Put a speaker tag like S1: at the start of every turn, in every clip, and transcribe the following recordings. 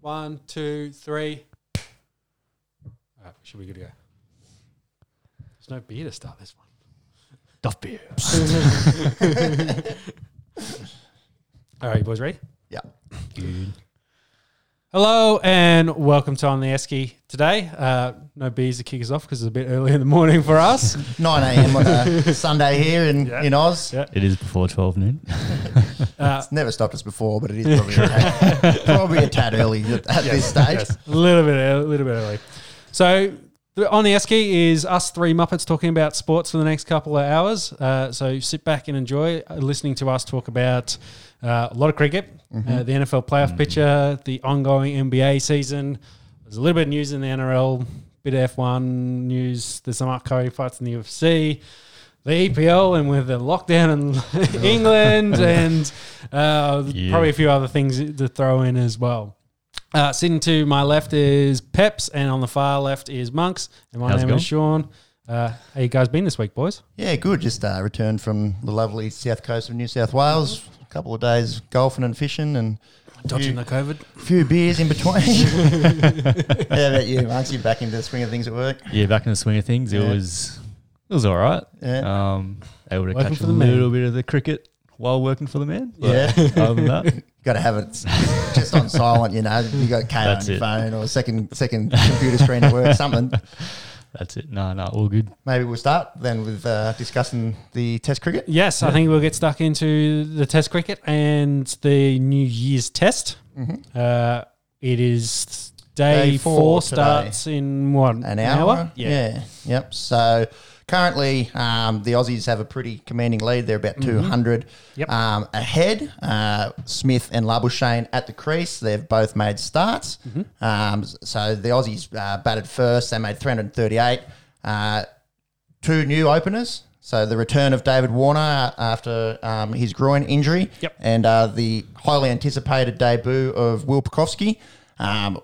S1: One, two, three. All right, should be good to go. There's no beer to start this one.
S2: Duff beer.
S1: All right, you boys ready?
S2: Yeah.
S1: Hello and welcome to On the Esky today. Uh, no beers to kick us off because it's a bit early in the morning for us.
S2: 9 a.m. on a Sunday here in, in Oz.
S1: Yeah.
S3: It is before 12 noon.
S1: Uh,
S2: It's never stopped us before, but it is probably, a, tad, probably a tad early at, at this stage.
S1: A little bit, a little bit early. So the- on the Esky is us three Muppets talking about sports for the next couple of hours. Uh, so sit back and enjoy uh, listening to us talk about uh, a lot of cricket, uh, the NFL playoff picture, the ongoing NBA season. There's a little bit of news in the NRL, bit of F1 news. There's some upcoming fights in the UFC. The EPL and with the lockdown in England and uh,
S3: Yeah.
S1: probably a few other things to throw in as well. Uh, sitting to my left is Peps, and on the far left is Monks. And my
S3: How's it
S1: name is Sean. Uh, how you guys been this week, boys?
S2: Yeah, good. Just uh, returned from the lovely south coast of New South Wales. A couple of days golfing and fishing and
S1: Dodging
S2: Dodging
S1: the COVID.
S2: a few beers in between. How about you, Mark? You back into the swing of things at work?
S3: Yeah, back in the swing of things, it
S2: Yeah.
S3: was it was all right.
S2: Yeah.
S3: Um, able to
S1: Working
S3: catch
S1: for
S3: a
S1: the man.
S3: little bit of the cricket while working for the man.
S2: yeah.
S3: Other than that,
S2: Got to have it s- just on silent, you know. You got Kano on
S3: That's
S2: your
S3: it.
S2: phone or a second second computer screen at work, something.
S3: that's it. No, no, all good.
S2: Maybe we'll start then with uh, discussing the Test cricket.
S1: Yes, I think we'll get stuck into the Test cricket and the New Year's Test. Uh, it is day,
S2: Mm-hmm. Day
S1: four,
S2: four today.
S1: starts in what
S2: An hour. Yeah. Yep. So currently, um, the Aussies have a pretty commanding lead. They're about 200
S1: Yep.
S2: um, ahead. Uh, Smith and Labuschagne at the crease. They've both made starts. Um, s- so the Aussies uh, batted first. They made 338. Uh, two new openers. So the return of David Warner after um, his groin injury,
S1: Yep.
S2: and uh, the highly anticipated debut of Will Pekowski. Um,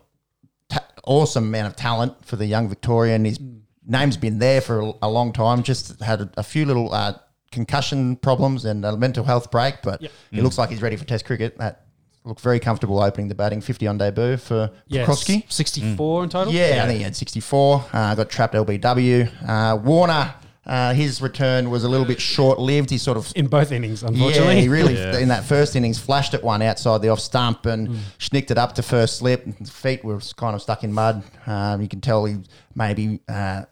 S2: ta- awesome amount of talent for the young Victorian. His name's been there for a, a long time. Just had a, a few little uh, concussion problems and a mental health break, but he looks like he's ready for Test cricket. That looked very comfortable opening the batting fifty on debut for
S1: Yes,
S2: Pekowski.
S1: 64 in total.
S2: Yeah, I think he had 64. Uh, got trapped LBW. Uh, Warner, uh, his return was a little bit short lived. He sort of.
S1: In both innings,
S2: Yeah,
S1: unfortunately.
S2: he really
S3: Yeah.
S2: in that first innings flashed at one outside the off stump and
S1: Mm.
S2: schnicked it up to first slip. And his feet were kind of stuck in mud. Um, you can tell he maybe, uh,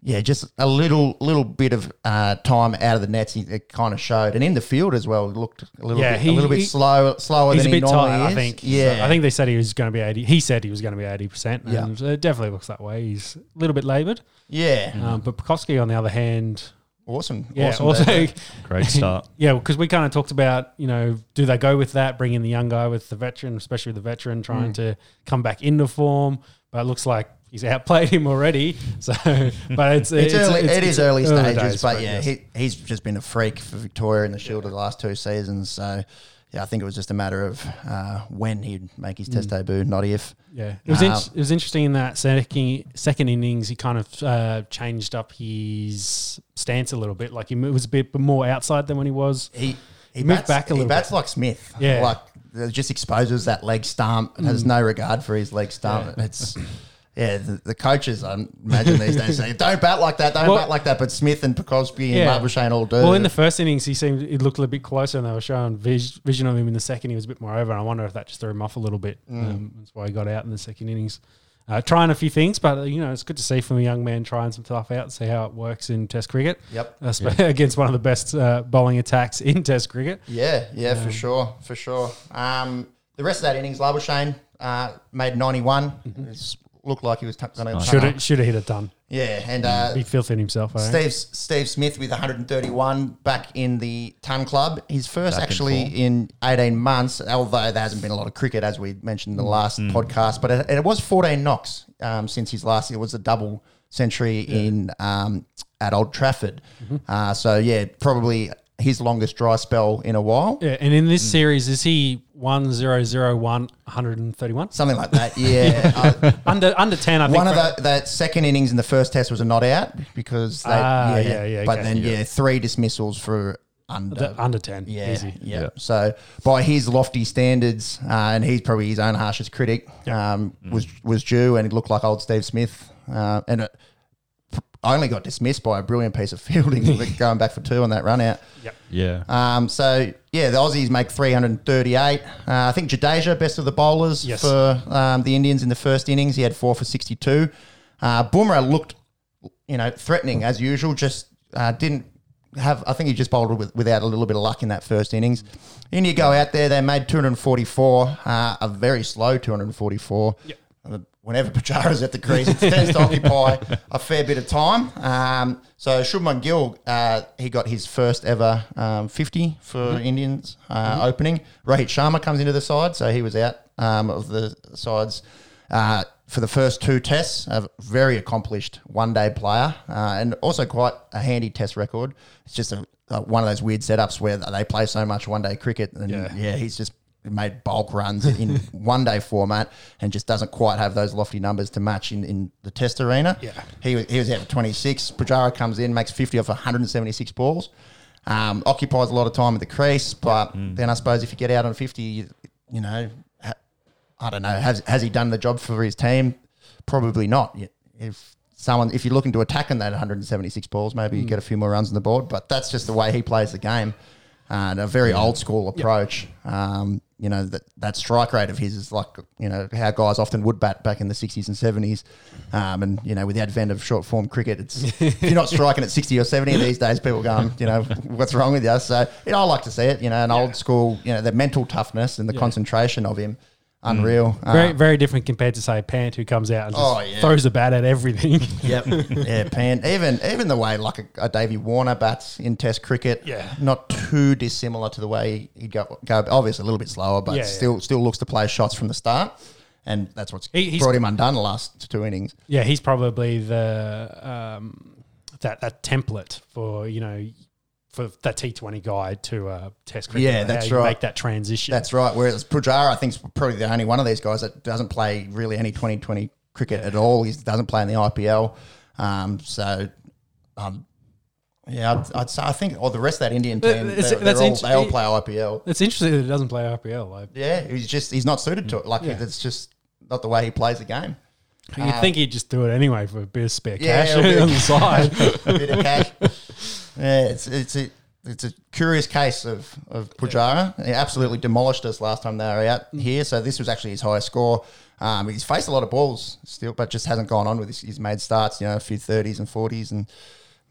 S2: yeah, just a little little bit of uh, time out of the nets. He, it kind of showed, and in the field as well, it looked a little
S1: Yeah,
S2: bit,
S1: he-
S2: a little bit
S1: he-
S2: slow, slower
S1: He's a
S2: than he
S1: bit
S2: normally
S1: tired,
S2: is.
S1: I think.
S2: Yeah,
S1: So I think they said he was going to be 80. He said he was going to be 80%.
S2: Yeah.
S1: And it definitely looks that way. He's a little bit laboured.
S2: yeah,
S1: Um, but Pekowski, on the other hand,
S2: awesome.
S1: yeah,
S2: Mm. awesome
S1: also,
S2: debut.
S3: Great start.
S1: yeah, because we kind of talked about, you know, do they go with that, bring in the young guy with the veteran, especially the veteran
S2: Mm.
S1: trying to come back into form, but it looks like he's outplayed him already. So, but it's,
S2: it's, early. it is early, stages,
S1: days,
S2: but yeah,
S1: yes.
S2: he, he's just been a freak for Victoria in the Shield of the last two seasons. So yeah, I think it was just a matter of uh, when he'd make his Test
S1: Mm.
S2: debut, not if.
S1: Yeah, it was in,
S2: Um,
S1: it was interesting in that second second innings. He kind of uh, changed up his stance a little bit. Like he mo- was a bit more outside than when he was.
S2: He he
S1: Moved
S2: bats,
S1: back a
S2: he
S1: little
S2: bats like Smith.
S1: Yeah. Mm.
S2: like that just exposes that leg stump and has no regard for his leg stump. It's. Yeah, the, the coaches, I imagine these days, say, don't bat like that, don't
S1: Well-
S2: bat like that. But Smith and Pekowski
S1: Yeah.
S2: and Labuschagne all do.
S1: Well, in the first innings, he seemed it looked a little bit closer, and they were showing vis- vision of him. In the second, he was a bit more over. And I wonder if that just threw him off a little bit. Um, that's why he got out in the second innings, uh, trying a few things. But uh, you know, it's good to see from a young man trying some stuff out, see how it works in Test cricket.
S2: Yep.
S1: Uh, sp- against one of the best uh, bowling attacks in Test cricket.
S2: Yeah, yeah, for sure, for sure. Um, the rest of that innings, Labuschagne uh, made 91. It's Looked like he was going to
S1: Should have should have hit a ton.
S2: Yeah, and uh,
S1: Be filthy in himself. I reckon.
S2: Steve Steve Smith with 131 back in the ton club. His first
S3: Back in
S2: actually
S3: form.
S2: in 18 months, although there hasn't been a lot of cricket as we mentioned in
S3: Mm.
S2: the last podcast. But it, it was 14 knocks um, since his last. It was a double century in um, at Old Trafford. Uh, so yeah, probably his longest dry spell in a while.
S1: Yeah, and in this
S2: Mm.
S1: series, is he one zero zero one hundred and thirty one?
S2: Something like that, yeah. Uh,
S1: Under under ten, I think.
S2: one of
S1: right?
S2: the, that second innings in the first test was a not out because they,
S1: Ah, yeah, yeah,
S2: but
S1: okay.
S2: then yeah, three dismissals for under
S1: The under 10.
S2: yeah,
S1: Easy.
S2: yeah.
S3: Yeah.
S2: So by his lofty standards, uh, and he's probably his own harshest critic, um, was was due, and he looked like old Steve Smith, uh, and it I only got dismissed by a brilliant piece of fielding going back for two on that run out.
S3: Yeah.
S1: Uh,
S2: Um, so yeah, the Aussies make 338. Uh, I think Jadeja, best of the bowlers
S1: Yes.
S2: for um, the Indians in the first innings. He had four for 62. Uh, Boomer looked, you know, threatening as usual. Just uh, didn't have. I think he just bowled with, without a little bit of luck in that first innings. India go out there. They made 244. Uh, a very slow 244.
S1: Yep.
S2: Uh, Whenever Pajara's at the crease, it tends to occupy a fair bit of time. Um, so Shubman Gill, uh, he got his first ever um, 50 for Indians uh, opening. Rohit Sharma comes into the side, so he was out um, of the sides uh, for the first two tests. A very accomplished one-day player uh, and also quite a handy test record. It's just a, a, one of those weird setups where they play so much one-day cricket and,
S1: Yeah.
S2: yeah he's just made bulk runs in one day format and just doesn't quite have those lofty numbers to match in, in the test arena.
S1: Yeah.
S2: He, was- he was out for 26. Pujara comes in, makes 50 off 176 balls. Um, occupies a lot of time at the crease, but
S1: Mm.
S2: then I suppose if you get out on 50, you, you know, ha- I don't know, has, has he done the job for his team? Probably not. You- If someone, if you're looking to attack in that 176 balls, maybe you get a few more runs on the board, but that's just the way he plays the game and a very old school approach. Um, you know that that strike rate of his is like you know how guys often would bat back in the sixties and seventies, um, and you know with the advent of short form cricket, it's if you're not striking at sixty or seventy these days. People going, you know, what's wrong with you? So you know, I like to see it. You know, an old school, you know, the mental toughness and the concentration of him, unreal.
S1: Very,
S2: Um,
S1: very different compared to say Pant, who comes out and just
S2: Oh, yeah.
S1: throws a bat at everything.
S2: Yep. yeah, Pan. Even even the way like a, a Davy Warner bats in Test cricket,
S1: Yeah.
S2: not too dissimilar to the way he go go. Obviously, a little bit slower, but
S1: Yeah,
S2: still still looks to play shots from the start, and that's what's
S1: He- he's-
S2: brought him undone the last two innings.
S1: yeah, he's probably the um, that that template for you know for that T Twenty guy to uh, test cricket.
S2: Yeah,
S1: how
S2: that's
S1: you
S2: right.
S1: Make that transition.
S2: That's right. Whereas Pujara, I think, is probably the only one of these guys that doesn't play really any 2020 cricket at all. He doesn't play in the IPL. Um, so, um, yeah, I'd, I'd say I think or the rest of that Indian team,
S1: Uh, It's-
S2: they're-
S1: that's
S2: they're all,
S1: int-
S2: they all play IPL.
S1: it's interesting that it doesn't play IPL. Like,
S2: Yeah, he's just he's not suited to it. Like
S1: Yeah.
S2: it's just not the way he plays the game.
S1: You'd think he'd just do it anyway for a bit of spare
S2: Uh, Yeah,
S1: cash
S2: a bit of
S1: on the side.
S2: A bit of cash. Yeah, it's it's a it's a curious case of of Pujara. He absolutely demolished us last time they were out
S1: Mm.
S2: here. So this was actually his highest score. Um, he's faced a lot of balls still, but just hasn't gone on with this. He's made starts, you know, a few thirties and forties, and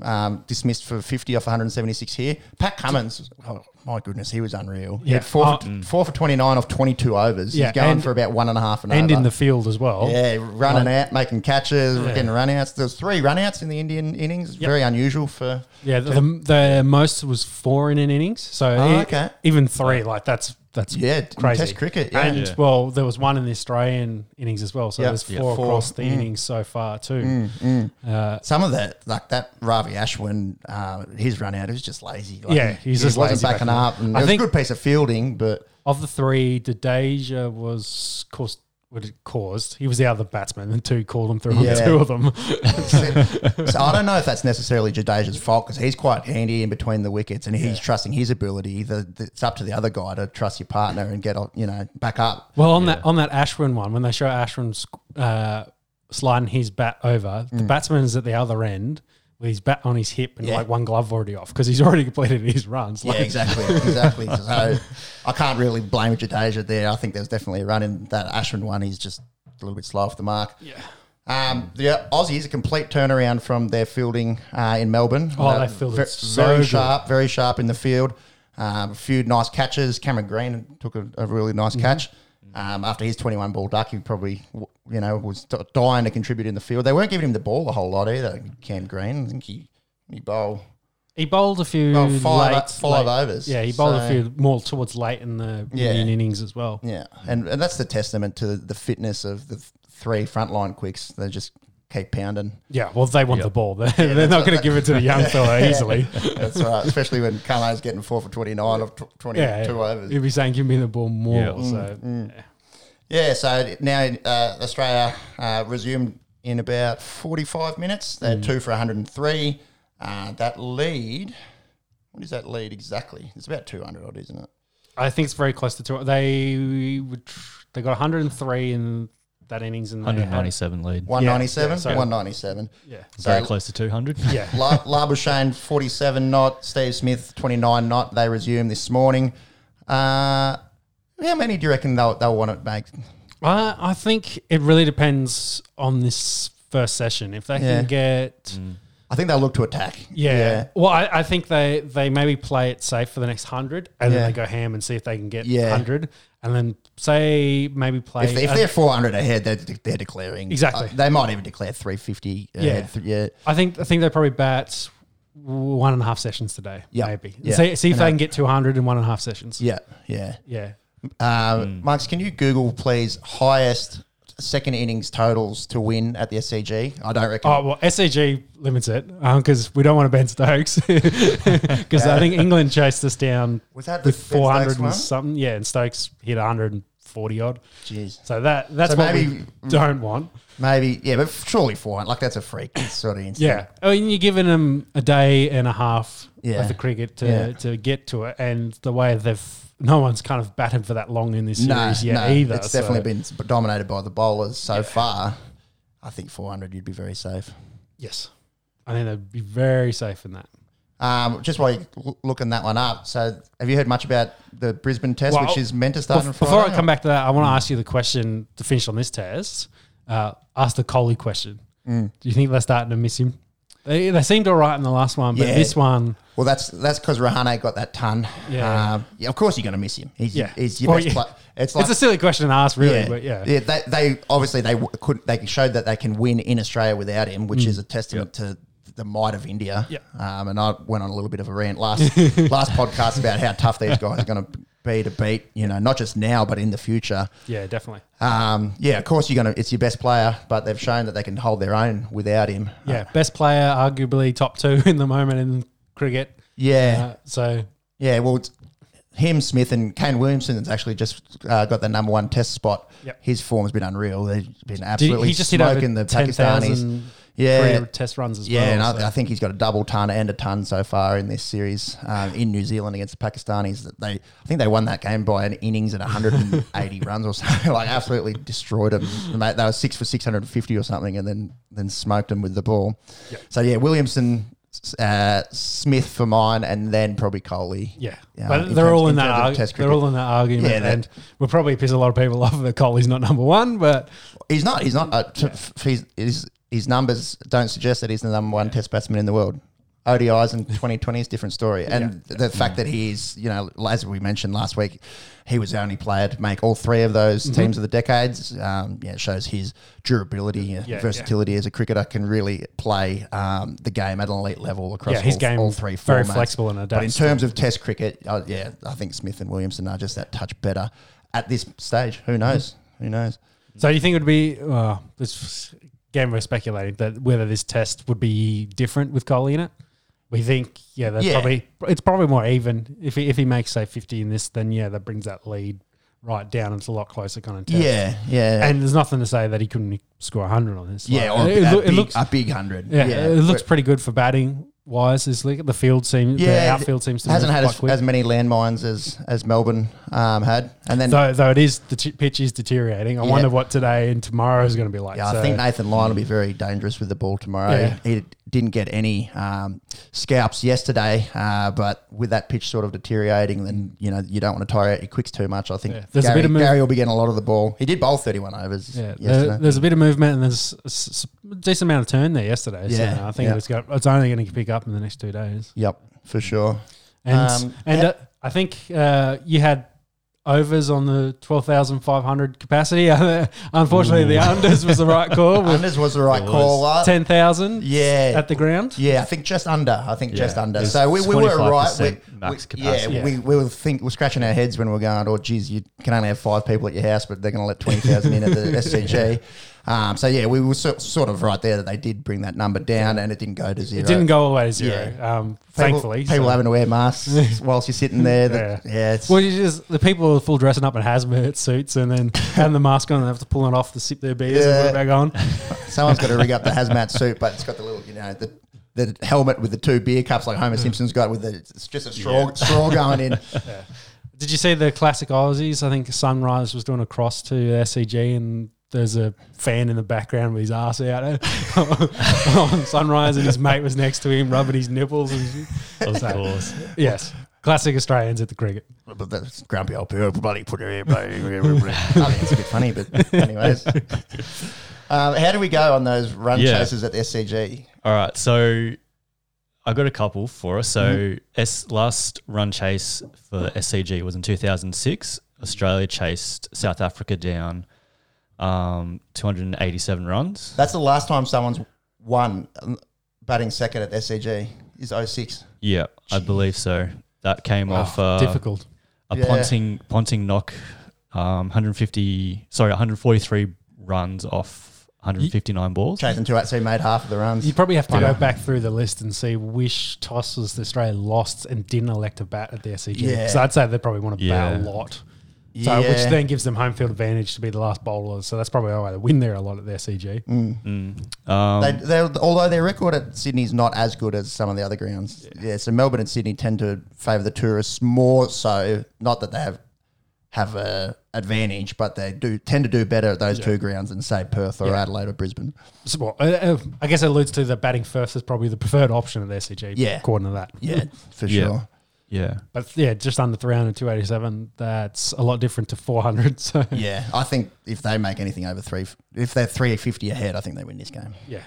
S2: um, dismissed for fifty off one hundred and seventy six here. Pat Cummins, oh my goodness, he was unreal. He
S1: Yeah.
S2: had four
S1: Oh.
S2: for, four for twenty nine off twenty two overs.
S1: Yeah,
S2: he's going
S1: and-
S2: for about one and a half an
S1: and
S2: over.
S1: in the field as well.
S2: Yeah, running out, making catches,
S1: Yeah.
S2: getting runouts. There was three runouts in the Indian innings. Very unusual for.
S1: Yeah, the, the, the most was four in an innings. So
S2: Oh,
S1: e-
S2: okay.
S1: even three, like that's that's
S2: Yeah, in
S1: crazy.
S2: Test cricket, yeah.
S1: and
S3: Yeah.
S1: well, there was one in the Australian innings as well. So
S2: Yeah.
S1: there's four
S2: Yeah. Four. Mm.
S1: across the innings so far too. Uh,
S2: Some of that, like that Ravi Ashwin, uh, his run out, he was just lazy. Like,
S1: Yeah, he's
S2: he
S1: just lazy
S2: wasn't
S1: back
S2: backing
S1: there.
S2: up. And
S1: I
S2: it was
S1: think-
S2: a good piece of fielding, but
S1: of the three, Dedeja was caused. What it caused? He was the other batsman, and two called him through on
S2: Yeah.
S1: two of them.
S2: so I don't know if that's necessarily Jadeja's fault because he's quite handy in between the wickets and he's trusting his ability. The, the, it's up to the other guy to trust your partner and get on, you know back up.
S1: Well, on that on that Ashwin one, when they show Ashwin sc- uh, sliding his bat over, the batsman is at the other end with his bat on his hip and
S2: Mm. Yeah.
S1: like one glove already off because he's already completed his runs.
S2: Yeah,
S1: Like,
S2: exactly, exactly. so I can't really blame Jadeja there. I think there's definitely a run in that Ashwin one. He's just a little bit slow off the mark.
S1: yeah.
S2: Um, the Aussies a complete turnaround from their fielding uh, in Melbourne.
S1: Oh,
S2: Uh,
S1: they fielded so
S2: very
S1: good.
S2: sharp, very sharp in the field. Um, a few nice catches. Cameron Green took a, a really nice
S1: Mm-hmm.
S2: catch. Um, after his 21 ball duck, he probably w- you know was d- dying to contribute in the field. They weren't giving him the ball a whole lot either. Cam Green, I think he he bowled
S1: He bowled a few
S2: Well, five-
S1: late,
S2: five
S1: late-
S2: overs,
S1: Yeah, he bowled
S2: so-
S1: a few more towards late in the
S2: Yeah.
S1: Indian innings as well.
S2: Yeah, and, and that's the testament to the fitness of the th- three frontline quicks. They just keep pounding.
S1: Yeah, well, they want the ball. They're, they're not going to give it to the young fella easily.
S2: That's right, especially when Carlo's getting four for 29 or tw- 22
S1: Yeah, yeah.
S2: overs. Mm,
S1: he'll be saying, "Give me the ball more."
S3: Yeah.
S1: So yeah.
S2: Yeah, so now uh, Australia uh, resumed in about
S1: Mm.
S2: 45 minutes. They're two for 103. Uh, that lead, What is that lead exactly? It's about 200 odd, isn't it?
S1: I think it's very close to two. They would, they got 103 in that innings, and they had-
S3: 197 lead.
S2: 197?
S1: yeah, so-
S2: 197.
S1: Yeah,
S3: Very
S2: So-
S3: close to 200.
S1: yeah.
S2: La Labuschagne, 47 knot. Steve Smith, 29 knot. They resume this morning. Uh, how many do you reckon they'll, they'll want to make?
S1: Uh, I think it really depends on this first session. If they
S2: Yeah.
S1: can get,
S2: I think they'll look to attack.
S1: yeah. Well, I, I think they they maybe play it safe for the next hundred, and
S2: Yeah.
S1: then they go ham and see if they can get
S2: Yeah.
S1: hundred, and then say maybe play.
S2: If, if
S1: uh,
S2: they're 400 ahead, they're, they're declaring.
S1: Exactly.
S2: Uh, they might even declare 350 ahead.
S1: Yeah.
S2: Th- yeah.
S1: I think I think they probably bat one and a half sessions today.
S2: Yeah.
S1: maybe
S2: Yeah.
S1: see see if
S2: And
S1: they
S2: I-
S1: can get two hundred in one and a half sessions.
S2: Yeah. Yeah.
S1: yeah.
S2: Uh,
S1: Hmm.
S2: Marks, can you Google, please, highest second innings totals to win at the SCG? I don't reckon.
S1: Oh well, SCG limits it because we don't want to Ben Stokes because I think England chased us down
S2: Was that the
S1: with
S2: Ben Stokes
S1: four hundred
S2: one?
S1: and something. Yeah, and Stokes hit one hundred and forty odd.
S2: Jeez.
S1: So that that's
S2: So
S1: what
S2: maybe-
S1: we don't want.
S2: Maybe, yeah, but surely 400. Like, that's a freak sort of instinct.
S1: Yeah, I mean Oh, you're giving them a day and a half
S2: Yeah.
S1: of the cricket to,
S2: Yeah.
S1: to get to it, and the way they've no one's kind of batted for that long in this
S2: No,
S1: series yet
S2: no,
S1: either.
S2: It's
S1: so-
S2: definitely been dominated by the bowlers so far. I think 400, you'd be very safe.
S1: yes. I think they'd be very safe in that.
S2: Um, just while you're l- looking that one up, so have you heard much about the Brisbane test,
S1: Well,
S2: which is meant to start on
S1: Bef-
S2: Friday?
S1: Before I come back to that, I
S2: Mm.
S1: want to ask you the question to finish on this test. Uh, ask the Coley question.
S2: Mm.
S1: Do you think they're starting to miss him? They, they seemed all right in the last one, but
S2: Yeah.
S1: this one,
S2: Well, that's that's because Rahane got that ton.
S1: Yeah.
S2: Um, yeah, of course you're going to miss him. He's,
S1: Yeah.
S2: he's your
S1: Well,
S2: best
S1: yeah.
S2: player. It's like
S1: it's a silly question to ask, really, but yeah.
S2: they, they obviously they w- could they showed that they can win in Australia without him, which is a testament to the might of India.
S1: Mm. Yeah.
S2: Um, and I went on a little bit of a rant last last podcast about how tough these guys are going to be to beat. You know, not just now but in the future.
S1: Yeah, definitely.
S2: Um, yeah, of course you're going to. It's your best player, but they've shown that they can hold their own without him. Uh,
S1: Yeah, best player, arguably top two in the moment in cricket.
S2: Yeah.
S1: Uh, so
S2: Yeah, well, it's him, Smith, and Kane Williamson has actually just uh, got the number one test spot.
S1: Yep.
S2: His form's been unreal. They've been absolutely
S1: he just hit over
S2: smoking the
S1: 10,000
S2: Pakistanis. Yeah,
S1: three test runs as
S2: yeah,
S1: well.
S2: and I,
S1: so-
S2: I think he's got a double ton and a ton so far in this series um, in New Zealand against the Pakistanis. That they, I think they won that game by an innings and 180 runs or something. Like absolutely destroyed them. Mate, they were six for 650 or something, and then then smoked them with the ball. So yeah, Williamson, uh, Smith for mine, and then probably Coley.
S1: yeah,
S2: Yeah,
S1: but
S2: in
S1: they're
S2: terms-
S1: all in,
S2: in
S1: that.
S2: terms of
S1: Arg-
S2: test
S1: they're
S2: cricket.
S1: all in that argument,
S2: Yeah, that-
S1: and we'll probably piss a lot of people off that Coley's not number one, but
S2: He's not. He's not. Uh, t- f- he's, his his numbers don't suggest that he's the number one Test batsman in the world. ODIs and 2020 is a different story, and the fact that he is, you know, as we mentioned last week, he was the only player to make all three of those
S1: Mm-hmm.
S2: teams of the decades. Um, yeah, it shows his durability, and
S1: Yeah, yeah.
S2: versatility as a cricketer, can really play um, the game at an elite level across
S1: Yeah, his
S2: all,
S1: game
S2: all three formats.
S1: very flexible and
S2: But in
S1: adapts.
S2: terms of Test cricket, uh, yeah, I think Smith and Williamson are just that touch better at this stage. Who knows?
S1: Mm-hmm.
S2: Who knows?
S1: So do you think it would be? Uh, this again, we're speculating that whether this test would be different with Coley in it. We think, yeah, that
S2: Yeah.
S1: probably it's probably more even if he, if he makes say fifty in this, then yeah, that brings that lead right down. It's a lot closer kind of test.
S2: Yeah, yeah,
S1: and there's nothing to say that he couldn't score hundred on this.
S2: yeah.
S1: Like,
S2: Or
S1: it,
S2: a,
S1: loo- it
S2: big,
S1: looks,
S2: a big hundred.
S1: yeah, it looks
S2: but-
S1: pretty good for batting wise. This league, the field seems, the outfield seems to
S2: hasn't
S1: move
S2: had
S1: quite
S2: as,
S1: quick.
S2: as many landmines as as Melbourne um, had, and then
S1: though, though it is the t- pitch is deteriorating. I
S2: Yeah.
S1: wonder what today and tomorrow is going to be like.
S2: yeah,
S1: So-
S2: I think Nathan Lyon will be very dangerous with the ball tomorrow.
S1: Yeah.
S2: He didn't get any um, scalps yesterday, uh, but with that pitch sort of deteriorating, then you know you don't want to tire out your quicks too much. I think
S1: Yeah. There's a
S2: Gary,
S1: bit of move-
S2: Gary will be getting a lot of the ball. He did bowl thirty one overs
S1: Yeah,
S2: yesterday.
S1: there, there's a bit of movement and there's a s- s- decent amount of turn there yesterday. so
S2: Yeah,
S1: I think
S2: yeah.
S1: it's got it's only going to pick up in the next two days.
S2: yep, for sure.
S1: And
S2: Um,
S1: and
S2: yeah.
S1: uh, I think uh, you had overs on the twelve thousand five hundred capacity. Unfortunately, the unders was the right call with
S2: Anders was the right call. uh,
S1: ten thousand.
S2: Yeah.
S1: at the ground.
S2: Yeah, I think just under. I think just
S3: Yeah.
S2: under.
S3: It was
S2: So we, we were right. We,
S3: 25% max
S2: we-
S3: capacity.
S2: Yeah, we, we were think we're scratching our heads when we we're going. Oh, geez, you can only have five people at your house, but they're going to let twenty thousand in at the SCG. Um, so yeah, we were so, sort of right there that they did bring that number down, and it didn't go to zero.
S1: It didn't go all the way to zero. Um,
S2: People,
S1: thankfully,
S2: people
S1: so-
S2: having to wear masks whilst you're sitting there. that- yeah. it's,
S1: Well, you just the people are full dressing up in hazmat suits and then having the mask on and have to pull it off to sip their beers and put it
S2: Yeah.
S1: back on.
S2: someone's got to rig up the hazmat suit, but it's got the little, you know, the the helmet with the two beer cups like Homer Simpson's got with the, it's just a straw, straw going in.
S1: Did you see the classic Aussies? I think Sunrise was doing a cross to SCG and there's a fan in the background with his ass out on Sunrise and his mate was next to him rubbing his nipples. And,
S3: Of course.
S1: yes, classic Australians at the cricket.
S2: But that's grumpy old poo. Everybody oh, put it everybody. everybody. I think it's a bit funny, but anyways. Um, how do we go on those run
S3: Yeah.
S2: chases at SCG?
S3: All right, so I got a couple for us. So
S1: Mm-hmm.
S3: S last run chase for SCG was in 2006. Australia chased South Africa down um, 287 runs.
S2: That's the last time someone's won um, batting second at SCG is 06.
S3: Yeah, I believe so. That came off uh,
S1: Ah, Difficult.
S3: a
S2: Yeah.
S3: Ponting Ponting knock, um, 150 sorry 143 runs off 159 balls.
S2: Chasing two out, so he made half of the runs.
S1: You probably have to go back through the list and see which tosses Australia lost and didn't elect to bat at the SCG.
S2: Yeah.
S1: Because I'd say they probably want to bat a
S3: Yeah.
S1: lot. So, which
S2: Yeah.
S1: then gives them home field advantage to be the last bowler. So that's probably why they win there a lot at the SCG.
S2: Mm.
S3: Um,
S2: They, they, although their record at Sydney's not as good as some of the other grounds. Yeah. so Melbourne and Sydney tend to favour the tourists more so. Not that they have have a advantage, but they do tend to do better at those two grounds than say Perth or Adelaide or Brisbane.
S1: So, well, uh, uh, I guess it alludes to the batting first is probably the preferred option at the SCG.
S2: Yeah.
S1: According to that.
S2: Yeah, for
S3: Yeah.
S2: sure.
S3: yeah,
S1: But yeah, just under 300, 287. That's a lot different to 400. So
S2: Yeah, I think if they make anything over three, if they're three fifty ahead, I think they win this game.
S1: yeah.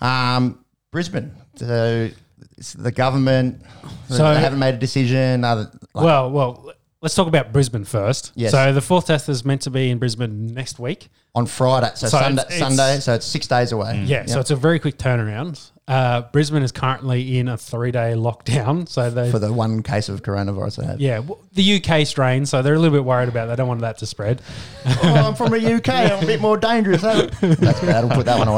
S2: Um, Brisbane, so it's the government
S1: So-
S2: they haven't made a decision. Other, like,
S1: well, well, let's talk about Brisbane first.
S2: Yes.
S1: So the fourth test is meant to be in Brisbane next week.
S2: on Friday, so,
S1: So
S2: Sunday,
S1: it's- it's-
S2: Sunday, so it's six days away.
S1: Yeah, so it's a very quick turnaround. Uh, Brisbane is currently in a three-day lockdown, so they
S2: for the one case of coronavirus I had.
S1: yeah w- the UK strain, so they're a little bit worried about. It. They don't want that to spread.
S2: Oh, I'm from the UK. I'm a bit more dangerous. eh? That's bad. We'll put that one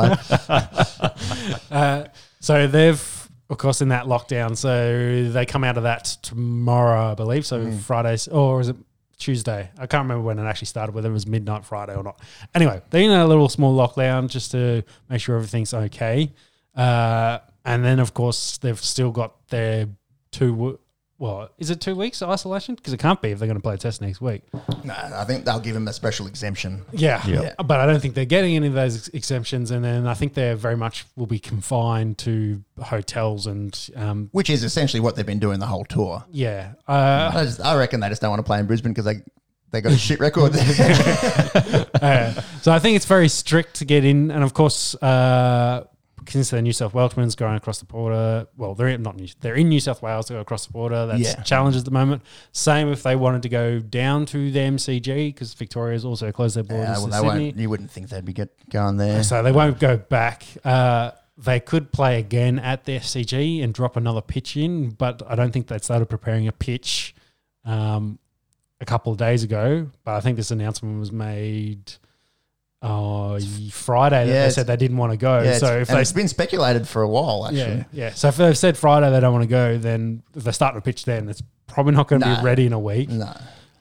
S2: away.
S1: Uh, So they've, of course, in that lockdown. So they come out of that tomorrow, I believe. So Fridays, or is it Tuesday? I can't remember when it actually started, whether it was midnight Friday or not. Anyway, they're in a little small lockdown just to make sure everything's okay. Uh, and then, of course, they've still got their two. W- well, is it two weeks isolation? Because it can't be if they're going to play a test next week.
S2: No, I think they'll give him a special exemption.
S1: Yeah.
S3: Yeah.
S1: But I don't think they're getting any of those ex- exemptions. And then I think they're very much will be confined to hotels and um,
S2: Which is essentially what they've been doing the whole tour.
S1: Yeah. Uh,
S2: I, just, I reckon they just don't want to play in Brisbane because they they got a shit record. there.
S1: uh, so I think it's very strict to get in, and of course, uh, since the New South Welshmen's going across the border, well, they're in, not New, they're in New South Wales to go across the border. That's
S2: Yeah.
S1: a challenge at the moment. Same if they wanted to go down to the MCG because Victoria's also closed their borders
S2: yeah, well,
S1: to
S2: they
S1: Sydney,
S2: won't, you wouldn't think they'd be get, going there.
S1: so they won't go back. Uh, they could play again at the SCG and drop another pitch in, but I don't think they started preparing a pitch um, a couple of days ago. But I think this announcement was made uh, Friday that
S2: Yeah,
S1: they
S2: it's-
S1: said they didn't want to go.
S2: Yeah,
S1: so
S2: it's-
S1: if
S2: and
S1: they
S2: it's been speculated for a while, actually.
S1: yeah, yeah. So if they've said Friday they don't want to go, then if they start to pitch then, it's probably not going to
S2: Nah. Mm.
S1: be ready in a week.
S2: No.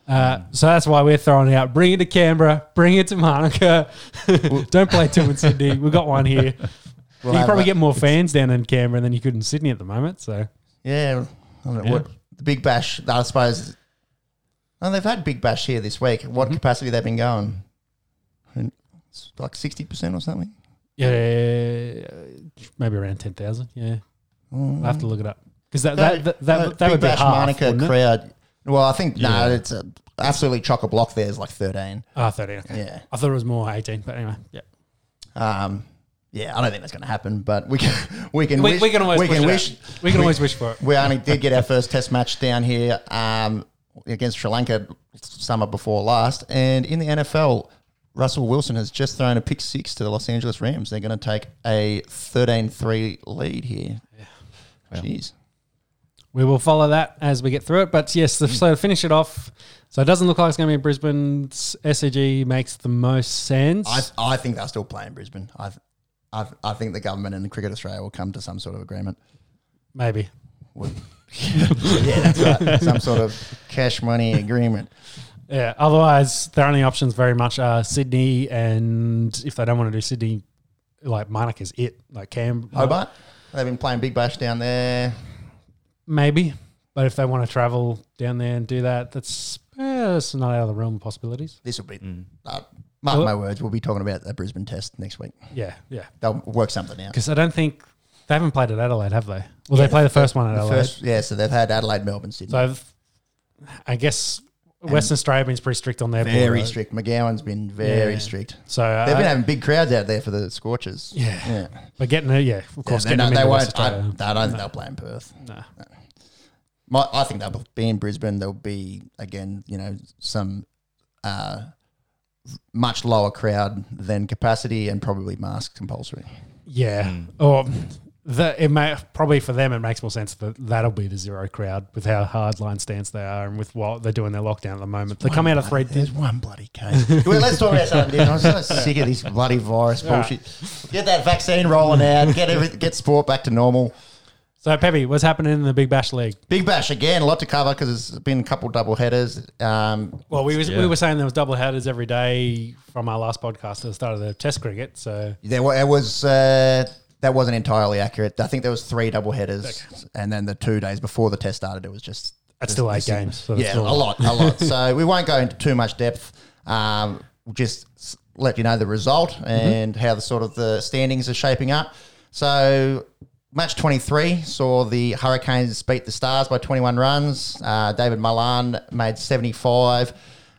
S1: Uh, so that's why we're throwing it out. Bring it to Canberra. Bring it to Monica. Don't play two in Sydney. We've got one here.
S2: We'll
S1: you
S2: have
S1: probably
S2: that.
S1: get more fans down in Canberra than you could in Sydney at the moment. So
S2: Yeah. I don't know,
S3: Yeah.
S2: What, the Big Bash, I suppose. And they've had Big Bash here this week.
S1: Mm-hmm.
S2: What capacity they've been going? And it's like 60% or something?
S1: yeah, maybe around ten thousand. Yeah,
S2: Mm.
S1: I have to look it up because that that that, that, that,
S2: Big
S1: would be
S2: Bash
S1: half.
S2: Monica
S1: wouldn't it?
S2: crowd. Well, I think no,
S3: Yeah.
S2: it's a, absolutely chock a block. There's like thirteen.
S1: Ah, 13, okay.
S2: Yeah,
S1: I thought it was more eighteen, but anyway. Yeah.
S2: um, yeah. I don't think that's going to happen, but we can we can
S1: We,
S2: wish,
S1: we can always wish.
S2: wish.
S1: we can always wish for it.
S2: We only did get our first Test match down here um, against Sri Lanka summer before last, and in the NFL. Russell Wilson has just thrown a pick six to the Los Angeles Rams. They're going to take a 13-3 lead here. Jeez.
S1: We will follow that as we get through it. But yes, the, so to finish it off, so it doesn't look like it's going to be in Brisbane. SCG makes the most sense.
S2: I, I think they'll still play in Brisbane. I, I, I think the government and Cricket Australia will come to some sort of agreement.
S1: Maybe.
S2: yeah, that's right. Some sort of cash money agreement.
S1: Yeah. Otherwise, their only options very much are Sydney, and if they don't want to do Sydney, like Monaco's it, like Cam.
S2: Hobart? They They've been playing Big Bash down there.
S1: Maybe. But if they want to travel down there and do that, that's, eh, that's not out of the realm of possibilities.
S2: This will be. Uh, mark my words, we'll be talking about the Brisbane test next week.
S1: Yeah, yeah.
S2: They'll work something out.
S1: Because I don't think they haven't played at Adelaide, have they? Well, they play the first one at
S2: The
S1: Adelaide.
S2: first- yeah, so they've had Adelaide, Melbourne, Sydney.
S1: so I've, I guess Western Australia has been pretty strict on their
S2: very
S1: border.
S2: strict. McGowan's been very
S1: Yeah.
S2: strict.
S1: So uh,
S2: They've been having big crowds out there for the Scorchers.
S1: Yeah.
S2: yeah.
S1: but getting it, yeah, of course,
S2: they,
S1: getting
S2: don't-
S1: them
S2: they
S1: into West
S2: won't. I,
S1: Australia.
S2: I don't think they'll play in Perth.
S1: No.
S2: My, I think they'll be in Brisbane. There'll be again, you know, some uh, much lower crowd than capacity, and probably mask compulsory.
S1: Yeah.
S2: Hmm.
S1: Or the, it may probably for them it makes more sense that that'll be the zero crowd with how hard line stance they are and with what they're doing their lockdown at the moment. They come out of three.
S2: There's one bloody case. well, let's talk about something different. I'm so sick of this bloody virus bullshit. Get that vaccine rolling out. Get every, get sport back to normal.
S1: So Peppy, what's happening in the Big Bash League?
S2: Big Bash again. A lot to cover because it's been a couple double headers. Um,
S1: Well, we was,
S3: Yeah.
S1: we were saying there was double headers every day from our last podcast at the start of the Test cricket. So
S2: There wa- it was uh, that wasn't entirely accurate. I think there was three double headers, and then the two days before the test started, it was just
S1: that's still eight games. So that's
S2: yeah,
S1: still-
S2: a lot, a lot. so we won't go into too much depth. Um, we'll just s- let you know the result
S1: Mm-hmm.
S2: and how the sort of the standings are shaping up. So match 23 saw the Hurricanes beat the Stars by 21 runs. Uh, David Milan made 75.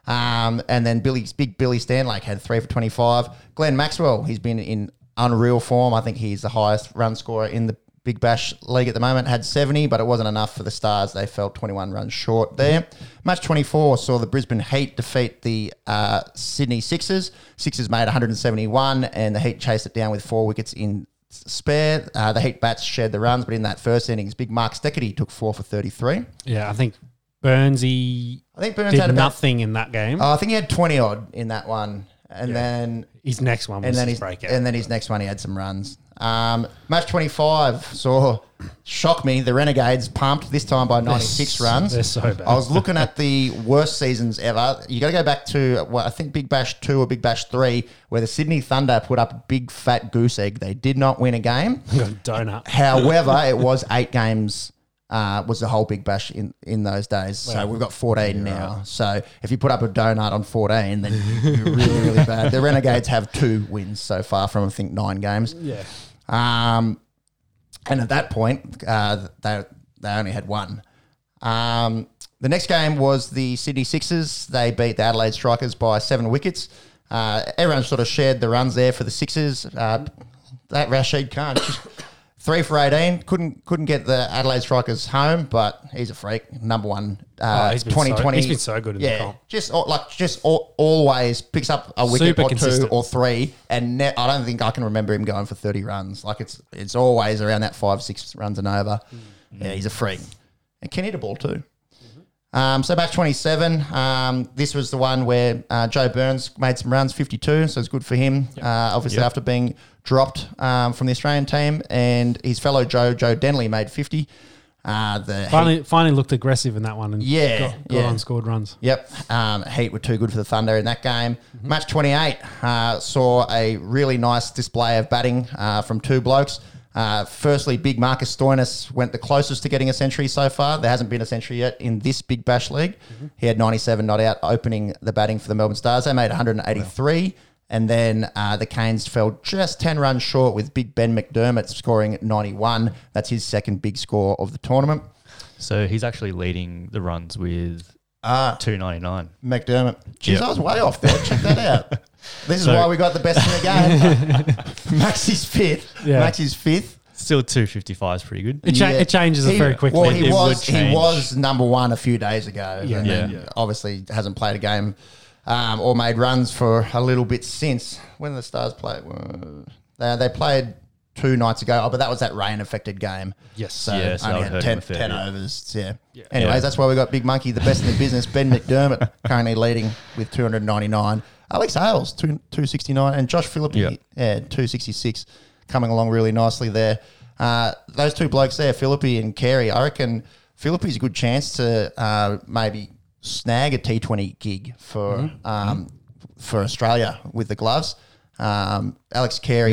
S2: Um, and then Billy's big Billy Stanlake had three for 25. Glenn Maxwell, he's been in unreal form. I think he's the highest run scorer in the Big Bash League at the moment had 70, but it wasn't enough for the Stars. They fell 21 runs short there. Match 24 saw the Brisbane Heat defeat the uh, Sydney Sixers. Sixers made 171, and the Heat chased it down with four wickets in spare. Uh, the Heat bats shared the runs, but in that first innings, big Mark Steckety took four for 33.
S1: Yeah, I think Burnsy
S2: I think Burns had
S1: did
S2: about,
S1: nothing in that game.
S2: oh, I think he had 20 odd in that one, and then
S1: his next one was
S2: and then
S1: his
S2: his
S1: breakout.
S2: and then his next one he had some runs. Um, match twenty five saw shock me the Renegades pumped this time by ninety six
S1: s-
S2: runs. Oh.
S1: they're so bad.
S2: I was looking at the worst seasons ever. You got to go back to well, I think Big Bash two or Big Bash three, where the Sydney Thunder put up a big fat goose egg. They did not win a game.
S1: Got a donut.
S2: However, it was eight games. Uh, was the whole Big Bash in, in those days? So we've got 14 now. So if you put up a donut on 14, then you're really, really bad. The Renegades have two wins so far from, I think, nine games.
S1: Yeah.
S2: Um, and at that point, uh, they, they only had one. Um, the next game was the Sydney Sixers. They beat the Adelaide Strikers by seven wickets. Uh, everyone sort of shared the runs there for the Sixers. Uh, that Rashid Khan, three for eighteen, couldn't couldn't get the Adelaide Strikers home, but he's a freak. Number one,
S1: Oh,
S2: uh,
S1: he's been so-
S2: twenty twenty.
S1: he's been so good in the
S2: yeah,
S1: comp.
S2: just all, like just all, always picks up a wicket
S1: Super
S2: or
S1: consistent.
S2: two or three, and ne- I don't think I can remember him going for thirty runs. Like it's it's always around that five six runs and over.
S1: Mm.
S2: Yeah, he's a freak, and can hit a ball too. Um, so match 27, um, this was the one where uh, Joe Burns made some runs, 52, so it's good for him. Uh, obviously, after being dropped um, from the Australian team, and his fellow Joe, Joe Denley, made 50. Uh, the
S1: Finally, finally looked aggressive in that one and
S2: Yeah,
S1: got, got
S2: yeah.
S1: unscored runs.
S2: Yep. Um, Heat were too good for the Thunder in that game. Match 28 uh, saw a really nice display of batting uh, from two blokes. Uh, firstly, big Marcus Stoinis went the closest to getting a century so far. There hasn't been a century yet in this Big Bash League. He had 97 not out, opening the batting for the Melbourne Stars. They made 183. And then uh, the Canes fell just 10 runs short with big Ben McDermott scoring 91. That's his second big score of the tournament.
S3: So he's actually leading the runs with two ninety nine.
S2: McDermott. Jeez,
S3: Yeah.
S2: I was way off there. Check that out. This is why we got the best in the game. Max is fifth.
S1: Yeah.
S2: Max is fifth.
S3: Still two fifty five is pretty good.
S1: It, cha- it changes
S2: He-
S1: it very quickly.
S2: Well, he
S3: It would
S2: was he
S3: change.
S2: was number one a few days ago.
S1: Yeah.
S2: and then
S3: Yeah.
S2: Obviously, hasn't played a game um, or made runs for a little bit since. When did the Stars play? Uh, They, they played two nights ago, oh, but that was that rain affected game.
S1: Yes.
S2: So
S3: Yeah, so
S2: only
S3: that
S2: had
S3: would hurt
S2: 10,
S3: him a fair
S2: 10
S3: bit.
S2: overs. Yeah. Anyways,
S3: Yeah.
S2: that's why we got Big Monkey, the best in the business. Ben McDermott currently leading with 299. Alex Hales, two, 269. And Josh Philippi,
S3: Yeah.
S2: yeah. 266. Coming along really nicely there. Uh, those two blokes there, Philippi and Carey, I reckon Philippi's a good chance to uh, maybe snag a T20 gig for
S1: Mm-hmm.
S2: um, for Australia with the gloves. Um, Alex Carey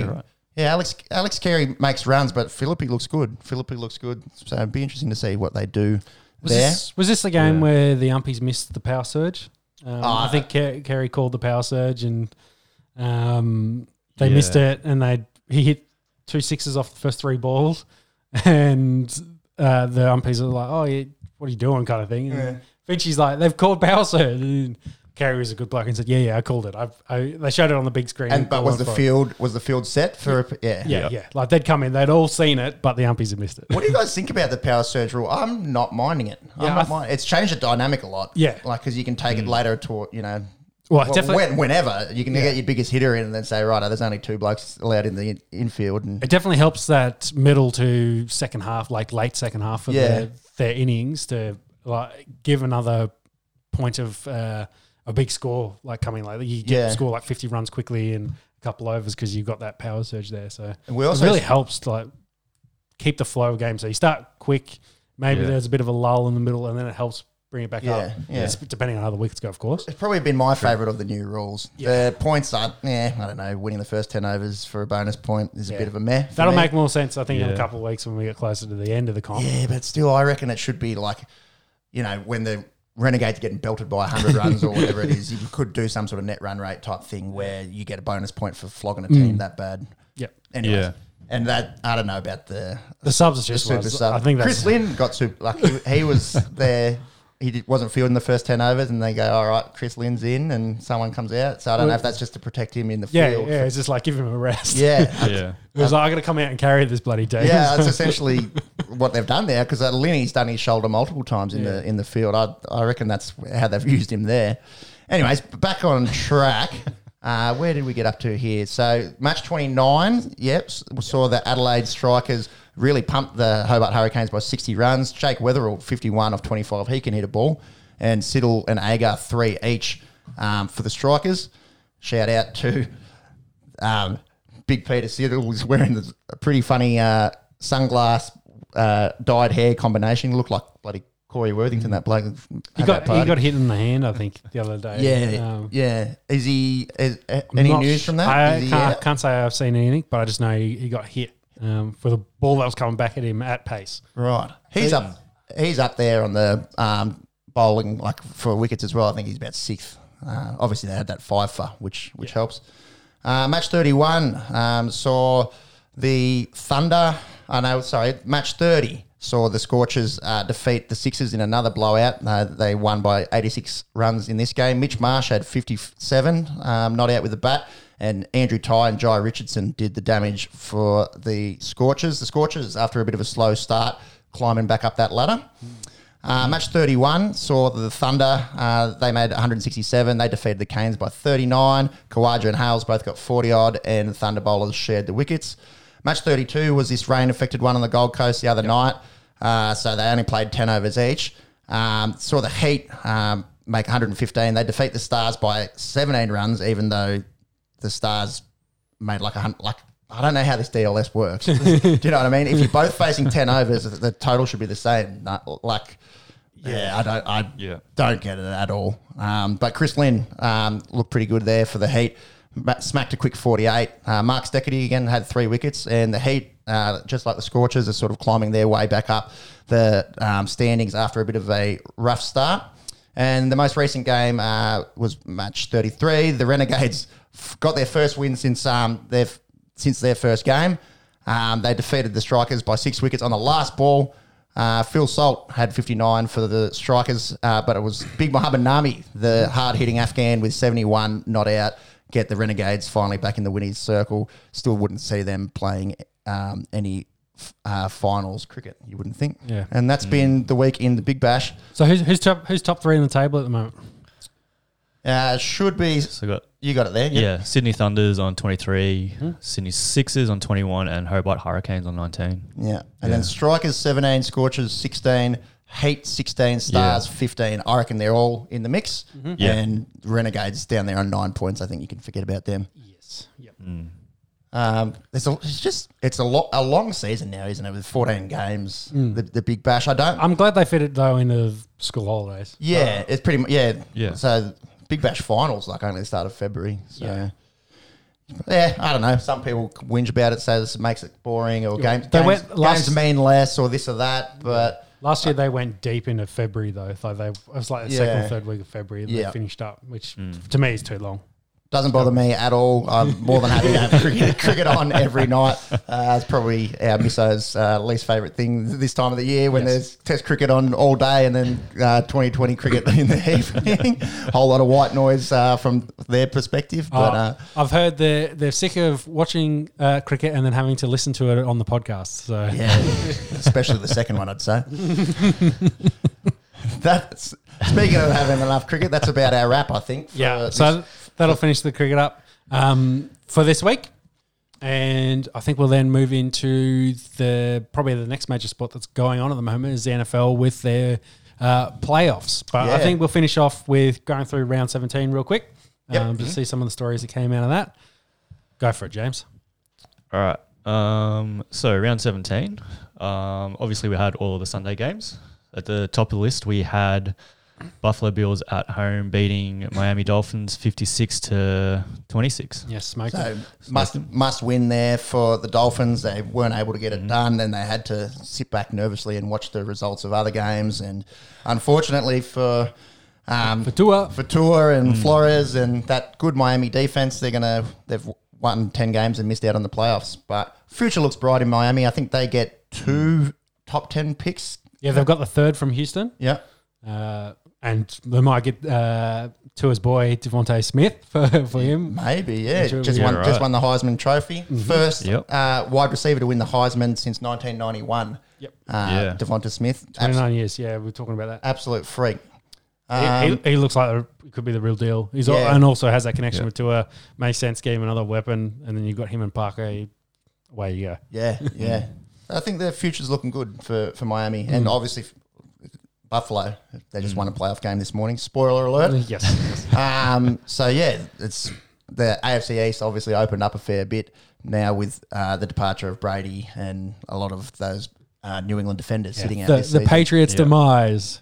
S2: Yeah, Alex Alex Carey makes runs, but Philippi looks good. Philippi looks good. So it'd be interesting to see what they do
S1: Was
S2: there.
S1: this was this the game
S3: Yeah.
S1: where the umpies missed the power surge? Um,
S2: Ah.
S1: I think Ker- Kerry called the power surge and um, they missed
S3: Yeah.
S1: it, and they he hit two sixes off the first three balls, and uh, the umpies are like, "Oh, yeah, what are you doing?" kind of thing. And Vinci's like, "They've called power surge." And Kerry was a good bloke and said, "Yeah, yeah, I called it. I've, I they showed it on the big screen."
S2: and but
S1: I
S2: was
S1: went
S2: the
S1: for it."
S2: field was the field set for a, yeah.
S1: Yeah, yeah, Like they'd come in, they'd all seen it, but the umpies had missed it.
S2: What do you guys think about the power surge rule? I'm not minding it.
S1: Yeah,
S2: I'm
S1: I
S2: not
S1: th-
S2: mind- it's changed the dynamic a lot.
S1: Yeah.
S2: like because you can take it later to you know.
S1: Well,
S2: well,
S1: definitely.
S2: when, whenever you can get your biggest hitter in, and then say, right, oh, there's only two blokes allowed in the in- infield, and
S1: It definitely helps that middle to second half, like late second half of
S2: Yeah.
S1: their, their innings to like give another point of uh, a big score, like coming like you get
S2: Yeah.
S1: score like fifty runs quickly and a couple overs because you've got that power surge there. So
S2: And we
S1: it
S2: also
S1: really helps to like keep the flow of game. So you start quick, maybe
S3: Yeah.
S1: there's a bit of a lull in the middle, and then it helps bring it back up.
S2: Yeah, yeah.
S1: It's depending on how the wickets go, of course.
S2: It's probably been my favourite of the new rules. The points are, yeah, I don't know. Winning the first 10 overs for a bonus point is a
S1: Yeah.
S2: bit of a meh. for
S1: That'll
S2: me.
S1: make more sense, I think, in a
S3: Yeah.
S1: couple of weeks when we get closer to the end of the comp.
S2: Yeah, but still, I reckon it should be like, you know, when the Renegades are getting belted by 100 runs or whatever it is, you could do some sort of net run rate type thing where you get a bonus point for flogging a
S1: Mm.
S2: team that bad.
S1: Yep.
S2: Anyways,
S3: Yeah.
S2: And that, I don't know about the,
S1: The subs is
S2: the
S1: just
S2: super
S1: was-
S2: sub.
S1: I think that's
S2: Chris Lynn got super lucky. He was there. He did, wasn't fielding the first 10 overs, and they go, all right, Chris Lynn's in, and someone comes out. So I don't know if that's just to protect him in the
S1: Yeah,
S2: field.
S1: yeah. It's just like give him a rest.
S2: Yeah.
S3: Yeah.
S1: It was like, I got to come out and carry this bloody day.
S2: Yeah, that's essentially what they've done there because Linney's done his shoulder multiple times in the in the field. I, I reckon that's how they've used him there. Anyways, back on track. Uh, where did we get up to here? So match twenty nine. Yep, s- we saw the Adelaide Strikers really pumped the Hobart Hurricanes by sixty runs. Jake Weatherall fifty one off twenty five. He can hit a ball, and Siddle and Agar three each um, for the Strikers. Shout out to um, Big Peter Siddle was wearing this pretty funny uh, sunglass uh, dyed hair combination. He looked like bloody Corey Worthington, that bloke.
S1: he got
S2: at that
S1: he
S2: party.
S1: got hit in the hand, I think, the other day.
S2: yeah,
S1: Um,
S2: yeah. Is he? Is, uh, any
S1: not
S2: news
S1: sh-
S2: from that?
S1: I
S2: Is he
S1: can't,
S2: out?
S1: can't say I've seen anything, but I just know he, he got hit um, for the ball that was coming back at him at pace.
S2: Right, he's up. He's up there on the um, bowling, like for wickets as well. I think he's about sixth. Uh, obviously, they had that fifer, which which helps. Uh, match thirty one um, saw the Thunder. I know, sorry, match thirty saw the Scorchers uh, defeat the Sixers in another blowout. Uh, they won by eighty six runs in this game. Mitch Marsh had fifty seven, um, not out with the bat. And Andrew Ty and Jai Richardson did the damage for the Scorchers. The Scorchers, after a bit of a slow start, climbing back up that ladder. Uh, match 31 saw the Thunder. Uh, they made 167. They defeated the Canes by 39. Kawaja and Hales both got 40 odd, and the Thunder bowlers shared the wickets. Match 32 was this rain affected one on the Gold Coast the other night. Uh, so they only played 10 overs each. Um, saw the Heat um, make 115. They defeat the Stars by 17 runs, even though the Stars made like a hundred. Like I don't know how this DLS works. Do you know what I mean? If you're both facing ten overs, the- the total should be the same. No, Like, yeah, I don't, I
S3: Yeah.
S2: don't get it at all. Um, but Chris Lynn um, looked pretty good there for the Heat. Ma- Smacked a quick 48. Uh, Mark Steckety again had three wickets, and the Heat, uh, just like the Scorchers, are sort of climbing their way back up the um, standings after a bit of a rough start. And the most recent game uh, was match 33. The Renegades f- got their first win since um, their f- since their first game. Um, they defeated the Strikers by six wickets on the last ball. Uh, Phil Salt had 59 for the Strikers, uh, but it was Big Mohammed Nami, the hard hitting Afghan with 71 not out, get the Renegades finally back in the winning circle. Still wouldn't see them playing um, any f- uh, finals cricket, you wouldn't think.
S1: Yeah.
S2: And that's been the week in the Big Bash.
S1: So who's who's top who's top three in the table at the moment?
S2: Uh, should be.
S3: So I got
S2: You got it there.
S3: yeah. Sydney Thunders on twenty Sydney Sixers on twenty one, and Hobart Hurricanes on nineteen.
S2: Yeah. And then strikers 17, scorchers 16, heat 16, stars 15. I reckon they're all in the mix.
S3: Yeah.
S2: And renegades down there on nine points. I think you can forget about them.
S1: Yes. Yep.
S2: Mm. Um, there's a, it's just it's a lot a long season now, isn't it? With 14 games, the, the big bash. I don't.
S1: I'm glad they fit it though into school holidays.
S2: yeah, it's pretty. mu- Yeah.
S3: Yeah.
S2: So big bash finals like only the start of February. So.
S1: Yeah.
S2: Yeah. Yeah, I don't know. Some people whinge about it, say this makes it boring, or games,
S1: They
S2: games,
S1: went last-
S2: games mean less, or this or that. But
S1: Last year they went deep into February though. It's Like they, it was like the second,
S2: Yeah.
S1: third week of February. They
S2: Yeah.
S1: finished up, which to me is too long.
S2: doesn't bother me at all. I'm more than happy to have cricket, cricket on every night. Uh, it's probably our misso's uh, least favourite thing this time of the year when there's test cricket on all day and then uh, 2020 cricket in the evening. Whole lot of white noise uh, from their perspective. But
S1: Uh,
S2: uh,
S1: I've heard they're they're sick of watching uh, cricket and then having to listen to it on the podcast. So
S2: Yeah, especially the second one, I'd say. that's speaking of having enough cricket. That's about our wrap, I think. for
S1: Yeah,
S2: this-
S1: so that'll finish the cricket up um, for this week, and I think we'll then move into the probably the next major sport that's going on at the moment is the NFL with their uh, playoffs. But I
S2: Yeah.
S1: think we'll finish off with going through round seventeen real quick
S2: Yep. Mm-hmm.
S1: um, to see some of the stories that came out of that. Go for it, James.
S3: All right. Um, so round 17. Um, obviously, we had all of the Sunday games. At the top of the list, we had Buffalo Bills at home beating Miami Dolphins 56 to 26.
S1: Yes, smoke.
S2: so must must win there for the Dolphins. They weren't able to get it done, then they had to sit back nervously and watch the results of other games. And unfortunately for um,
S1: for Tua,
S2: for Tour and
S1: Hmm.
S2: Flores and that good Miami defense, they're gonna they've won ten games and missed out on the playoffs. But future looks bright in Miami. I think they get
S1: Hmm.
S2: two top ten picks.
S1: yeah, they've got the third from Houston.
S2: Yeah,
S1: Uh, and they might get uh, Tua's boy Devonte Smith for, for him.
S2: maybe. Yeah,
S1: Sure,
S2: just
S1: yeah.
S2: won
S3: Yeah, right.
S2: just won the Heisman Trophy,
S1: Mm-hmm.
S2: first
S3: Yep.
S2: uh, wide receiver to win the Heisman since 1991.
S1: Yep.
S2: Uh,
S3: Yeah.
S2: Devonta Smith, abs-
S1: 29 years. Yeah, we we're talking about that.
S2: absolute freak.
S1: He-
S2: Um,
S1: he, he looks like he could be the real deal. He's al
S2: Yeah.
S1: and also has that connection
S3: Yeah.
S1: with Tua. Makes sense. Give him another weapon, and then you've got him and Parker. you- Away you go.
S2: Yeah, yeah. I think their future's looking good for, for Miami
S1: Hmm.
S2: and obviously f- Buffalo. They just won a playoff game this morning. Spoiler alert.
S1: Yes, yes.
S2: um, so yeah, it's the AFC East obviously opened up a fair bit now with uh, the departure of Brady and a lot of those uh, New England defenders sitting out
S1: The,
S2: this
S1: the
S2: season,
S1: Patriots'
S3: Yeah.
S1: demise.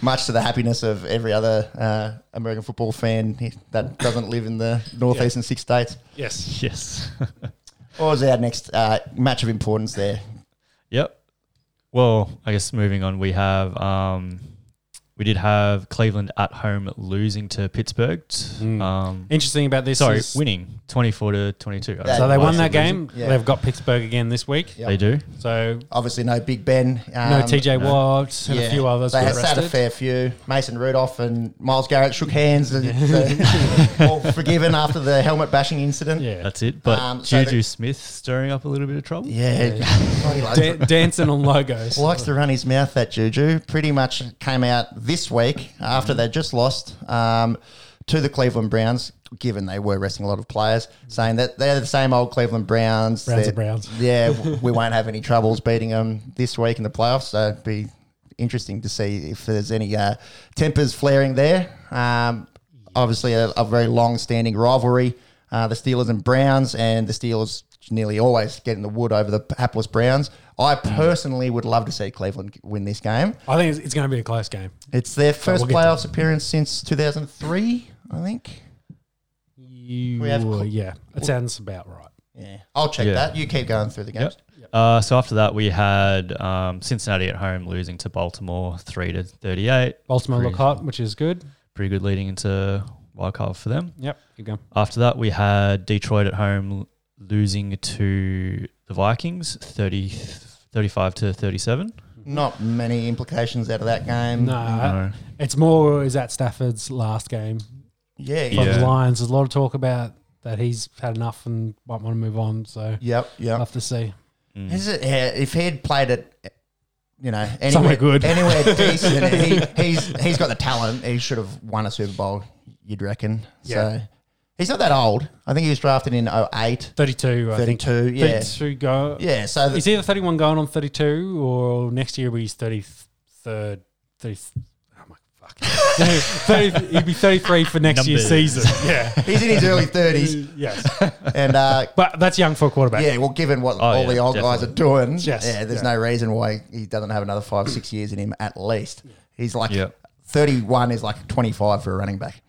S2: much to the happiness of every other uh, American football fan that doesn't live in the northeastern six states.
S1: Yes.
S3: Yes.
S2: What was our next uh, match of importance there?
S3: Yep. Well, I guess moving on, we have um, we did have Cleveland at home losing to Pittsburgh. Um,
S1: Interesting about Hmm. this.
S3: sorry,
S1: is-
S3: winning twenty four to twenty two.
S2: Yeah.
S1: So they won
S2: Last
S1: that
S2: season.
S1: game.
S2: Yeah.
S1: They've got Pittsburgh again this week.
S2: Yeah.
S3: They do.
S1: So
S2: Obviously, no Big Ben. Um,
S1: no TJ Watt and a few others.
S2: They
S1: were
S2: had sat a
S1: rested.
S2: fair few. Mason Rudolph and Miles Garrett shook hands and so, all forgiven after the helmet bashing incident.
S1: Yeah.
S3: That's it. But
S2: Um, so
S3: Juju Smith stirring up a little bit of trouble.
S2: Yeah. he likes,
S1: Dan- dancing on logos.
S2: likes to run his mouth, that Juju. Pretty much came out this week after they just lost um, to the Cleveland Browns, given they were resting a lot of players, saying that they're the same old Cleveland Browns.
S1: Browns are
S2: They're-
S1: Browns.
S2: Yeah, w- we won't have any troubles beating them this week in the playoffs. So it'd be interesting to see if there's any uh, tempers flaring there. Um, obviously, a, a very long-standing rivalry, uh, the Steelers and Browns, and the Steelers nearly always getting the wood over the hapless Browns. I personally would love to see Cleveland win this game.
S1: I think it's, it's going to be a close game.
S2: It's their first
S1: Oh, we'll get
S2: playoffs appearance since 2003, I think.
S1: You,
S2: We have cl-
S1: yeah, it sounds about right.
S2: Yeah, I'll check
S3: Yeah.
S2: that. You keep going through the games.
S3: Yep. Uh, so after that, we had um, Cincinnati at home losing to Baltimore three to thirty eight.
S1: Baltimore look
S3: Pretty-
S1: hot, which is good.
S3: Pretty good leading into wild card for them.
S1: Yep, keep going.
S3: After that, we had Detroit at home losing to the Vikings 30, 35 to 37.
S2: Not many implications out of that game.
S1: No,
S3: No.
S1: It's more is that Stafford's last game
S2: Yeah.
S1: for
S3: Yeah.
S1: the Lions. There's a lot of talk about that he's had enough and might want to move on. So
S2: Yep. Yep.
S1: I'll have to see.
S3: Mm,
S2: Is it, yeah, if he'd played it, you know, anywhere,
S1: Somewhere good.
S2: anywhere decent, he, he's he's got the talent. He should have won a Super Bowl, you'd reckon.
S1: Yeah.
S2: So he's not that old. I think he was drafted in 08,
S1: 32, I think.
S2: 32. Yeah,
S1: 32 go.
S2: yeah. So
S1: He's
S2: th-
S1: either 31 going on 32 or next year he's 33rd. 30, oh my fuck. 30, he'd be 33 for next year's
S3: Numbers.
S1: season. Yeah.
S2: he's in his early thirties,
S1: yes.
S2: and uh,
S1: But that's young for a quarterback.
S2: yeah, well, given what all
S3: yeah,
S2: the old guys are doing,
S1: Oh, Yes,
S2: yeah, there's
S1: yeah.
S2: no reason why he doesn't have another five, six years in him at least. He's like
S3: Yeah. mm.
S2: thirty-one is like twenty-five for a running back.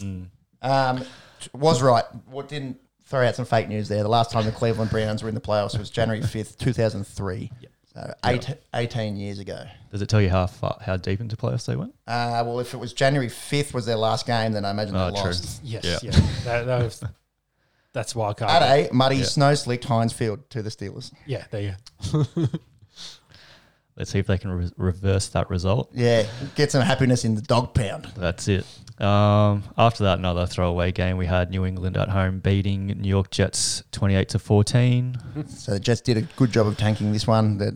S2: Um, t- was right. What didn't throw out some fake news there? The last time the Cleveland Browns were in the playoffs was January fifth, two thousand three. So eight, 18 years ago.
S3: Does it tell you how far, how deep into playoffs they went?
S2: Uh, well, if it was January fifth was their last game, then I imagine
S3: Oh,
S2: they
S3: true.
S2: lost.
S1: Yes,
S3: Yeah.
S1: yeah. That, that was, that's wild card.
S2: At eight, muddy,
S3: Yeah.
S2: snow slicked Heinz Field to the Steelers.
S1: Yeah, there you go.
S3: Let's see if they can re- reverse that result.
S2: Yeah, get some happiness in the dog pound.
S3: That's it. Um, after that, another throwaway game. We had New England at home beating New York Jets twenty-eight to fourteen.
S2: So the Jets did a good job of tanking this one. That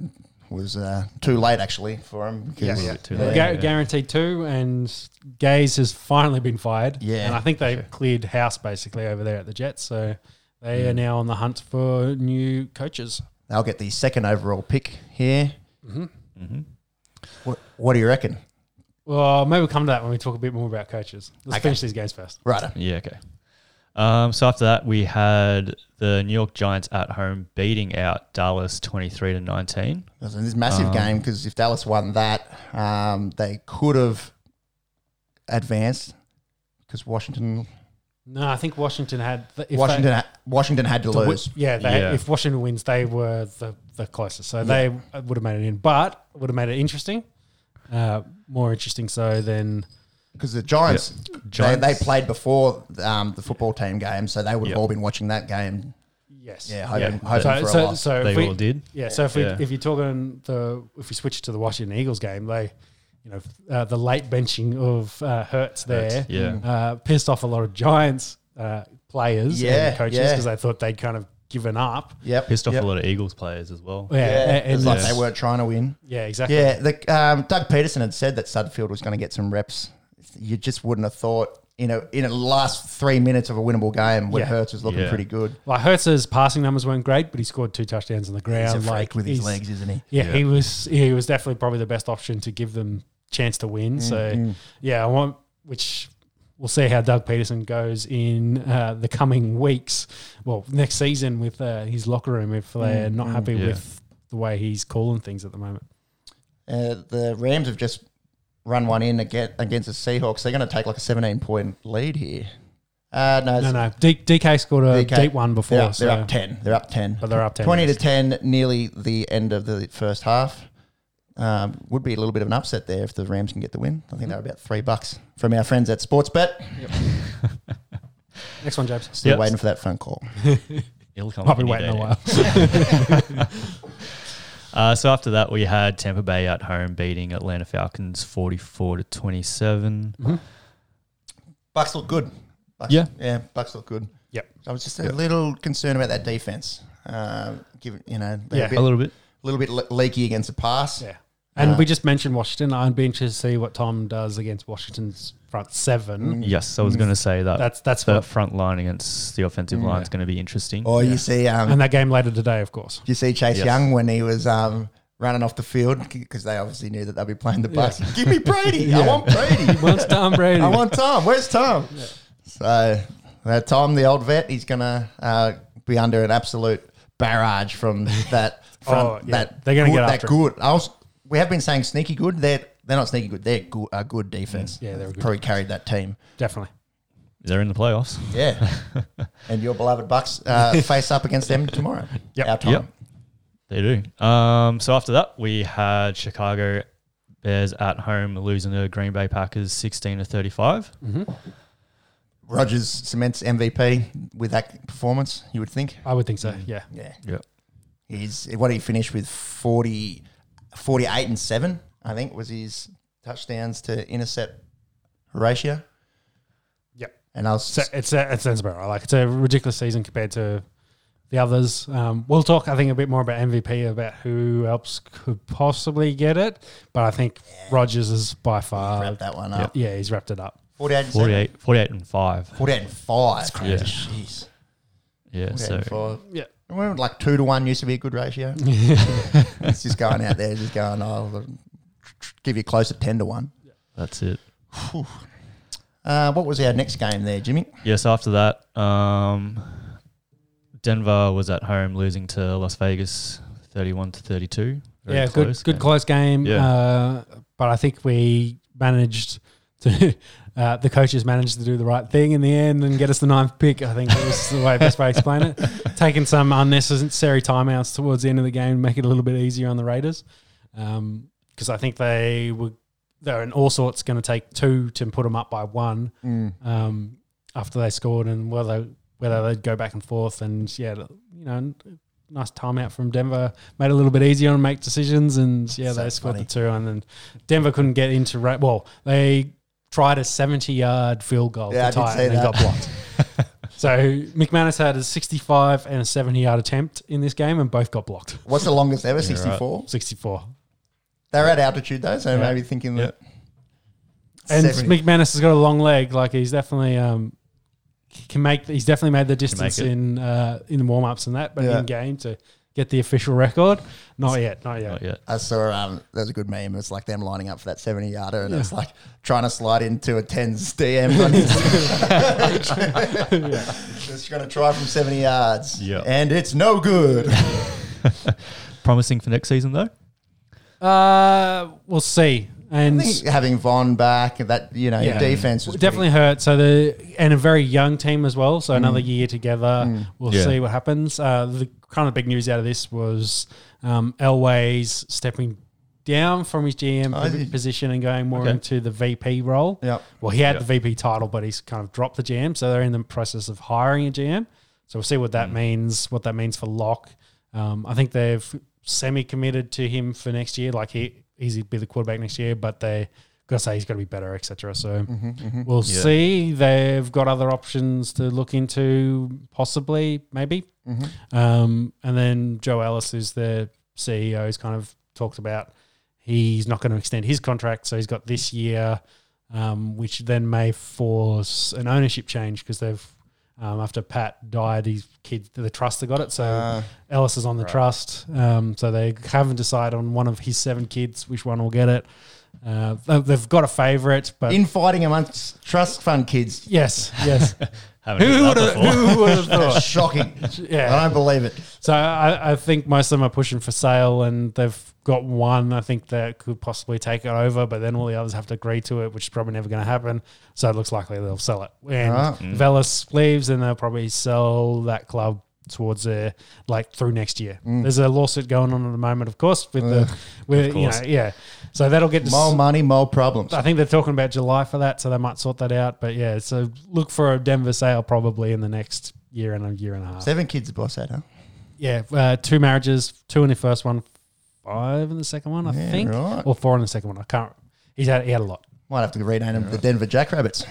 S2: was uh, too late actually for them.
S1: Yeah.
S3: A little bit too
S2: Yeah.
S3: late.
S1: Gu- guaranteed two, and Gaze has finally been fired.
S2: Yeah.
S1: and I think they cleared house basically over there at the Jets, so they
S2: Mm.
S1: are now on the hunt for new coaches.
S2: They'll get the second overall pick here.
S1: Mm-hmm.
S3: hmm
S2: What, what do you reckon?
S1: Well, maybe we'll come to that when we talk a bit more about coaches. Let's
S2: Okay.
S1: finish these games first.
S2: Righto.
S3: Yeah, okay. Um, so after that, we had the New York Giants at home beating out Dallas 23 to 19.
S2: It was this massive game
S3: Oh.
S2: 'cause game because if Dallas won that, um, they could have advanced because Washington
S1: No, I think Washington had the, if
S2: Washington ha- Washington had to
S1: they, to wi-
S2: lose.
S1: yeah, they,
S3: Yeah.
S1: if Washington wins, they were the, the closest, so they uh, would have made it in, but would have made it interesting, uh, more interesting so than
S2: because the Giants,
S3: Giants.
S2: They, they played before um, the football team game, so they would
S3: Yeah.
S2: have all been watching that game.
S1: yes,
S2: Yeah, hoping,
S3: Yeah.
S2: hoping
S1: So,
S2: for a
S1: so,
S2: loss.
S1: so if
S3: They
S1: we-
S3: all did.
S1: Yeah, so if we
S3: Yeah.
S1: if you're talking the if we switch to the Washington Eagles game, they you know uh, the late benching of uh, Hertz there
S3: Yeah.
S2: Mm.
S1: uh, pissed off a lot of Giants uh, players
S2: Yeah,
S1: and coaches
S2: yeah.
S1: because they thought they'd kind of given up.
S2: yep,
S3: Pissed off
S2: yep.
S3: a lot of Eagles players as well.
S1: Yeah,
S2: Yeah,
S1: and,
S2: it was like
S3: yeah.
S2: they weren't trying to win.
S1: yeah, exactly.
S2: Yeah, the, um, Doug Peterson had said that Sudfield was going to get some reps. You just wouldn't have thought, you know, in the last three minutes of a winnable game when
S1: Yeah.
S2: Hertz was looking
S3: Yeah.
S2: pretty good.
S1: Like Hertz's passing numbers weren't great, but he scored two touchdowns on the ground.
S2: He's a freak
S1: like
S2: with his
S1: he's-
S2: legs, isn't he?
S1: Yeah,
S3: Yeah.
S1: he was he was definitely probably the best option to give them chance to win. So yeah, I want which we'll see how Doug Peterson goes in uh, the coming weeks. Well, next season with uh, his locker room if they're not happy
S3: Yeah.
S1: with the way he's calling things at the moment.
S2: Uh, the Rams have just run one in aga- against the Seahawks. They're going to take like a 17 point lead here. Uh, no,
S1: No, no, D- DK scored a
S2: DK.
S1: deep one before,
S2: They're, up-
S1: so
S2: they're up 10. They're up 10.
S1: but they're up ten.
S2: 20 to 10, nearly the end of the first half. Um, would be a little bit of an upset there if the Rams can get the win. I think they're about three bucks from our friends at Sportsbet.
S1: Next one, James.
S2: Still
S3: Yep.
S2: waiting for that phone call.
S3: It'll come
S1: I'll be
S3: any
S1: waiting
S3: day
S1: a
S3: now.
S1: while.
S3: Uh, so after that, we had Tampa Bay at home beating Atlanta Falcons 44 to 27.
S1: Mm-hmm.
S2: Bucks look good. Bucks,
S3: Yeah.
S2: yeah. Bucks look good.
S1: Yep.
S2: I was just a little concerned about that defense. Uh, given you know,
S1: Yeah.
S2: they're a, bit,
S3: A little bit.
S2: little bit le- leaky against the pass.
S1: Yeah. And
S2: Uh,
S1: we just mentioned Washington. I'd be interested to see what Tom does against Washington's front
S2: Mm.
S1: seven.
S3: Yes, I was going to say that.
S1: That's that's
S3: that
S1: what,
S3: front line against the offensive line is going to be interesting.
S2: Or you see, um,
S1: and that game later today, of course.
S2: you see Chase
S3: Yes.
S2: Young when he was um, running off the field because they obviously knew that they'd be playing the Bucks. Give me Brady. I want Brady.
S1: Once Tom Brady.
S2: I want Tom. Where's Tom? So that Tom, the old vet, he's gonna uh, be under an absolute barrage from that front.
S1: Oh, yeah.
S2: That
S1: They're gonna
S2: good,
S1: get
S2: that
S1: after him.
S2: good. I was, we have been saying sneaky good. They're they're not sneaky good. They're good, a good defense.
S1: Yeah, they're a good
S2: probably carried that team.
S1: Definitely.
S3: They're in the playoffs.
S2: Yeah, and your beloved Bucks uh, face up against them tomorrow.
S1: Yep.
S2: Our time.
S3: Yep. They do. Um, so after that, we had Chicago Bears at home losing to Green Bay Packers 16 to 35.
S2: Rogers cements MVP with that performance. You would think.
S1: I would think so. Yeah.
S2: Yeah.
S3: Yeah.
S2: He's what did he finished with 40, 48 and seven. I think was his touchdowns to intercept ratio.
S1: Yep.
S2: And I was
S1: So it's a, it sounds about right. Like it's a ridiculous season compared to the others. Um, we'll talk, I think, a bit more about MVP, about who else could possibly get it. But I think Rogers is by far.
S2: wrap that one up.
S1: Yeah, he's wrapped it up.
S2: Forty eight and seven.
S3: 48, 48 and 5.
S2: 48 and five. That's
S3: crazy. Yeah.
S2: Jeez.
S3: Yeah.
S2: 48
S3: So
S2: and five.
S1: Yeah.
S2: Remember, like two to one used to be a good ratio. it's just going out there, just going. I'll give you close to ten to one.
S3: that's it.
S2: Uh, what was our next game there, Jimmy?
S3: Yes, after that, um, Denver was at home losing to Las Vegas 31 to 32. Very
S1: yeah, good, Uh, good
S3: game.
S1: close game.
S3: Yeah.
S1: Uh, but I think we managed to uh, the coaches managed to do the right thing in the end and get us the ninth pick. I think that was the way best way to explain it. Taking some unnecessary timeouts towards the end of the game, make it a little bit easier on the Raiders, because I think they were they're in all sorts going to take two to put them up by one
S3: Mm.
S1: um, after they scored, and whether whether they'd go back and forth, and yeah, you know, nice timeout from Denver made it a little bit easier and make decisions, and yeah,
S2: So
S1: they scored
S2: funny.
S1: the two, and then Denver couldn't get into ra- well, they tried a seventy yard field goal
S2: Yeah, I
S1: to
S2: did
S1: tie
S2: see
S1: it and
S2: that.
S1: got blocked. So McManus had a 65 and a 70 yard attempt in this game, and both got blocked.
S2: What's the longest ever?
S3: right.
S2: 64?
S1: 64.
S2: They're at altitude though, so
S1: Yeah.
S2: maybe thinking
S3: Yeah.
S2: that.
S1: And
S2: 70.
S1: McManus has got a long leg. Like he's definitely um, he can make. He's definitely made the distance
S3: it.
S1: in uh, in the warm ups and that, but
S2: Yeah.
S1: in game to get the official record, not yet, not yet.
S3: Not yet.
S2: I saw um, there's a good meme. It's like them lining up for that 70 yarder, and it's like trying to slide into a 10's DM. On his Just going to try from 70 yards.
S3: Yeah.
S2: And it's no good.
S3: Promising for next season though.
S1: Uh, we'll see.
S2: I
S1: And
S2: think having Von back, that, you know, your
S1: Yeah.
S2: defense was
S1: definitely hurt. So the and a very young team as well.
S2: Mm.
S1: So another year together. We'll
S3: Yeah.
S1: see what happens. Uh, the kind of big news out of this was um, Elway's stepping down from his GM
S2: Oh, he-
S1: position and going more
S3: Okay.
S1: into the VP role.
S2: Yep.
S1: Well, he had the VP title, but he's kind of dropped the GM. So they're in the process of hiring a GM. So we'll see what that means. What that means for Locke. Um, I think they've semi-committed to him for next year. Like he, he's be the quarterback next year, but they gotta say he's got to be better, etc. So we'll
S3: Yeah.
S1: see. They've got other options to look into, possibly, maybe. Um, and then Joe Ellis is the CEO. He's kind of talked about he's not going to extend his contract, so he's got this year, um, which then may force an ownership change because they've um, after Pat died, his kid the trust that got it. So
S2: Ah.
S1: Ellis is on the trust. Um, so they haven't decided on one of his seven kids which one will get it. Uh, they- they've got a favourite, but
S2: infighting amongst trust fund kids.
S1: yes, yes.
S3: Haven't
S1: who
S3: done
S1: would
S3: that
S1: have?
S3: before.
S1: Who would have thought?
S2: That's shocking.
S1: Yeah.
S2: I don't believe it.
S1: So I, I think most of them are pushing for sale, and they've got one I think that could possibly take it over, but then all the others have to agree to it, which is probably never going to happen. So it looks likely they'll sell it. And
S2: Ah.
S1: Velas leaves, and they'll probably sell that club towards their like through next year. There's a lawsuit going on at the moment, of course, with the with
S3: course.
S1: you know yeah. So that'll get dis-
S2: More money, more problems.
S1: I think they're talking about July for that, so they might sort that out. But yeah, so look for a Denver sale probably in the next year and a year and a half.
S2: Seven kids the boss had, huh?
S1: Yeah, uh, two marriages, two in the first one, five in the second one, I
S2: Yeah,
S1: think,
S2: right.
S1: or four in the second one. I can't. He's had he had a lot.
S2: Might have to rename them the Denver Jackrabbits.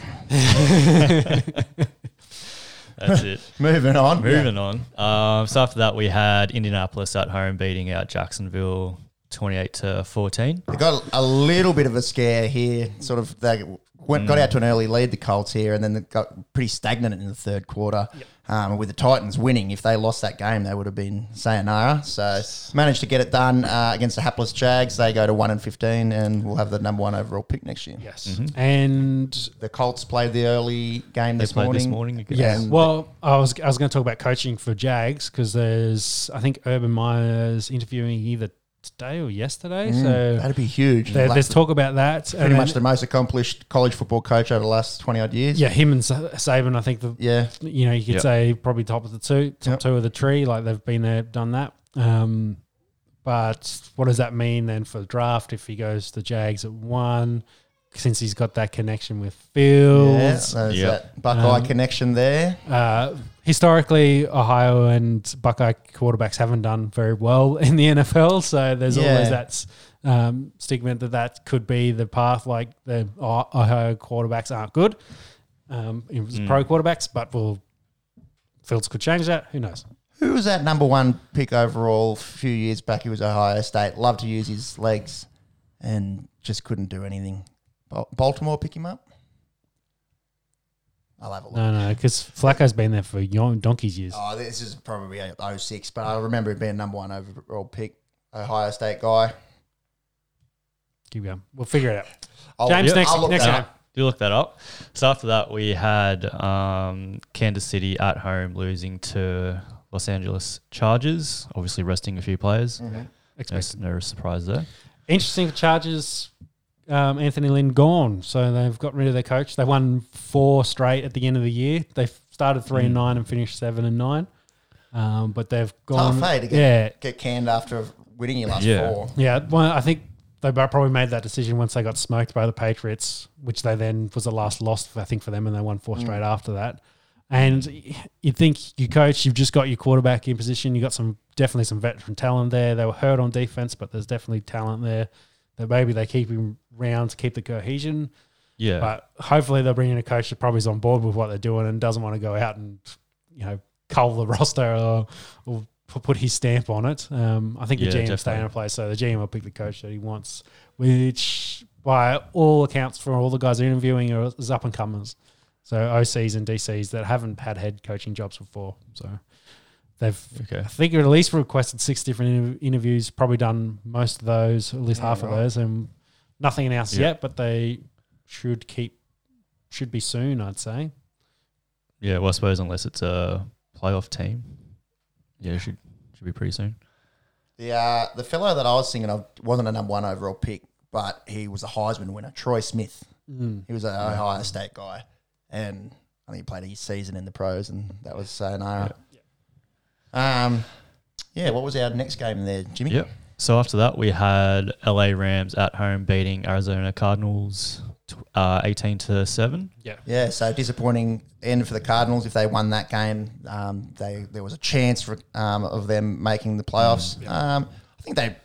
S3: That's it.
S2: Moving on.
S3: Moving on. Um, so after that, we had Indianapolis at home beating out Jacksonville twenty-eight to fourteen.
S2: They got a little bit of a scare here. Sort of they went, got out to an early lead, the Colts here, and then they got pretty stagnant in the third quarter. Um, with the Titans winning, if they lost that game, they would have been sayonara. So managed to get it done uh, against the hapless Jags. They go to one and fifteen, and we'll have the number one overall pick next year.
S1: Yes, and
S2: The Colts played the early game
S3: They
S2: this
S3: played
S2: morning.
S3: this morning again.
S1: yeah.
S2: And-
S1: Well, I was I was going to talk about coaching for Jags because there's I think Urban Meyer's interviewing either today or yesterday. So
S2: That'd be huge.
S1: there,
S2: Like,
S1: there's talk about that.
S2: Mm. pretty much the most accomplished college football coach over the last twenty odd years.
S1: yeah, him and Sa- Saban. I think the
S2: Yeah.
S1: you know, you could
S3: Yep.
S1: say probably top of the two, top
S2: Yep.
S1: two of the tree. Like they've been there, done that. Um, but what does that mean then for the draft if he goes to the Jags at one? Since he's got that connection with
S2: Yeah,
S1: Fields,
S2: there's
S3: Yeah.
S2: that Buckeye connection there.
S1: uh, historically Ohio and Buckeye quarterbacks haven't done very well in the NFL, so there's
S2: Yeah.
S1: always that um, stigma that that could be the path. Like the Oh- Ohio quarterbacks aren't good, um, it was
S2: Mm.
S1: pro quarterbacks, but well, Fields could change that. Who knows?
S2: Who was that number one pick overall a few years back? He was Ohio State. Loved to use his legs and just couldn't do anything. Bal- Baltimore pick him up? I'll have a look.
S1: No, no, because Flacco's been there for yon- donkey's years.
S2: Oh, this is probably 06, but I remember it being number one overall pick. Ohio State guy.
S1: Keep going. We'll figure it out.
S2: I'll,
S1: James,
S2: Oh, I'll
S1: next,
S2: look
S1: next
S2: that
S1: one.
S2: up.
S3: Do look that up. So after that, we had um, Kansas City at home losing to Los Angeles Chargers. Obviously, resting a few players.
S1: Expected.
S3: Yes, no surprise there.
S1: Interesting for Chargers. um, Anthony Lynn gone, so they've got rid of their coach. They won four straight at the end of the year. They f- started three and nine and finished seven and nine, um, but they've gone.
S2: Mm. Tough, hey, to get,
S1: yeah,
S2: get canned after winning your last
S3: Yeah.
S2: four.
S1: yeah. Well, I think they bo- probably made that decision once they got smoked by the Patriots, which they then was the last loss I think for them, and they won four straight after that. And you'd think you coach, you've just got your quarterback in position. You got some definitely some veteran talent there. They were hurt on defense, but there's definitely talent there. That maybe they keep him round to keep the cohesion.
S3: Yeah.
S1: But hopefully they'll bring in a coach that probably is on board with what they're doing and doesn't want to go out and you know cull the roster or, or pu- put his stamp on it. Um, I think the
S3: Yeah,
S1: GM GM's staying
S3: definitely.
S1: in place, so the GM will pick the coach that he wants, which by all accounts for all the guys interviewing are is up and comers. So OCs and DCs that haven't had head coaching jobs before. So they've
S3: okay.
S1: I think at least requested six different inter- interviews. Probably done most of those, at least
S2: Yeah,
S1: half
S2: right.
S1: of those, and nothing announced
S3: Yeah.
S1: yet. But they should keep should be soon, I'd say.
S3: Yeah. Well, I suppose unless it's a playoff team, yeah, it should should be pretty soon.
S2: The uh, the fellow that I was thinking of wasn't a number one overall pick, but he was a Heisman winner, Troy Smith. He was an Ohio State guy, and I think he played a season in the pros, and that was sayonara. Um, yeah. What was our next game there, Jimmy?
S3: Yep. So after that, we had LA Rams at home beating Arizona Cardinals tw- uh, 18 to 7.
S1: Yeah,
S2: Yeah, so disappointing end for the Cardinals. If they won that game, um, they there was a chance for um, of them making the playoffs.
S1: Mm,
S2: Um, I think they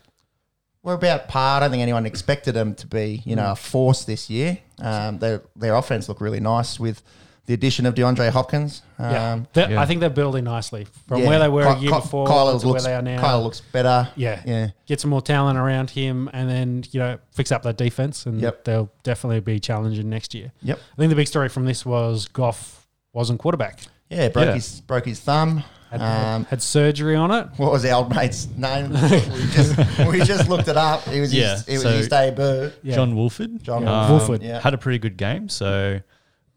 S2: were about par. I don't think anyone expected them to be, you
S1: Mm.
S2: know, a force this year. Um, their their offense looked really nice with the addition of DeAndre Hopkins. Um,
S1: yeah. They're-
S3: yeah.
S1: I think they're building nicely from
S2: yeah.
S1: where they were a
S2: Ky-
S1: year
S2: Ky-
S1: before
S2: Kyler
S1: to
S2: looks,
S1: where they are now.
S2: Kyler looks better.
S1: yeah,
S2: yeah.
S1: Get some more talent around him, and then you know fix up their defense, and
S2: Yep.
S1: they'll definitely be challenging next year.
S2: Yep.
S1: I think the big story from this was Goff wasn't quarterback.
S2: Yeah, broke
S3: Yeah.
S2: his broke his thumb.
S1: Had,
S2: Um,
S1: had surgery on it.
S2: what was the old mate's name? we, just, we just looked it up. It was
S3: Yeah,
S2: his, it was
S3: so-
S2: his debut.
S1: Yeah.
S3: John Wolford. um,
S2: John
S1: Yeah.
S2: Wolford.
S1: Wolford.
S2: Yeah.
S3: had a pretty good game. So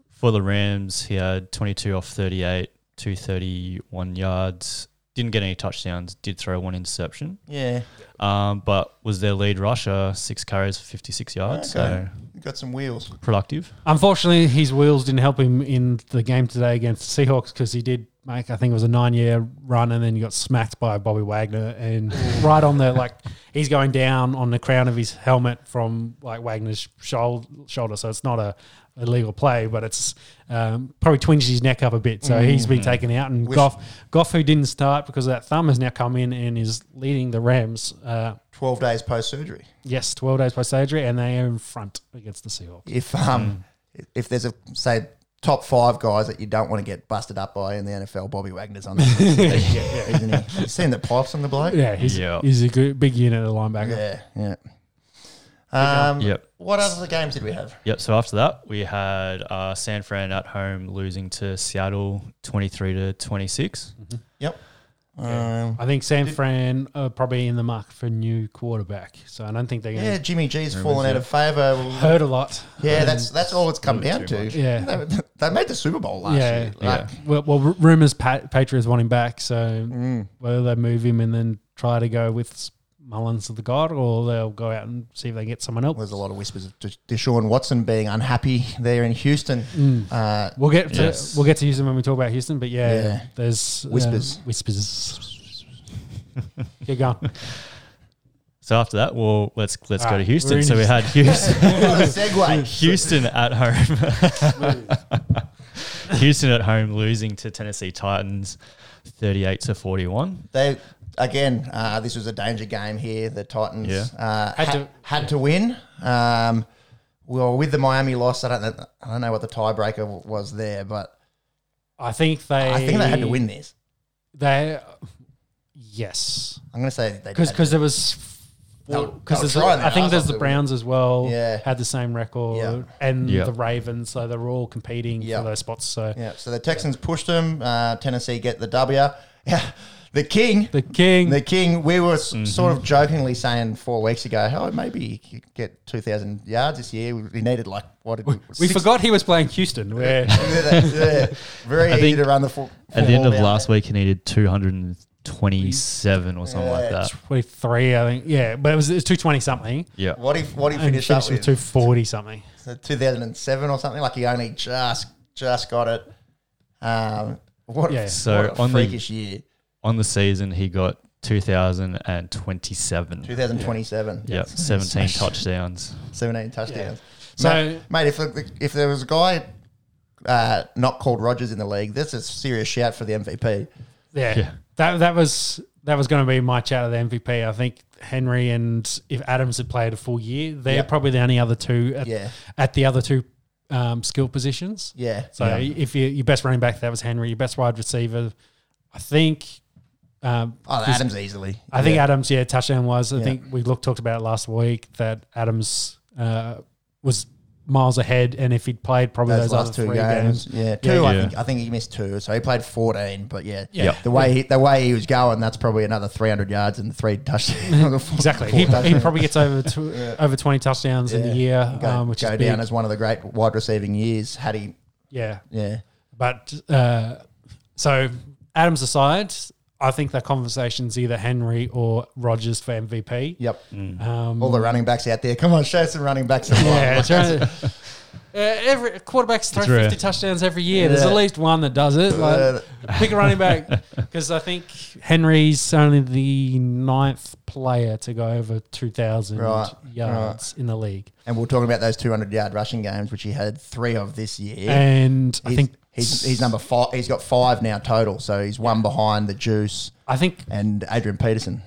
S3: for the Rams, he had 22 off 38, 231 yards. Didn't get any touchdowns. Did throw one interception,
S2: Yeah,
S3: um, but was their lead rusher six carries for 56 yards.
S2: Okay.
S3: So
S2: got some wheels.
S3: productive.
S1: Unfortunately, his wheels didn't help him in the game today against the Seahawks because he did make, I think it was a nine year run, and then he got smacked by Bobby Wagner. And right on the, like, he's going down on the crown of his helmet from, like, Wagner's shoulder. shoulder. So it's not a illegal play, but it's um, probably twinged his neck up a bit. So he's been taken out. And
S2: Wish-
S1: Goff, Goff, who didn't start because of that thumb, has now come in and is leading the Rams. Uh,
S2: Twelve days post surgery.
S1: yes, 12 days by surgery, and they are in front against the Seahawks.
S2: If um,
S3: Hmm.
S2: if there's a say top five guys that you don't want to get busted up by in the NFL, Bobby Wagner's on. That list, isn't he? You seen the pipes on the bloke?
S1: Yeah, he's,
S3: Yeah.
S1: he's a good, big unit of linebacker.
S2: yeah, yeah. Um,
S3: Yep.
S2: What other games did we have?
S3: Yep. So after that, we had uh, San Fran at home losing to Seattle 23 to 26.
S2: Yep. Um,
S1: I think San Fran are probably in the market for a new quarterback, so I don't think they're going to
S2: yeah, Jimmy G's fallen out of favour.
S1: hurt a lot.
S2: Yeah, that's that's all it's come
S3: little
S2: down
S3: too
S2: to.
S3: much.
S1: Yeah.
S2: they, they made the Super Bowl last
S1: Yeah.
S2: year. Like,
S1: Well, well r- rumors Pat, Patriots want him back, so
S2: mm.
S1: whether they move him and then try to go with Mullins of the God, or they'll go out and see if they get someone else.
S2: There's a lot of whispers of De- Deshaun Watson being unhappy there in Houston. Uh,
S1: Mm. We'll get to
S3: Yes.
S1: we'll get to Houston when we talk about Houston, but yeah,
S2: Yeah.
S1: there's uh,
S2: Whispers.
S1: whispers. Get going.
S3: So after that, well, let's let's
S1: Ah,
S3: go to
S1: we're
S3: Houston.
S1: in
S3: So we had Houston.
S2: what a segue.
S3: Houston at home. Houston at home losing to Tennessee Titans 38 to 41.
S2: They again, uh, this was a danger game here. The Titans
S3: Yeah.
S2: uh, had,
S1: Had
S2: had, to,
S1: to-
S2: win. Um, well, with the Miami loss, I don't know, I don't know what the tiebreaker was there, but
S1: I think they.
S2: I think they had to win this.
S1: They, yes.
S2: I'm going to say they
S1: because
S2: had
S1: because
S2: to.
S1: there was
S2: They'll-
S1: because
S2: they'll try their
S1: I
S2: arse
S1: think
S2: off
S1: there's
S2: to
S1: the
S2: win.
S1: Browns as well.
S2: Yeah.
S1: had the same record
S2: Yeah.
S1: and
S3: Yeah.
S1: the Ravens, so they're all competing
S2: Yeah.
S1: for those spots. So
S2: Yeah, so the Texans pushed them. Uh, Tennessee get the W. Yeah, the king.
S1: the King, Mm-hmm.
S2: The king, we were s sort of jokingly saying four weeks ago, oh, maybe he could get 2,000 yards this year. He needed like, what did we,
S1: we forgot he was playing Houston. Where
S2: Yeah, yeah. Very easy
S3: think
S2: to run the foot.
S3: At the end of last week, he needed 220 27 or something like that.
S1: 23, I think. Yeah, but it was, it was 220 something.
S3: Yeah.
S2: What if what if
S1: And
S2: finished
S1: finished
S2: up
S1: with
S2: with
S1: 240 something.
S2: So 2007 or something? Like he only just just got it. Um, what
S1: Yeah.
S2: a,
S3: So
S2: what a
S3: on the-
S2: freakish year,
S3: On the season, he got 2,027.
S2: 2027.
S3: Yep, 17 touchdowns.
S2: 17 touchdowns.
S1: So-
S2: mate, mate, if if there was a guy uh, not called Rogers in the league, that's a serious shout for the MVP.
S1: Yeah.
S3: Yeah.
S1: That that was that was going to be my chat of the MVP. I think Henry and if Adams had played a full year, they're
S2: Yeah.
S1: probably the only other two at,
S2: Yeah.
S1: at the other two um, skill positions.
S2: Yeah.
S1: So if you, your best running back, that was Henry. Your best wide receiver, I think. Um,
S2: oh, Adams easily.
S1: I think
S2: Yeah.
S1: Adams, yeah, touchdown was. I
S2: Yeah.
S1: think we looked, talked about it last week that Adams uh, was miles ahead, and if he'd played probably those,
S2: those last
S1: other
S2: two
S1: three games,
S2: games. Yeah, two. I
S3: yeah.
S2: think I think he missed two, so he played fourteen. But yeah,
S1: Yeah. Yep.
S2: The way he, the way he was going, that's probably another three hundred yards and three touchdowns.
S1: Exactly.
S2: Four
S1: He, he
S2: touchdowns.
S1: probably gets over tw over 20 touchdowns in
S2: Yeah.
S1: the year,
S2: go,
S1: um, which
S2: go
S1: is big.
S2: down as one of the great wide receiving years. Had he,
S1: yeah.
S2: yeah,
S1: But uh, so Adams aside, I think the conversation's either Henry or Rogers for MVP.
S2: yep.
S1: Um,
S2: All the running backs out there, come on, show some running backs. Some
S1: yeah,
S2: love.
S1: it's right. Uh, every quarterbacks throw
S3: It's rare.
S1: fifty touchdowns every year. There's
S2: Yeah.
S1: at least one that does it. Like, pick a running back because I think Henry's only the ninth player to go over two thousand
S2: Right,
S1: yards in the league,
S2: and we're talking about those two hundred yard rushing games, which he had three of this year.
S1: and I
S2: he's,
S1: think
S2: he's he's number five. He's got five now total, so he's one behind the Juice
S1: I think
S2: and Adrian Peterson.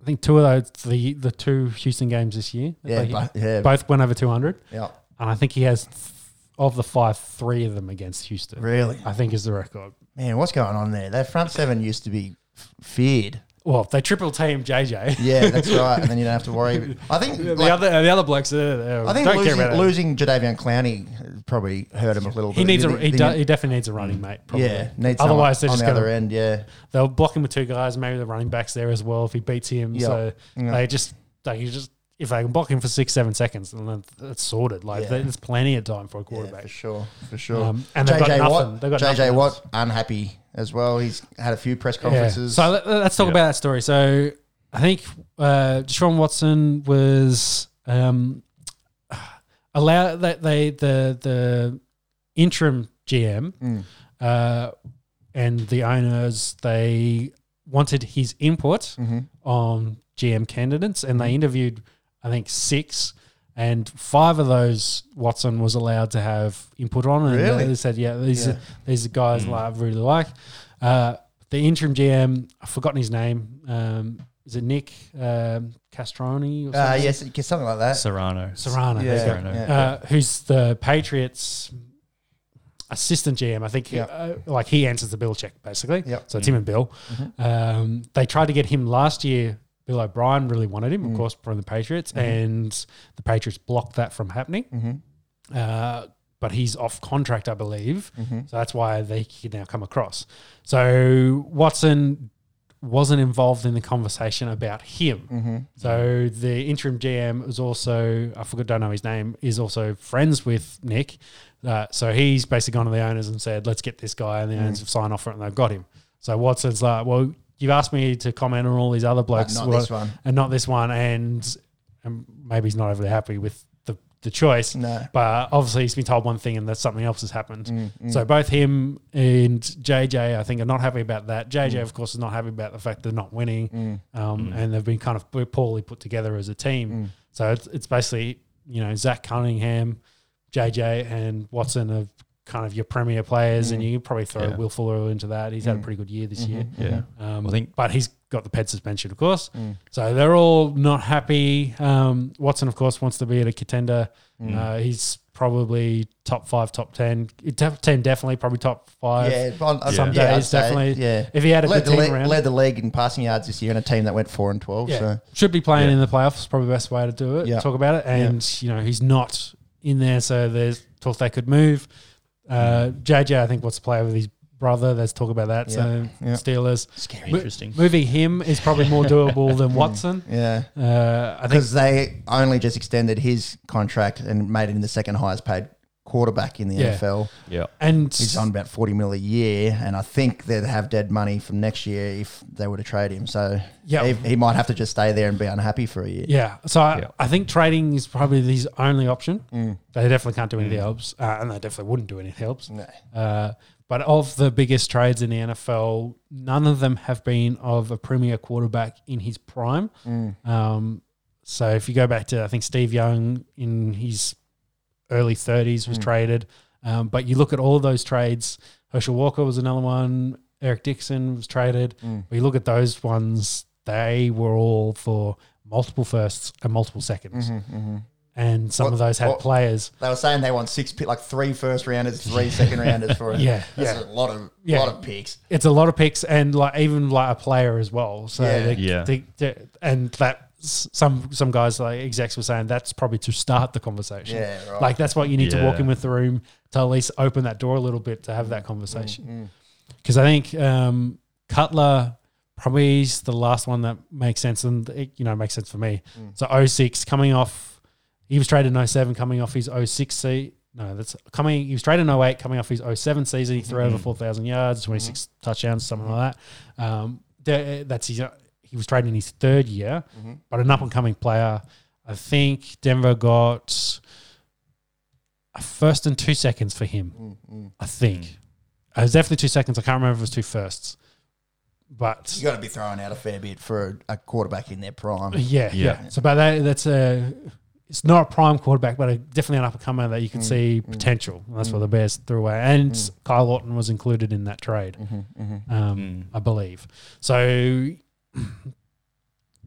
S1: I think two of those the the two Houston games this year.
S2: Yeah,
S1: Like,
S2: but- yeah.
S1: both went over two hundred,
S2: Yeah,
S1: and I think he has th- of the five, three of them against Houston.
S2: really.
S1: I think is the record.
S2: Man, what's going on there? Their front seven used to be f- feared.
S1: Well, they triple team JJ.
S2: Yeah, that's right. And then you don't have to worry. I think
S1: The
S2: like,
S1: other the other blokes, uh, uh,
S2: I think
S1: don't
S2: losing,
S1: care about it.
S2: losing Jadavion Clowney probably hurt him a little
S1: He
S2: bit.
S1: needs
S2: You
S1: a he,
S2: think- Mm.
S1: do, he definitely needs a running mate. Probably.
S2: yeah, needs someone
S1: Otherwise, they're
S2: on
S1: just
S2: the other
S1: gonna,
S2: end. Yeah,
S1: they'll block him with two guys. Maybe the running backs there as well if he beats him.
S2: Yeah.
S1: So
S2: Yeah.
S1: they just they can just if they can block him for six seven seconds, then that- that's sorted. Like
S2: Yeah.
S1: there's plenty of time for a
S2: yeah,
S1: quarterback.
S2: for sure, for sure.
S1: Um, and they've got nothing.
S2: Watt,
S1: They've got
S2: JJ
S1: nothing
S2: Watt
S1: else.
S2: unhappy as well. He's had a few press
S1: Yeah.
S2: conferences.
S1: So let, us talk
S3: Yeah.
S1: about that story. So I think uh, Deshaun Watson was um, allowed that they the the interim GM
S2: Mm,
S1: uh, and the owners they wanted his input
S2: mm-hmm.
S1: on GM candidates, and they interviewed I think six. And five of those Watson was allowed to have input on, and
S2: Really?
S1: they said, "Yeah, these
S2: Yeah.
S1: Are, these are guys that I really like." Uh, the interim GM, I've forgotten his name. Um, is it Nick um, Castroni or something?
S2: uh, yes, something like that.
S3: Serrano.
S1: Serrano. there you go.
S2: yeah,
S3: Serrano.
S2: yeah.
S1: Uh, who's the Patriots assistant GM. I think,
S2: Yeah.
S1: uh, like he answers the bill check basically.
S2: Yep. Mm-hmm.
S1: So it's him and Bill. Um, they tried to get him last year. Bill O'Brien really wanted him,
S2: Mm.
S1: of course, from the Patriots,
S2: Mm-hmm.
S1: and the Patriots blocked that from happening. Uh, but he's off contract, I believe,
S2: mm-hmm,
S1: so that's why they can now come across. So Watson wasn't involved in the conversation about him.
S2: mm-hmm.
S1: So the interim GM is also, I forgot, don't know his name, is also friends with Nick. Uh, so he's basically gone to the owners and said, let's get this guy. And the owners have signed off for it and they've got him. So Watson's like, well, you've asked me to comment on all these other blokes.
S2: not
S1: Well,
S2: this one.
S1: And not this one. And, and maybe he's not overly happy with the, the choice.
S2: No. Mm,
S1: But obviously he's been told one thing and that something else has happened. So both him and JJ, I think, are not happy about that. JJ,
S2: Mm.
S1: of course, is not happy about the fact they're not winning, um,
S3: Mm.
S1: and they've been kind of poorly put together as a team.
S2: Mm.
S1: So it's, it's basically you know Zach Cunningham, JJ, and Watson are kind of your premier players,
S2: Mm.
S1: and you could probably throw
S3: Yeah.
S1: Will Fuller into that. He's had a pretty good year
S2: mm-hmm.
S1: this year.
S3: Yeah.
S1: Um,
S3: I think-
S1: but he's got the ped suspension, of course.
S2: Mm-hmm.
S1: So they're all not happy. Um, Watson, of course, wants to be at a contender.
S2: Mm.
S1: Uh, he's probably top five, top ten, top ten definitely, probably top five.
S2: yeah, on, on
S1: Some
S2: yeah, I'd
S1: days
S2: say,
S1: definitely.
S2: Yeah,
S1: If he had a
S2: led
S1: good
S2: the,
S1: team
S2: league,
S1: around,
S2: led the league in passing yards this year in a team that went four and twelve.
S1: yeah,
S2: So
S1: should be playing
S3: Yeah.
S1: in the playoffs. Probably best way to do it.
S2: Yeah.
S1: Talk about it, and you know he's not in there, so there's talk they could move. Uh, JJ, I think, wants to play with his brother. There's talk about that. So
S2: Yeah.
S1: Steelers.
S3: Scary.
S1: Mo-
S3: Interesting.
S1: moving him is probably more doable
S2: Mm.
S1: than Watson.
S2: yeah.
S1: Uh, I think
S2: because they only just extended his contract and made him the second highest paid quarterback in the
S1: Yeah.
S2: NFL.
S3: Yeah.
S1: And
S2: He's on about 40 mil a year, and I think they'd have dead money from next year if they were to trade him. So
S1: Yeah.
S2: he, he might have to just stay there and be unhappy for a year.
S1: yeah, so I,
S3: Yeah.
S1: I think trading is probably his only option.
S2: Mm.
S1: They definitely can't do
S3: Mm.
S1: anything else, uh, and they definitely wouldn't do anything else.
S2: No.
S1: Uh, but of the biggest trades in the NFL, none of them have been of a premier quarterback in his prime.
S2: Mm.
S1: Um, so if you go back to, I think Steve Young in his early 30s
S2: Mm.
S1: was traded. Um, but you look at all of those trades, Herschel Walker was another one, Eric Dixon was traded.
S2: Mm.
S1: But you look at those ones, they were all for multiple firsts and multiple seconds. And some of
S2: Mm-hmm, What-
S1: those had
S2: what-
S1: players.
S2: They were saying they want six, pi- like three first rounders, three second rounders for him.
S1: Yeah.
S2: That's
S1: Yeah.
S2: a lot of
S1: Yeah.
S2: lot of picks.
S1: it's a lot of picks and like even like a player as well. So
S2: Yeah.
S1: they,
S3: Yeah.
S1: They, they- and that s- some some guys like execs were saying that's probably to start the conversation.
S2: Yeah, right.
S1: Like that's what you need to walk
S3: Yeah.
S1: in with the room to at least open that door a little bit to have that
S2: Mm.
S1: conversation. Because I think um, Cutler probably is the last one that makes sense and it, you know makes sense for me. So 06 coming off, he was traded in 07 coming off his 06 seat. No, that's coming. He was traded in 08 coming off his 07 season. He threw over 4,000 yards, 26 touchdowns, something like that. Um, there- that's his, he was traded in his third year, but an up and coming player. I think Denver got a first and two seconds for him. I think it was definitely two seconds. I can't remember if it was two firsts, but
S2: You got to be throwing out a fair bit for a, a quarterback in their prime.
S1: yeah, yeah,
S3: Yeah.
S1: So, but that, that's a it's not a prime quarterback, but a, definitely an up and comer that you can see potential. And that's what the Bears threw away, and Kyle Orton was included in that trade,
S2: Mm-hmm,
S1: Um, I believe. So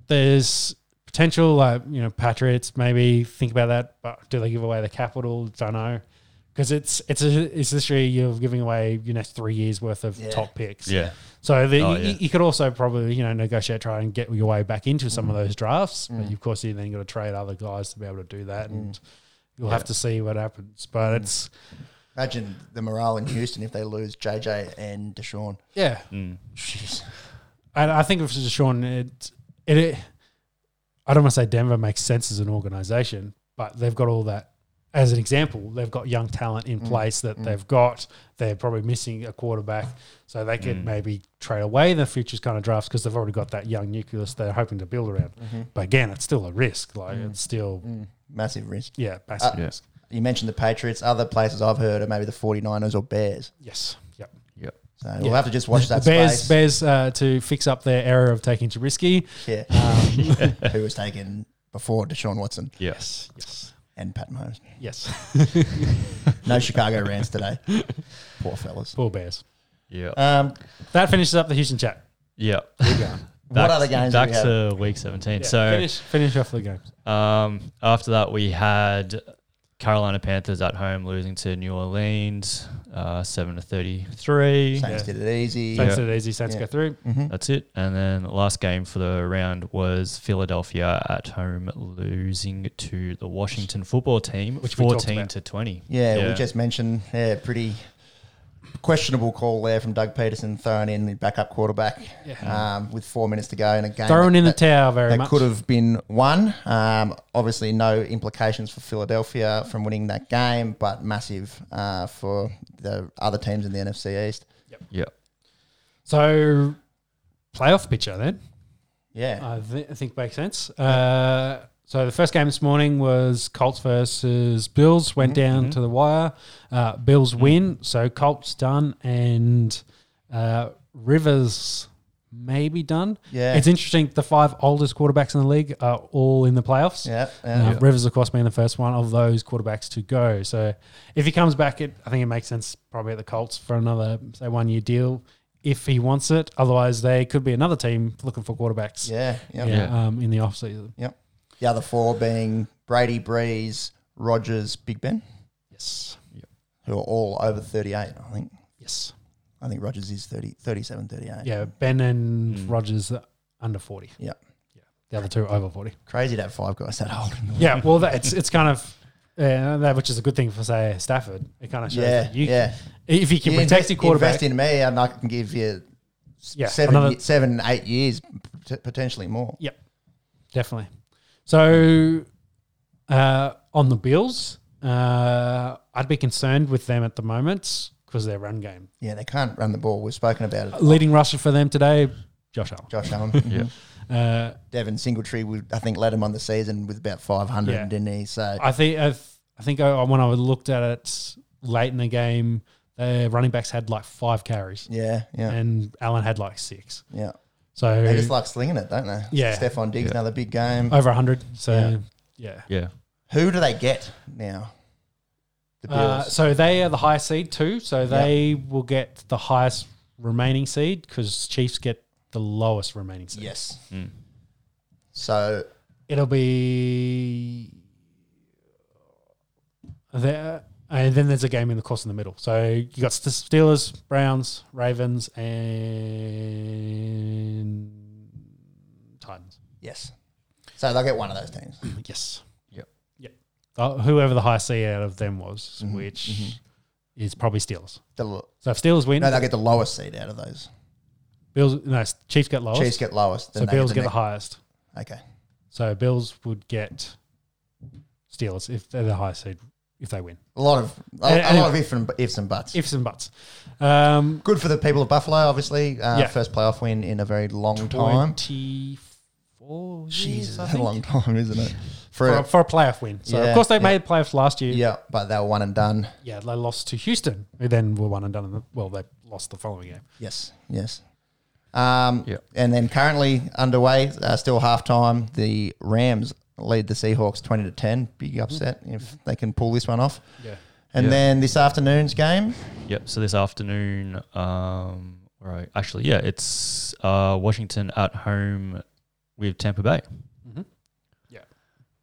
S1: there's potential, like you know, Patriots maybe think about that, but do they give away the capital? Don't know. Because it's it's a, it's literally you're giving away your next three years worth of
S2: Yeah.
S1: top picks.
S3: Yeah.
S1: So the,
S3: Oh,
S1: you,
S3: yeah.
S1: you could also probably you know negotiate, try and get your way back into some of those drafts. But of course, you then got to trade other guys to be able to do that, and you'll have to see what happens. But it's
S2: Imagine the morale in Houston if they lose JJ and Deshaun.
S1: yeah,
S3: Mm,
S2: Jeez.
S1: and I think if it's Sean, it, it it I don't want to say Denver makes sense as an organization, but they've got all that. As an example, they've got young talent
S2: Mm,
S1: in place that they've got. They're probably missing a quarterback, so they
S2: Mm.
S1: could maybe trade away the future's kind of drafts because they've already got that young nucleus they're hoping to build around.
S2: Mm-hmm.
S1: But again, it's still a risk. Like
S2: Mm.
S1: it's still
S2: Massive risk.
S1: yeah, massive
S3: Yeah.
S1: risk.
S2: You mentioned the Patriots. Other places I've heard are maybe the 49ers or Bears.
S1: Yes. Yep.
S3: Yeah.
S2: So
S1: Yeah.
S2: we'll have to just watch that
S1: the Bears,
S2: space.
S1: Bears uh, to fix up their error of taking Trubisky.
S2: Yeah.
S1: Um,
S2: Who was taken before Deshaun Watson
S3: Yes.
S1: Yes.
S2: and Pat Mahomes.
S1: Yes.
S2: No Chicago Rams today. Poor fellas.
S1: Poor Bears.
S3: Yeah.
S2: Um,
S1: That finishes up the Houston chat.
S3: Yeah.
S2: what other games do
S3: Back
S2: we have?
S3: to week 17.
S1: Yeah,
S3: so
S1: finish, finish off the games.
S3: um, after that, we had Carolina Panthers at home losing to New Orleans, uh, 7 to 33.
S2: Saints did it easy. Mm-hmm.
S1: Saints did it easy. Saints
S2: Yeah.
S1: go through.
S3: That's it. And then the last game for the round was Philadelphia at home losing to the Washington football team,
S1: Which we talked
S3: 14
S1: about.
S3: to 20.
S2: Yeah, we just mentioned yeah, pretty questionable call there from Doug Peterson throwing in the backup quarterback
S1: Mm.
S2: um, with four minutes to go in a game.
S1: Throwing in the
S2: that-
S1: towel very
S2: that
S1: much.
S2: could have been one. Um, obviously, no implications for Philadelphia from winning that game, but massive uh, for the other teams in the NFC East.
S3: Yeah.
S1: So, playoff picture then.
S2: Yeah,
S1: I, th- I think makes sense. Uh, so the first game this morning was Colts versus Bills. Went
S2: Mm-hmm.
S1: down to the wire. Uh, Bills win. So Colts done and uh, Rivers maybe done.
S2: Yeah.
S1: it's interesting. The five oldest quarterbacks in the league are all in the playoffs.
S2: yeah,
S1: Uh,
S2: yeah.
S1: Rivers, of course, being the first one of those quarterbacks to go. So if he comes back, it, I think it makes sense probably at the Colts for another, say, one year deal if he wants it. Otherwise, they could be another team looking for quarterbacks
S2: yeah, yeah.
S1: yeah, Um, in the offseason.
S2: Yep. The other four being Brady, Breeze, Rogers, Big Ben,
S1: Yes.
S2: who are all over 38, I think.
S1: Yes.
S2: I think Rogers is 30, 37, 38.
S1: Yeah. Ben and Rogers are under 40.
S2: Yeah.
S1: The other two are over 40.
S2: Crazy to have five guys that old. In the league.
S1: Yeah. Well, that, it's, it's kind of. Uh, that which is a good thing for say Stafford. It kind of shows
S2: Yeah,
S1: that you,
S2: yeah.
S1: if you can
S2: You
S1: protect your quarterback,
S2: Invest in me and I can give you
S1: yeah,
S2: seven,
S1: another-
S2: ye- seven, eight years, p- potentially more.
S1: Yep, definitely. So uh, on the Bills, Uh, I'd be concerned with them at the moment because their run game.
S2: Yeah, they can't run the ball. We've spoken about it.
S1: Leading rusher for them today, Josh Allen.
S2: Josh Allen. Mm-hmm.
S3: Yeah.
S1: Uh,
S2: Devin Singletree, we, I think, led him on the season with about 500,
S1: Yeah.
S2: didn't he? So,
S1: I think i I think I, when I looked at it late in the game, their running backs had like five carries,
S2: yeah, yeah,
S1: and Allen had like six.
S2: yeah.
S1: So
S2: They just like slinging it, don't they?
S1: Yeah.
S2: Stefan Diggs, another big game.
S1: over hundred. So
S2: Yeah.
S1: yeah.
S3: Yeah.
S2: Who do they get now? The
S1: Uh,
S2: Bills.
S1: so they are the highest seed too. So they will get the highest remaining seed because Chiefs get the lowest remaining seed.
S2: yes.
S3: Mm.
S2: So,
S1: It'll be there, and then there's a game in the course in the middle. So you got the Steelers, Browns, Ravens, and Titans.
S2: yes. So they'll get one of those teams.
S1: Yes.
S3: Yep.
S1: Yep. Uh, whoever the highest seed out of them was,
S2: Mm-hmm.
S1: which is probably Steelers.
S2: The, l-
S1: So if Steelers win,
S2: Mm-hmm. no, they'll get the lowest seed out of those.
S1: Bills no Chiefs get lowest.
S2: Chiefs get lowest.
S1: so
S2: they
S1: Bills get the
S2: next-
S1: highest.
S2: Okay.
S1: So Bills would get Steelers if they're the highest seed if they win.
S2: A lot of a,
S1: And-
S2: a lot
S1: anyway.
S2: of ifs and, ifs and buts.
S1: Ifs and buts. Um,
S2: Good for the people of Buffalo, obviously. Uh,
S1: Yeah.
S2: First playoff win in a very long time.
S1: 24 years,
S2: Jesus,
S1: I
S2: that's a
S1: think.
S2: long time, isn't it?
S1: For,
S2: For,
S1: a, for a playoff win. So,
S2: Yeah,
S1: of course, they
S2: yeah.
S1: made playoffs last year.
S2: yeah, but they were one and done.
S1: Yeah, they lost to Houston, who then were one and done. In the, well, they lost the following game.
S2: Yes, yes. Um,
S3: Yeah.
S2: And then currently underway, uh, still halftime. The Rams lead the Seahawks twenty to ten. Big upset if they can pull this one off.
S1: Mm-hmm. Yeah.
S2: And
S3: Yeah.
S2: then this afternoon's game.
S3: Yep. So this afternoon, um, right? Actually, yeah, it's uh, Washington at home with Tampa Bay.
S1: Mm-hmm.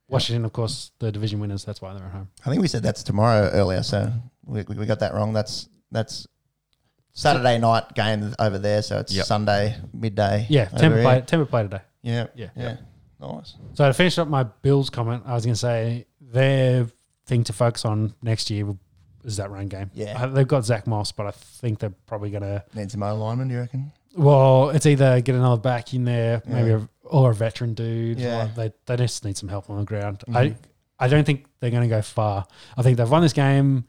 S1: Washington, of course, the division winners. That's why they're at home.
S2: I think we said that's tomorrow earlier, so we, we we got that wrong. That's that's Saturday night game over there, so it's
S3: Yep.
S2: Sunday midday.
S1: Yeah,
S2: over
S1: Tampa
S2: here.
S1: play, Tampa play today.
S2: Yeah,
S1: Yeah.
S2: yeah, nice.
S1: So to finish up my Bills comment, I was going to say their thing to focus on next year is that run game.
S2: Yeah.
S1: Uh, they've got Zach Moss, but I think they're probably going to.
S2: Need some O lineman, do you reckon?
S1: Well, it's either get another back in there, maybe,
S2: Yeah.
S1: a, or a veteran dude.
S2: Yeah.
S1: Like, they they just need some help on the ground.
S2: Mhm.
S1: I I don't think they're going to go far. I think they've won this game.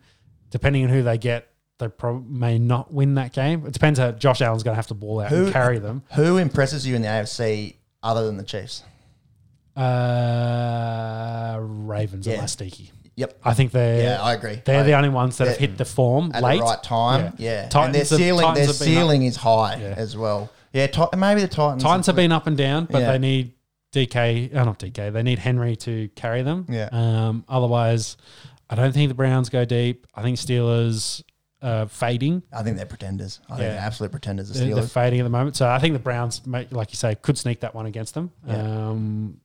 S1: Depending on who they get, they prob- may not win that game. It depends how Josh Allen's going to have to ball out
S2: Who-
S1: and carry them.
S2: Who impresses you in the AFC other than the Chiefs?
S1: Uh, Ravens
S2: Yeah.
S1: are less sneaky.
S2: Yep.
S1: I think they're
S2: Yeah, I agree.
S1: they're
S2: I-
S1: the only ones that have
S2: They're-
S1: hit the form
S2: at
S1: late.
S2: the right time.
S1: Yeah.
S2: Yeah, and
S1: Titans
S2: their
S1: have-
S2: ceiling, their
S1: Titans have been up.
S2: ceiling is high
S1: Yeah.
S2: as well. Yeah, ti- maybe the Titans.
S1: Titans have been up and down, but
S2: Yeah.
S1: they need DK, oh, not DK, they need Henry to carry them.
S2: Yeah.
S1: Um, otherwise, I don't think the Browns go deep. I think Steelers are fading.
S2: I think they're pretenders. I think
S1: Yeah.
S2: they're absolute pretenders. The
S1: They're, they're
S2: Steelers.
S1: fading at the moment. So I think the Browns, make, like you say, could sneak that one against them. Um,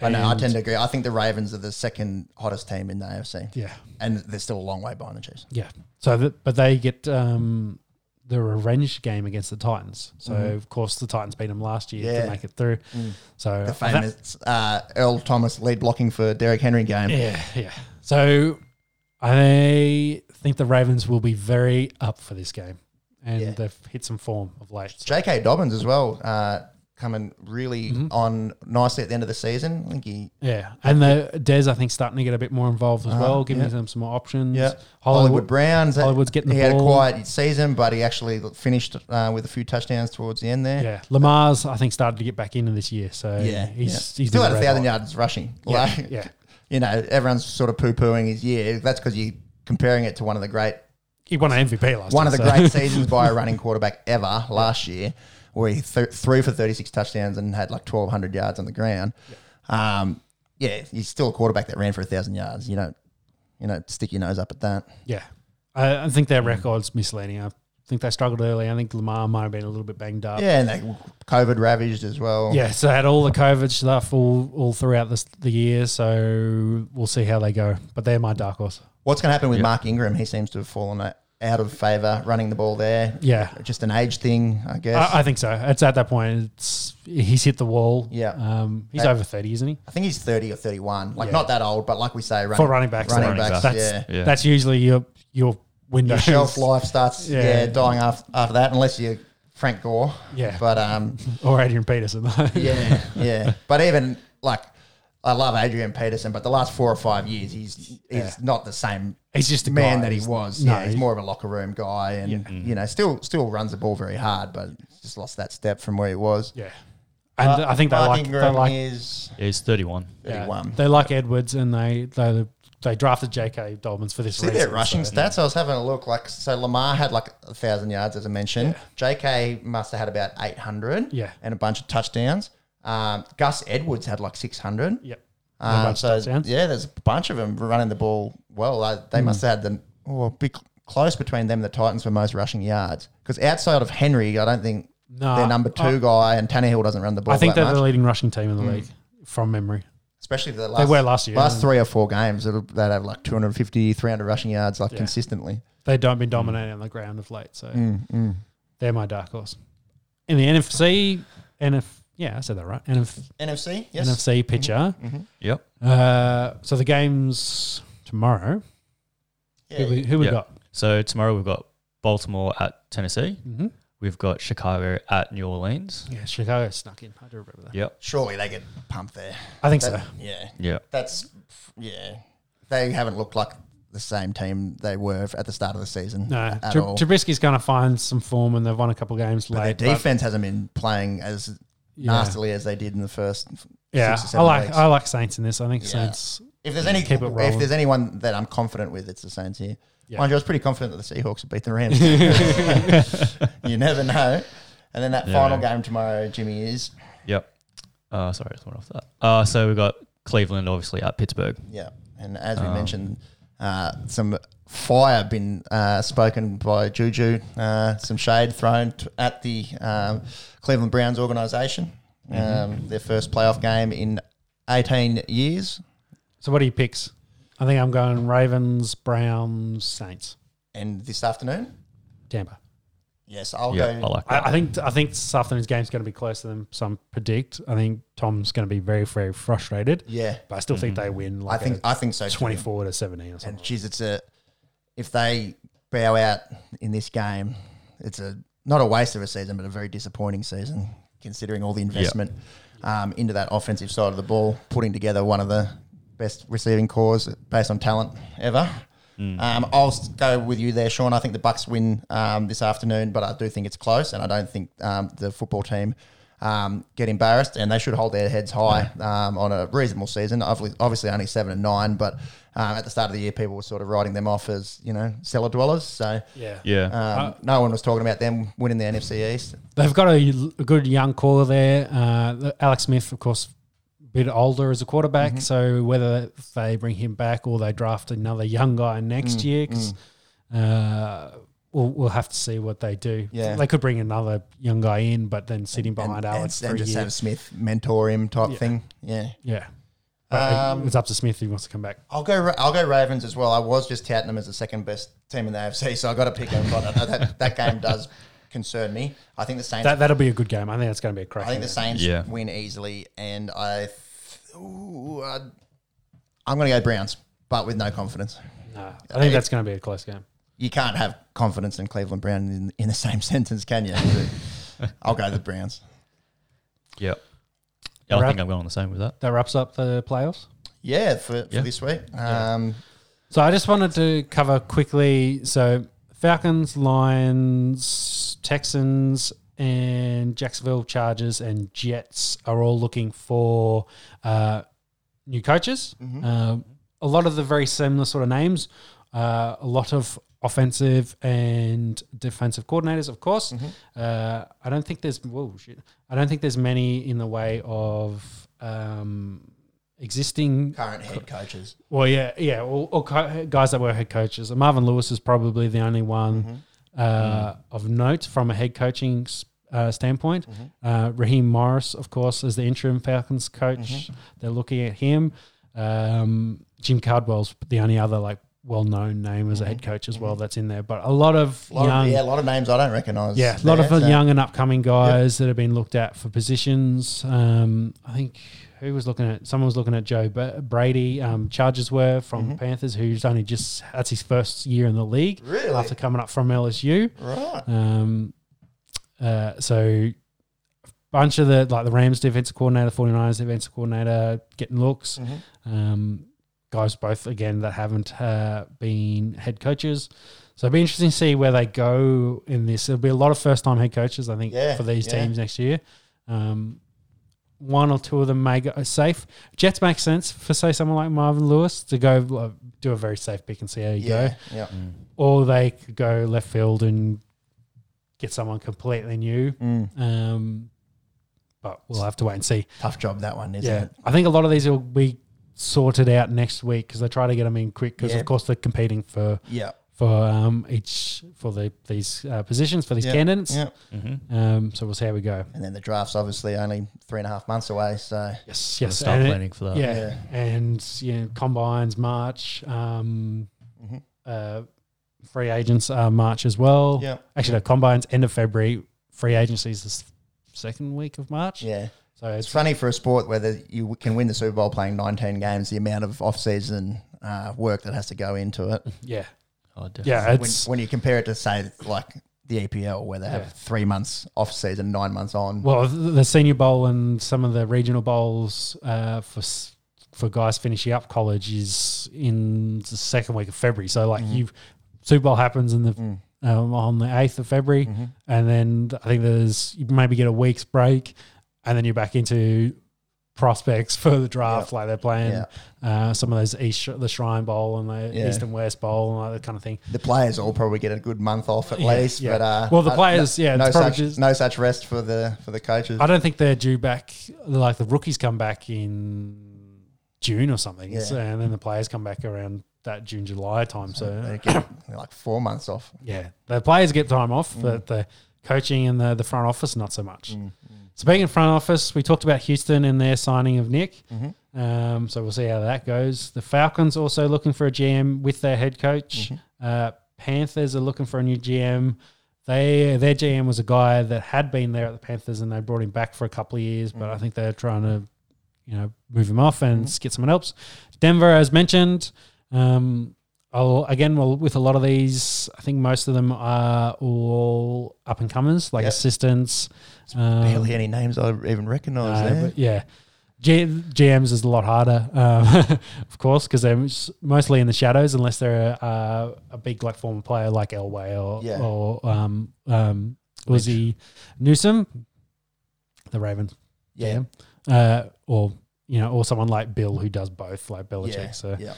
S2: I know. I
S1: and-
S2: tend to agree. I think the Ravens are the second hottest team in the AFC,
S1: Yeah.
S2: and they're still a long way behind the Chiefs.
S1: Yeah. So, the, but they get um, the revenge game against the Titans. So, of course, the Titans beat them last year
S2: Mm-hmm. Yeah. Mm.
S1: to make it through. So,
S2: The famous uh, Earl Thomas lead blocking for Derrick Henry game.
S1: Yeah, yeah. So I think the Ravens will be very up for this game, and
S2: Yeah.
S1: they've hit some form of late.
S2: J.K. Dobbins as well, uh, coming really
S1: Mm-hmm.
S2: on nicely at the end of the season. I think he.
S1: Yeah, and the Des I think starting to get a bit more involved as well, giving
S2: Uh-huh. yeah.
S1: them some more options.
S2: Yeah, Hollywood,
S1: Hollywood.
S2: Browns. that-
S1: Hollywood's getting the
S2: He had a
S1: ball.
S2: quiet season, but he actually finished uh, with a few touchdowns towards the end there.
S1: Yeah, Lamar's I think started to get back into this year, so
S2: Yeah,
S1: he's,
S2: yeah.
S1: he's
S2: still
S1: been
S2: had a
S1: red
S2: thousand
S1: hot.
S2: yards rushing.
S1: Yeah,
S2: Like,
S1: yeah.
S2: you know, everyone's sort of poo pooing his year. That's because you're comparing it to one of the great,
S1: He won an MVP last
S2: one of
S1: time,
S2: the
S1: so-
S2: great seasons by a running quarterback ever last year, where he th- threw for 36 touchdowns and had like 1,200 yards on the ground. Yeah. Um, yeah, he's still a quarterback that ran for a thousand yards. You don't, you know, stick your nose up at that.
S1: Yeah, I, I think their record's misleading. I think they struggled early. I think Lamar might have been a little bit banged up.
S2: Yeah, and they COVID ravaged as well.
S1: Yeah, so they had all the COVID stuff all, all throughout this, the year. So we'll see how they go. But they're my dark horse.
S2: What's going to happen with
S3: Yeah.
S2: Mark Ingram? He seems to have fallen o- out of favor running the ball there.
S1: Yeah,
S2: Just an age thing, I guess.
S1: I, I think so. It's at that point. It's he's hit the wall.
S2: Yeah.
S1: um, he's
S2: That-
S1: over thirty, isn't he?
S2: I think he's 30 or 31. Like,
S1: Yeah.
S2: not that old, but like we say, running,
S1: For running backs,
S2: running
S3: Running
S2: backs,
S1: that's
S2: yeah.
S3: Yeah.
S1: that's usually your your window.
S2: Your shelf life starts, yeah,
S1: Yeah.
S2: dying after, after that, unless you're Frank Gore.
S1: Yeah.
S2: But, um,
S1: or Adrian Peterson.
S2: yeah, yeah. But even, like, I love Adrian Peterson, but the last four or five years, he's he's not the same.
S1: He's just a
S2: man
S1: guy.
S2: that he
S1: He's-
S2: was.
S1: no,
S2: yeah, he's
S1: he- Mm.
S2: more of a locker room guy, and you know, still still runs the ball very hard, but just lost that step from where he was.
S1: Yeah. And I think they like they
S2: Mark Ingram
S1: like
S2: is
S3: Yeah, he's 31.
S1: yeah,
S2: 31.
S1: they like Edwards and they they they drafted J.K. Dolmans for this
S2: See
S1: reason.
S2: their rushing
S1: so-
S2: stats. I was having a look. Like so, Lamar had like a thousand yards, as I mentioned. J.K. must have had about eight hundred.
S1: Yeah.
S2: and a bunch of touchdowns. Um, Gus Edwards had like six hundred.
S1: Yep.
S2: Um,
S1: bunch of
S2: so
S1: touchdowns.
S2: yeah, there's a bunch of them running the ball well. Uh,
S1: Hmm.
S2: they must have had them well, be cl- close between them. and The Titans for most rushing yards because outside of Henry, I don't think
S1: No,
S2: their number two
S1: I-
S2: guy and Tannehill doesn't run the ball.
S1: I think
S2: that
S1: they're
S2: much. Hmm.
S1: the leading rushing team in the league from memory.
S2: especially the last,
S1: were last year,
S2: last
S1: yeah.
S2: three or four games. It'll, they'd have like 250, 300 rushing yards like consistently.
S1: They don't been dominating on the ground of late, so
S2: Mm.
S1: they're my dark horse. In the NFC, NF yeah, I said that right. NF,
S2: NFC, yes. Mm-hmm.
S1: NFC pitcher.
S3: Yep.
S1: Uh, so the games tomorrow.
S2: Yeah.
S1: Who we, who we
S3: Yep.
S1: got?
S3: So tomorrow we've got Baltimore at Tennessee.
S1: Mhm.
S3: We've got Chicago at New Orleans.
S1: Yeah, Chicago snuck in. I do remember that.
S3: Yep.
S2: Surely they get pumped there.
S1: I think
S2: That-
S1: so.
S2: Yeah.
S3: Yeah.
S2: That's yeah. They haven't looked like the same team they were at the start of the season.
S1: No,
S2: at
S1: Tr-
S2: all.
S1: Trubisky's going to find some form, and they've won a couple games
S2: But their
S1: late. but-
S2: defense hasn't been playing as
S1: Yeah.
S2: nastily as they did in the first.
S1: yeah,
S2: six or
S1: I
S2: seven
S1: like
S2: weeks.
S1: I like Saints in this. I think
S2: Yeah.
S1: Saints.
S2: if there's any,
S1: Keep it
S2: if
S1: rolling.
S2: there's anyone that I'm confident with, it's the Saints here.
S1: Yeah.
S2: Mind you, I was pretty confident that the Seahawks would beat the Rams. you never know. And then that
S3: Yeah.
S2: final game tomorrow, Jimmy is
S3: Yep. Uh, sorry, I just went off that. Uh, so we've got Cleveland, obviously, at Pittsburgh.
S2: Yeah, and as we mentioned, uh, some fire been uh, spoken by Juju, uh, some shade thrown t- at the um, Cleveland Browns organization. Um, Their first playoff game in 18 years,
S1: So what do you picks? I think I'm going Ravens, Browns, Saints,
S2: and this afternoon.
S1: Tampa.
S2: Yes, I'll
S3: Yeah, I
S2: go.
S3: like that.
S1: I, I think I think this afternoon's game's going to be closer than some predict. I think Tom's going to be very very frustrated,
S2: Yeah,
S1: but I still think they win.
S2: I
S1: Like
S2: think I think so. too.
S1: 24 to 17 or something.
S2: And geez, it's a if they bow out in this game, it's a not a waste of a season, but a very disappointing season considering all the investment um, into that offensive side of the ball, putting together one of the best receiving cores based on talent ever. Um, I'll s- go with you there, Sean. I think the Bucks win um, this afternoon, but I do think it's close, and I don't think um, the football team um, get embarrassed, and they should hold their heads high um, on a reasonable season. Obvi- Obviously, only seven and nine, but um, at the start of the year, people were sort of writing them off as you know cellar dwellers. So
S1: yeah.
S3: yeah.
S2: um, no one was talking about them winning the NFC East.
S1: They've got a, a good young caller there. Uh, the- Alex Smith, of course, a bit older as a
S2: Mm-hmm.
S1: quarterback. So whether they bring him back or they draft another young guy next
S2: Mm,
S1: year, 'cause, uh, we'll, we'll have to see what they do.
S2: Yeah.
S1: They could bring another young guy in, but then sitting behind Alex
S2: and,
S1: for
S2: and
S1: a
S2: just
S1: year.
S2: have Smith mentor him type thing. Yeah.
S1: yeah. But
S2: Um,
S1: it's up to Smith if he wants to come back.
S2: I'll go. Ra- I'll go Ravens as well. I was just touting them as the second best team in the AFC, so I got to pick them. But I know that, that game does concern me. I think the Saints.
S1: That, that'll be a good game. I think that's going to be a crack.
S2: I think the Saints
S3: Yeah.
S2: win easily, and I. Th- ooh, I I'm going to go Browns, but with no confidence.
S1: I think that's going to be a close game.
S2: You can't have confidence in Cleveland Brown in, in the same sentence, can you? I'll go the Browns.
S3: yep. Yeah, I
S1: Wrap-
S3: think I'm going on the same with that.
S1: That wraps up the playoffs.
S2: Yeah, for, for
S3: Yeah.
S2: this week. Um,
S1: So I just wanted to cover quickly. So Falcons, Lions, Texans, and Jacksonville Chargers and Jets are all looking for uh, new coaches. Um, a lot of the very similar sort of names. Uh, a lot of offensive and defensive coordinators, of course. Uh, I don't think there's whoa, shit. I don't think there's many in the way of um, existing
S2: Current head coaches.
S1: well, yeah, yeah, or, or co- guys that were head coaches. And Marvin Lewis is probably the only one
S2: Mm-hmm.
S1: uh, of note from a head coaching s- uh, standpoint.
S2: Mm-hmm.
S1: Uh, Raheem Morris, of course, is the interim Falcons coach.
S2: Mm-hmm.
S1: They're looking at him. Um, Jim Cardwell's the only other like well-known name as a head coach as well that's in there. But a lot of
S2: Mm-hmm. A lot
S1: young,
S2: of, yeah, a lot of names I don't recognise.
S1: yeah, a lot
S2: there,
S1: of uh,
S2: so-
S1: young and upcoming guys that have been looked at for positions. Um, I think who was looking at someone was looking at Joe Ba- Brady. Um, Chargers were from Panthers, who's only just that's his first year in the league
S2: Really?
S1: after coming up from LSU.
S2: Right.
S1: Um, uh, so bunch of the like the Rams defensive coordinator, 49ers defensive coordinator getting looks.
S2: Mm-hmm.
S1: Um, guys, both again that haven't uh, been head coaches. So it'll be interesting to see where they go in this. There'll be a lot of first time head coaches, I think,
S2: Yeah,
S1: for these
S2: yeah.
S1: teams next year. Um, one or two of them may go uh, safe. Jets make sense for say someone like Marvin Lewis to go uh, do a very safe pick and see how you go
S2: Yeah, yeah.
S1: or they could go left field and get someone completely new.
S2: Mm.
S1: Um, but we'll have to wait and see.
S2: Tough job that one, isn't
S1: Yeah,
S2: it?
S1: I think a lot of these will be sorted out next week because they try to get them in quick because
S2: Yeah.
S1: of course they're competing for
S2: Yeah.
S1: for um, each for the these uh, positions for these
S2: Yeah.
S1: candidates.
S2: Yeah.
S3: Mm-hmm.
S1: Um, so we'll see how we go.
S2: And then the draft's obviously only three and a half months away, so
S1: Yes,
S3: Gotta
S1: yes,
S3: start
S1: and it-
S3: planning for that.
S1: yeah.
S2: Yeah.
S1: and you know combines March. Um,
S2: Mhm.
S1: uh, free agents are March as well.
S2: yeah,
S1: Actually, no, combines end of February. Free agency is this second week of March.
S2: yeah.
S1: So
S2: It's
S1: it's
S2: funny for a sport whether you can win the Super Bowl playing 19 games, the amount of off-season uh, work that has to go into it.
S1: yeah,
S3: Oh, definitely.
S1: yeah.
S2: When,
S1: It's
S2: when you compare it to say like the EPL, where they
S1: Yeah.
S2: have three months off-season, nine months on.
S1: well, th- the Senior Bowl and some of the regional bowls uh, for s- for guys finishing up college is in the second week of February. So like
S2: Mm.
S1: you, Super Bowl happens in the um, on the eighth of February,
S2: Mm. Mm-hmm.
S1: and then I think there's you maybe get a week's break, and then you're back into prospects for the draft. Like they're playing
S2: Yeah.
S1: uh, some of those East the Shrine Bowl and the
S2: Yeah.
S1: East and West Bowl and all that kind of thing.
S2: the players all probably get a good month off at
S1: Yeah,
S2: least,
S1: yeah.
S2: but uh,
S1: Well, the
S2: I-
S1: players,
S2: no,
S1: yeah,
S2: no
S1: it's probably
S2: such
S1: just-
S2: no such rest for the for the coaches.
S1: I don't think they're due back. Like the rookies come back in June or something,
S2: Yeah.
S1: so- and then the players come back around that June July time.
S2: They
S1: So
S2: get like four months off.
S1: yeah, the players get time off, but the coaching and the the front office not so much.
S2: Mm.
S1: So being in front office, we talked about Houston and their signing of Nick.
S2: Mm-hmm.
S1: Um, so we'll see how that goes. The Falcons also looking for a GM with their head coach.
S2: Mm-hmm.
S1: Uh, Panthers are looking for a new GM. They their GM was a guy that had been there at the Panthers, and they brought him back for a couple of years. But I
S2: Mm-hmm.
S1: think they're trying to, you know, move him off and get someone else. Denver, as mentioned, um, I'll, again, well, with a lot of these, I think most of them are all up and comers, like
S2: Yep.
S1: assistants. Um,
S2: Barely any names I even recognise.
S1: no,
S2: there.
S1: Uh, but yeah. G- GMs is a lot harder, um, of course, because they're s- mostly in the shadows unless they're a, uh, a big like former player like Elway or
S2: Yeah.
S1: or um, um, Uzi Newsom, the Ravens,
S2: yeah,
S1: GM, uh, or you know, or someone like Bill who does both, like Belichick.
S2: yeah,
S1: So
S2: yeah.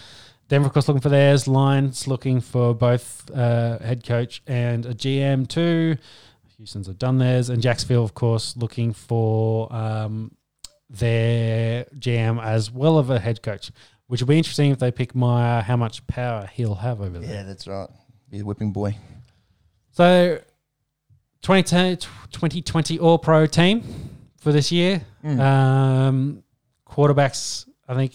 S1: Denver, of course, looking for theirs. Lions looking for both uh, head coach and a GM too. Houston's have done theirs, and Jacksonville, of course, looking for um, their GM as well of a head coach, which will be interesting if they pick Meyer, how much power he'll have over there.
S2: Yeah, that's right. Be the whipping boy.
S1: So, 2010 2020 All Pro team for this year.
S2: Mm.
S1: Um, quarterbacks, I think,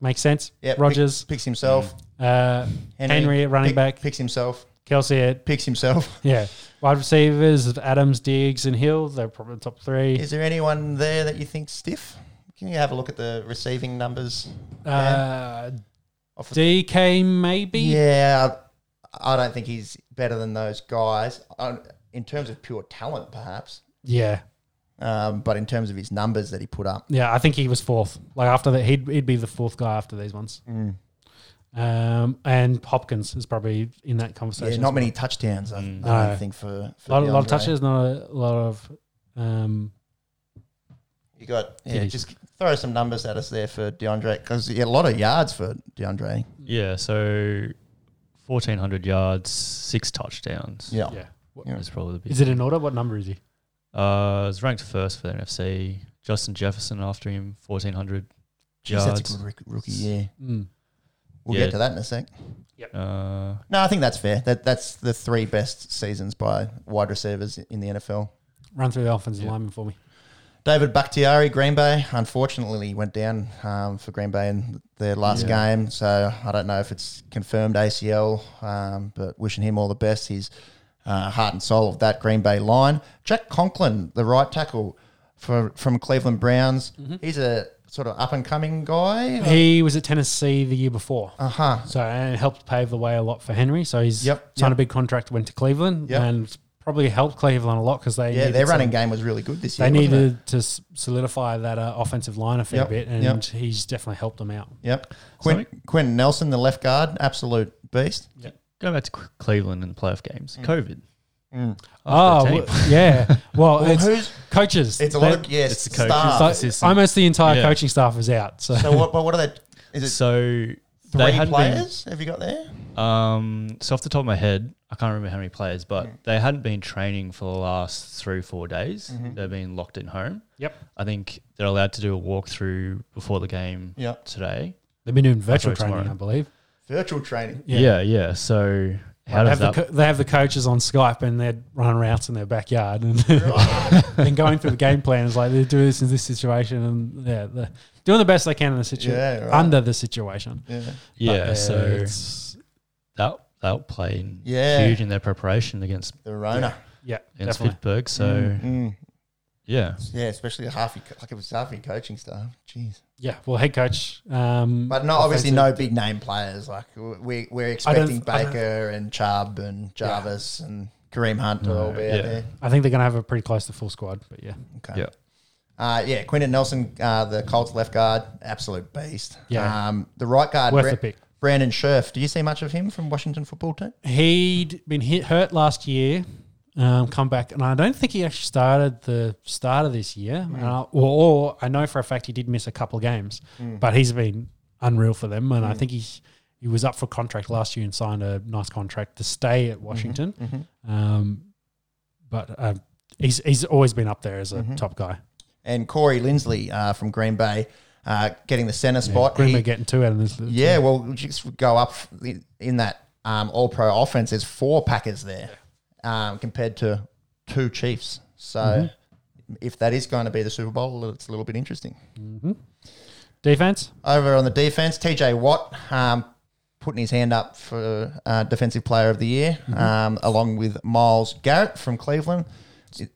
S1: make sense.
S2: Yeah, pick-
S1: Rogers,
S2: picks himself.
S1: uh, Henry, at running
S2: pick-
S1: back,
S2: picks himself.
S1: Kelsey at
S2: Picks himself.
S1: Yeah. Wide receivers of Adams, Diggs, and Hill, they're probably the top three.
S2: Is there anyone there that you think stiff? Can you have a look at the receiving numbers?
S1: uh,
S2: Off the-
S1: DK, maybe?
S2: yeah, I, I don't think he's better than those guys I, in terms of pure talent, perhaps.
S1: Yeah.
S2: Um, but in terms of his numbers that he put up,
S1: Yeah, I think he was fourth. Like after that, he'd, he'd be the fourth guy after these ones. Um, and Hopkins is probably in that conversation.
S2: yeah,
S1: as
S2: not
S1: well.
S2: many touchdowns. I, I
S1: Mm. No.
S2: don't think for, for
S1: A lot, a lot of
S2: DeAndre.
S1: touches, not a lot of. Um,
S2: You got yeah,
S1: Diddy.
S2: just throw some numbers at us there for DeAndre because yeah, a lot of yards for DeAndre.
S3: Yeah, so 1,400 yards, six touchdowns.
S2: Yeah,
S1: yeah. What-
S2: Yeah.
S3: That's probably the
S1: Is it in order? What number is he?
S3: Uh, was ranked first for the NFC. Justin Jefferson after him, 1,400
S2: Jeez,
S3: yards.
S2: that's a good rook- rookie year.
S1: Mm.
S2: We'll
S3: Yeah.
S2: get to that in a sec.
S3: Uh,
S2: No, I think that's fair. That that's the three best seasons by wide receivers in the NFL.
S1: Run through the offensive
S3: Yeah.
S1: lineman for me.
S2: David Bakhtiari, Green Bay, unfortunately went down um, for Green Bay in their last
S3: Yeah.
S2: game. So I don't know if it's confirmed ACL, um, but wishing him all the best. He's uh, heart and soul of that Green Bay line. Jack Conklin, the right tackle for, from Cleveland Browns, he's a sort of up and coming guy.
S1: Mm-hmm. He was at Tennessee the year before.
S2: Uh huh.
S1: So and it helped pave the way a lot for Henry. So he's
S2: Yep,
S1: signed
S2: yep.
S1: a big contract, went to Cleveland,
S2: Yep.
S1: and probably helped Cleveland a lot because they
S2: Yeah,
S1: needed
S2: their
S1: some-
S2: running game was really good this year.
S1: They
S2: wasn't it?
S1: needed to s- solidify that uh, offensive line a fair
S2: Yep,
S1: bit, and
S2: yep.
S1: he's definitely helped them out.
S2: Yep. Quinn, Quinn Nelson, the left guard, absolute beast.
S3: Going back to Cle- Cleveland in the playoff games, COVID.
S1: Oh,
S3: the team.
S1: w- yeah. Well,
S2: Well,
S1: it's
S2: who's-
S1: coaches.
S2: It's a lot
S1: They-
S2: of yes,
S3: It's the coaches.
S2: stars.
S1: so
S3: assistant.
S1: almost the entire
S3: Yeah.
S1: coaching staff is out. So,
S2: so what? But what are they? Is it
S3: So
S2: three
S3: they had been,
S2: players? have you got there?
S3: um, so off the top of my head, I can't remember how many players, but they hadn't been training for the last three four days.
S2: Mm-hmm.
S3: They've been locked in home.
S1: yep,
S3: I think they're allowed to do a walkthrough before the game
S2: Yep.
S3: today.
S1: they've been doing virtual
S3: That's right,
S1: training,
S3: tomorrow.
S1: I believe.
S2: Virtual training.
S1: Yeah.
S3: Yeah, yeah. So how
S1: they, have
S3: does
S1: the
S3: that?
S1: co- they have the coaches on Skype, and they're running routes in their backyard and, and going through the game plans. Like they do this in this situation, and yeah, they're doing the best they can in the situation
S2: Yeah, right.
S1: under the situation.
S2: Yeah.
S1: But,
S3: yeah,
S1: uh,
S3: so
S1: it's-
S3: that that'll play in
S2: Yeah.
S3: huge in their preparation against
S2: The Rona.
S1: yeah,
S3: against
S1: definitely.
S3: Pittsburgh. So
S2: Mm.
S3: yeah,
S2: Yeah, especially the half your co- like it was half your coaching staff. Jeez.
S1: Yeah, well, head coach. Um,
S2: But no, obviously
S1: offensive-
S2: no big name players. Like w- we we're expecting
S1: I don't-
S2: Baker and Chubb and Jarvis and Kareem Hunt to all be
S3: yeah.
S2: out there.
S1: I think they're going to have a pretty close to full squad, but yeah.
S2: Okay.
S3: Yeah.
S2: Uh, yeah, Quinton Nelson, uh, the Colts left guard, absolute beast.
S1: Yeah.
S2: Um, the right guard,
S1: Worth the pick.
S2: Brandon Scherf. Do you see much of him from Washington football team?
S1: He'd been hit hurt last year, um, come back, and I don't think he actually started the start of this year. And I, or, or I know for a fact he did miss a couple of games, but he's been unreal for them. And I think he's he was up for contract last year and signed a nice contract to stay at Washington. Um, but uh, he's he's always been up there as a top guy.
S2: And Corey Lindsley uh, from Green Bay, uh, getting the centre spot.
S1: Grim
S2: He-
S1: are getting two out of this.
S2: yeah, well, just go up in- in that um, All Pro offense. There's four Packers there, um, compared to two Chiefs. So.
S1: Mm-hmm.
S2: If that is going to be the Super Bowl, it's a little bit interesting.
S1: defense.
S2: Over on the defense, TJ Watt um, putting his hand up for uh, Defensive Player of the Year,
S1: Mm-hmm.
S2: um, along with Miles Garrett from Cleveland.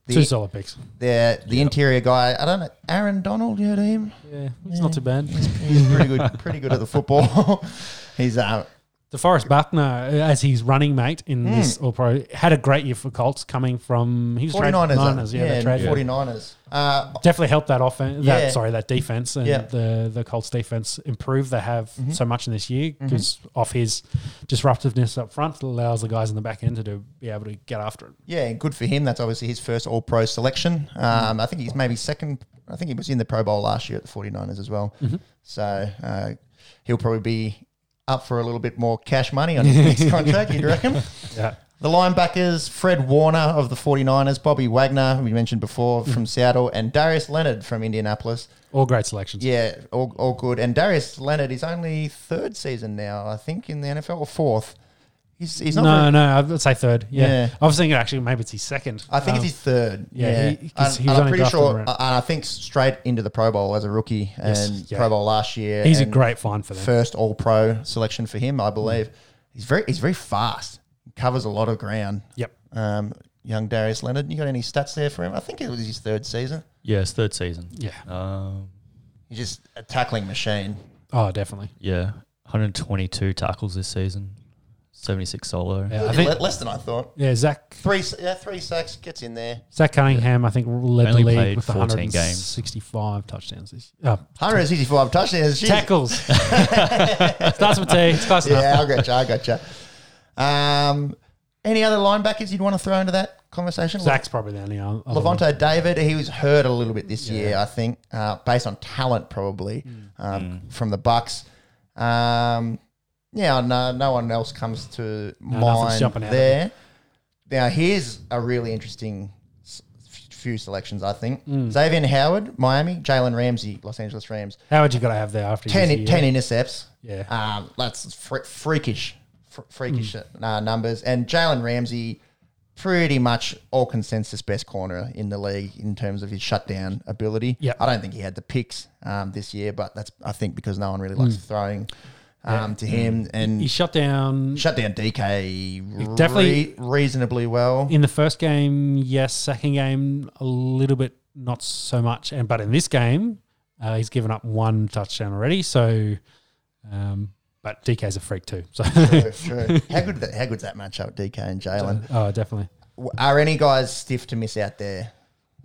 S2: The,
S1: Two solid picks.
S2: the, the interior guy, I don't know, Aaron Donald, you heard of him?
S1: Yeah, it's not too bad.
S2: He's pretty good, pretty good at the football. He's uh,
S1: DeForest Buckner, uh, as his running mate in
S2: Hmm.
S1: this All Pro, had a great year for Colts coming from he was traded
S2: 49ers.
S1: to
S2: uh,
S1: Niners, yeah,
S2: yeah,
S1: they traded.
S2: 49ers. Uh,
S1: Definitely helped that offense.
S2: Yeah.
S1: That sorry, that defense and
S2: Yeah. Mm-hmm.
S1: the the Colts defense improved. They have so much in this year because off his disruptiveness up front it allows the guys in the back end to do, be able to get after it.
S2: yeah, and good for him. That's obviously his first All Pro selection. Um, I think he's maybe second. I think he was in the Pro Bowl last year at the 49ers as well.
S1: Mm-hmm.
S2: So uh, he'll probably be up for a little bit more cash money on his next contract, you'd reckon?
S1: Yeah,
S2: The linebackers, Fred Warner of the 49ers, Bobby Wagner, who we mentioned before,
S1: Mm-hmm.
S2: from Seattle, and Darius Leonard from Indianapolis.
S1: all great selections.
S2: Yeah, all, all good. And Darius Leonard is only third season now, I think, in the NFL, or fourth. He's, he's not
S1: no,
S2: very-
S1: no, I would say third. Yeah.
S2: Yeah.
S1: I was thinking actually maybe it's his second.
S2: I
S1: Um,
S2: think it's his third.
S1: yeah,
S2: Yeah,
S1: he- 'cause he was
S2: and, and I'm
S1: only
S2: pretty
S1: drafted
S2: sure. uh,
S1: around-
S2: And I think straight into the Pro Bowl as a rookie
S1: Yes,
S2: and
S1: yeah.
S2: Pro Bowl last year.
S1: he's a
S2: and
S1: great Mm. find for them.
S2: first All Pro selection for him, I believe. He's very he's very fast. Covers a lot of ground.
S1: Yep.
S2: Um, young Darius Leonard, you got any stats there for him? I think it was his third season.
S3: yeah, it's third season.
S1: Yeah.
S3: Um,
S2: He's just a tackling machine.
S1: Oh, definitely.
S3: yeah, 122 tackles this season, 76 solo.
S1: Yeah, I
S2: Yeah,
S1: think
S2: le- less than I thought.
S1: yeah, Zach
S2: Three s- yeah, three sacks gets in there.
S1: Zach Cunningham, I think, led
S3: Only
S1: the league
S3: played
S1: with
S3: 14 games.
S1: 165 touchdowns this year. Oh,
S2: 165 touchdowns. Jeez.
S1: tackles. Starts with T. It's close enough.
S2: Yeah, I gotcha. I gotcha. Um, any other linebackers you'd want to throw into that conversation?
S1: Zach's probably the only one. other one.
S2: Levante David, he was hurt a little bit this year, I think, uh, based on talent probably
S1: Mm.
S2: um, from the Bucks. Um, yeah, no, no one else comes to
S1: nothing's
S2: mind
S1: jumping out at
S2: there. Now here's a really interesting s- f- few selections. I think
S1: Mm.
S2: Xavier Howard, Miami, Jalen Ramsey, Los Angeles Rams,
S1: How would you got to have there after this
S2: 10,
S1: year?
S2: 10 intercepts.
S1: Yeah.
S2: Um, that's fre- freakish, fr- freakish
S1: Hmm.
S2: uh, numbers. And Jalen Ramsey, pretty much all consensus best corner in the league in terms of his shutdown ability.
S1: Yeah.
S2: I don't think he had the picks um, this year, but that's, I think, because no one really likes
S1: Hmm.
S2: throwing um, to him. And
S1: He shut down
S2: shut down DK
S1: Definitely-
S2: definitely reasonably well.
S1: in the first game, yes. Second game, a little bit, not so much. And But in this game, uh, he's given up one touchdown already. So, um, but DK's a freak too. So,
S2: True, true. How good that? How good's that matchup, DK and Jalen?
S1: oh, definitely.
S2: w- are any guys stiff to miss out there?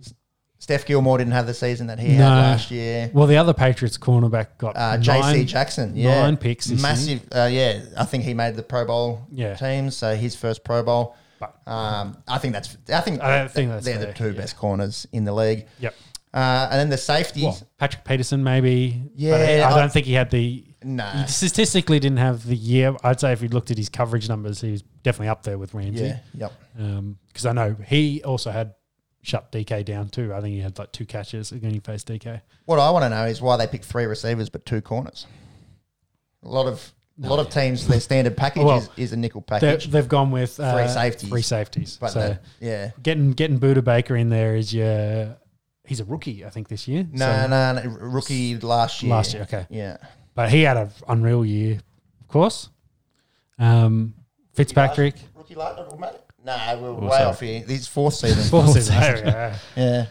S2: S- Steph Gilmore didn't have the season that he
S1: No.
S2: had last year.
S1: Well, the other Patriots cornerback got
S2: Uh,
S1: nine-
S2: JC Jackson, yeah,
S1: nine picks this year.
S2: massive. Uh, yeah, I think he made the Pro Bowl
S1: Yeah.
S2: team, so his first Pro Bowl.
S1: But-
S2: Um, I think that's. I think
S1: I don't think that's
S2: they're the
S1: fair,
S2: two
S1: yeah.
S2: best corners in the league.
S1: Yep.
S2: Uh, and then the safeties.
S1: Well, Patrick Peterson, maybe. but I,
S2: Yeah,
S1: I
S2: I-
S1: don't think he had the.
S2: Nah.
S1: He statistically didn't have the year. I'd say if you looked at his coverage numbers, he was definitely up there with Ramsey.
S2: Yeah. Yep.
S1: because I know he also had shut DK down too. I think he had like two catches when he faced DK.
S2: What I want to know is why they pick three receivers but two corners. A lot of a lot of teams their standard package
S1: Well,
S2: is, is a nickel
S1: They,
S2: package,
S1: they've gone with uh,
S2: Three safeties.
S1: Three safeties.
S2: but
S1: so
S2: the- yeah.
S1: getting getting Buda Baker in there is your. He's a rookie, I think, this year.
S2: No,
S1: So-
S2: no, no, rookie last year.
S1: Last year, okay.
S2: Yeah.
S1: but he had an unreal year, of course. Um, Fitzpatrick,
S2: Rookie last No, we're
S3: Oh,
S2: way
S3: sorry.
S2: off here. His fourth season.
S1: fourth season. yeah.
S2: yeah.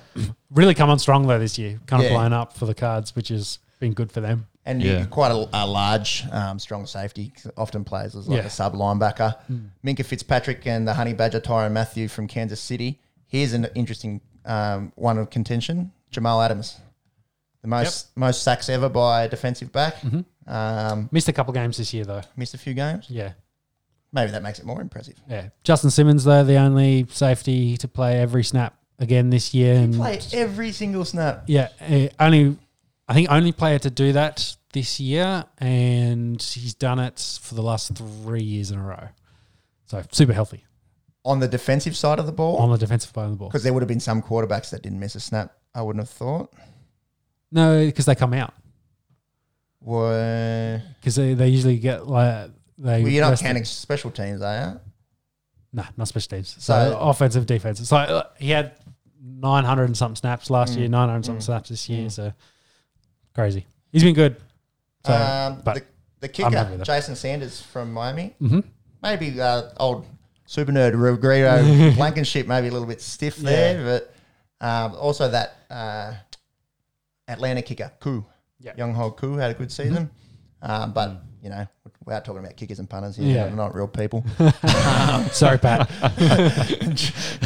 S1: really come on strong though this year. Kind of
S2: Yeah.
S1: blown up for the Cards, which has been good for them.
S2: And
S3: Yeah.
S2: you're quite a, a large, um, strong safety. Often plays as like
S1: Yeah.
S2: a sub linebacker. Minka Fitzpatrick and the Honey Badger Tyron Matthew from Kansas City. Here's an interesting um, one of contention: Jamal Adams, the most most sacks ever by a defensive back.
S1: Mm-hmm.
S2: Um,
S1: Missed a couple games this year though.
S2: missed a few games.
S1: Yeah,
S2: Maybe that makes it more impressive.
S1: yeah. Justin Simmons though, the only safety to play every snap again this year, and
S2: Play every single snap.
S1: yeah, eh, only I think only player to do that this year, and he's done it for the last three years in a row. So super healthy
S2: On the defensive side of the ball,
S1: on the defensive side of the ball.
S2: because there would have been some quarterbacks that didn't miss a snap. I wouldn't have thought.
S1: No, because they come out.
S2: Were
S1: because they, they usually get like they.
S2: well, you're not
S1: rest-
S2: counting special teams, are you?
S1: No, not special teams. So,
S2: So-
S1: offensive, defense. It's like uh, he had 900 and something snaps last year, 900 and something snaps this year. So crazy. He's been good. So,
S2: um,
S1: but
S2: the, the
S1: happy with
S2: kicker,
S1: that.
S2: Jason Sanders from Miami.
S1: Mhm.
S2: Maybe uh, old super nerd Rodrigo Blankenship, maybe a little bit stiff there, but um, also that uh, Atlanta kicker, Koo.
S1: Yeah.
S2: Young Ho Koo had a good
S1: Mm-hmm.
S2: season. Um, but, you know, we're out talking about kickers and punters here.
S1: Yeah.
S2: They're not real people.
S1: sorry, Pat.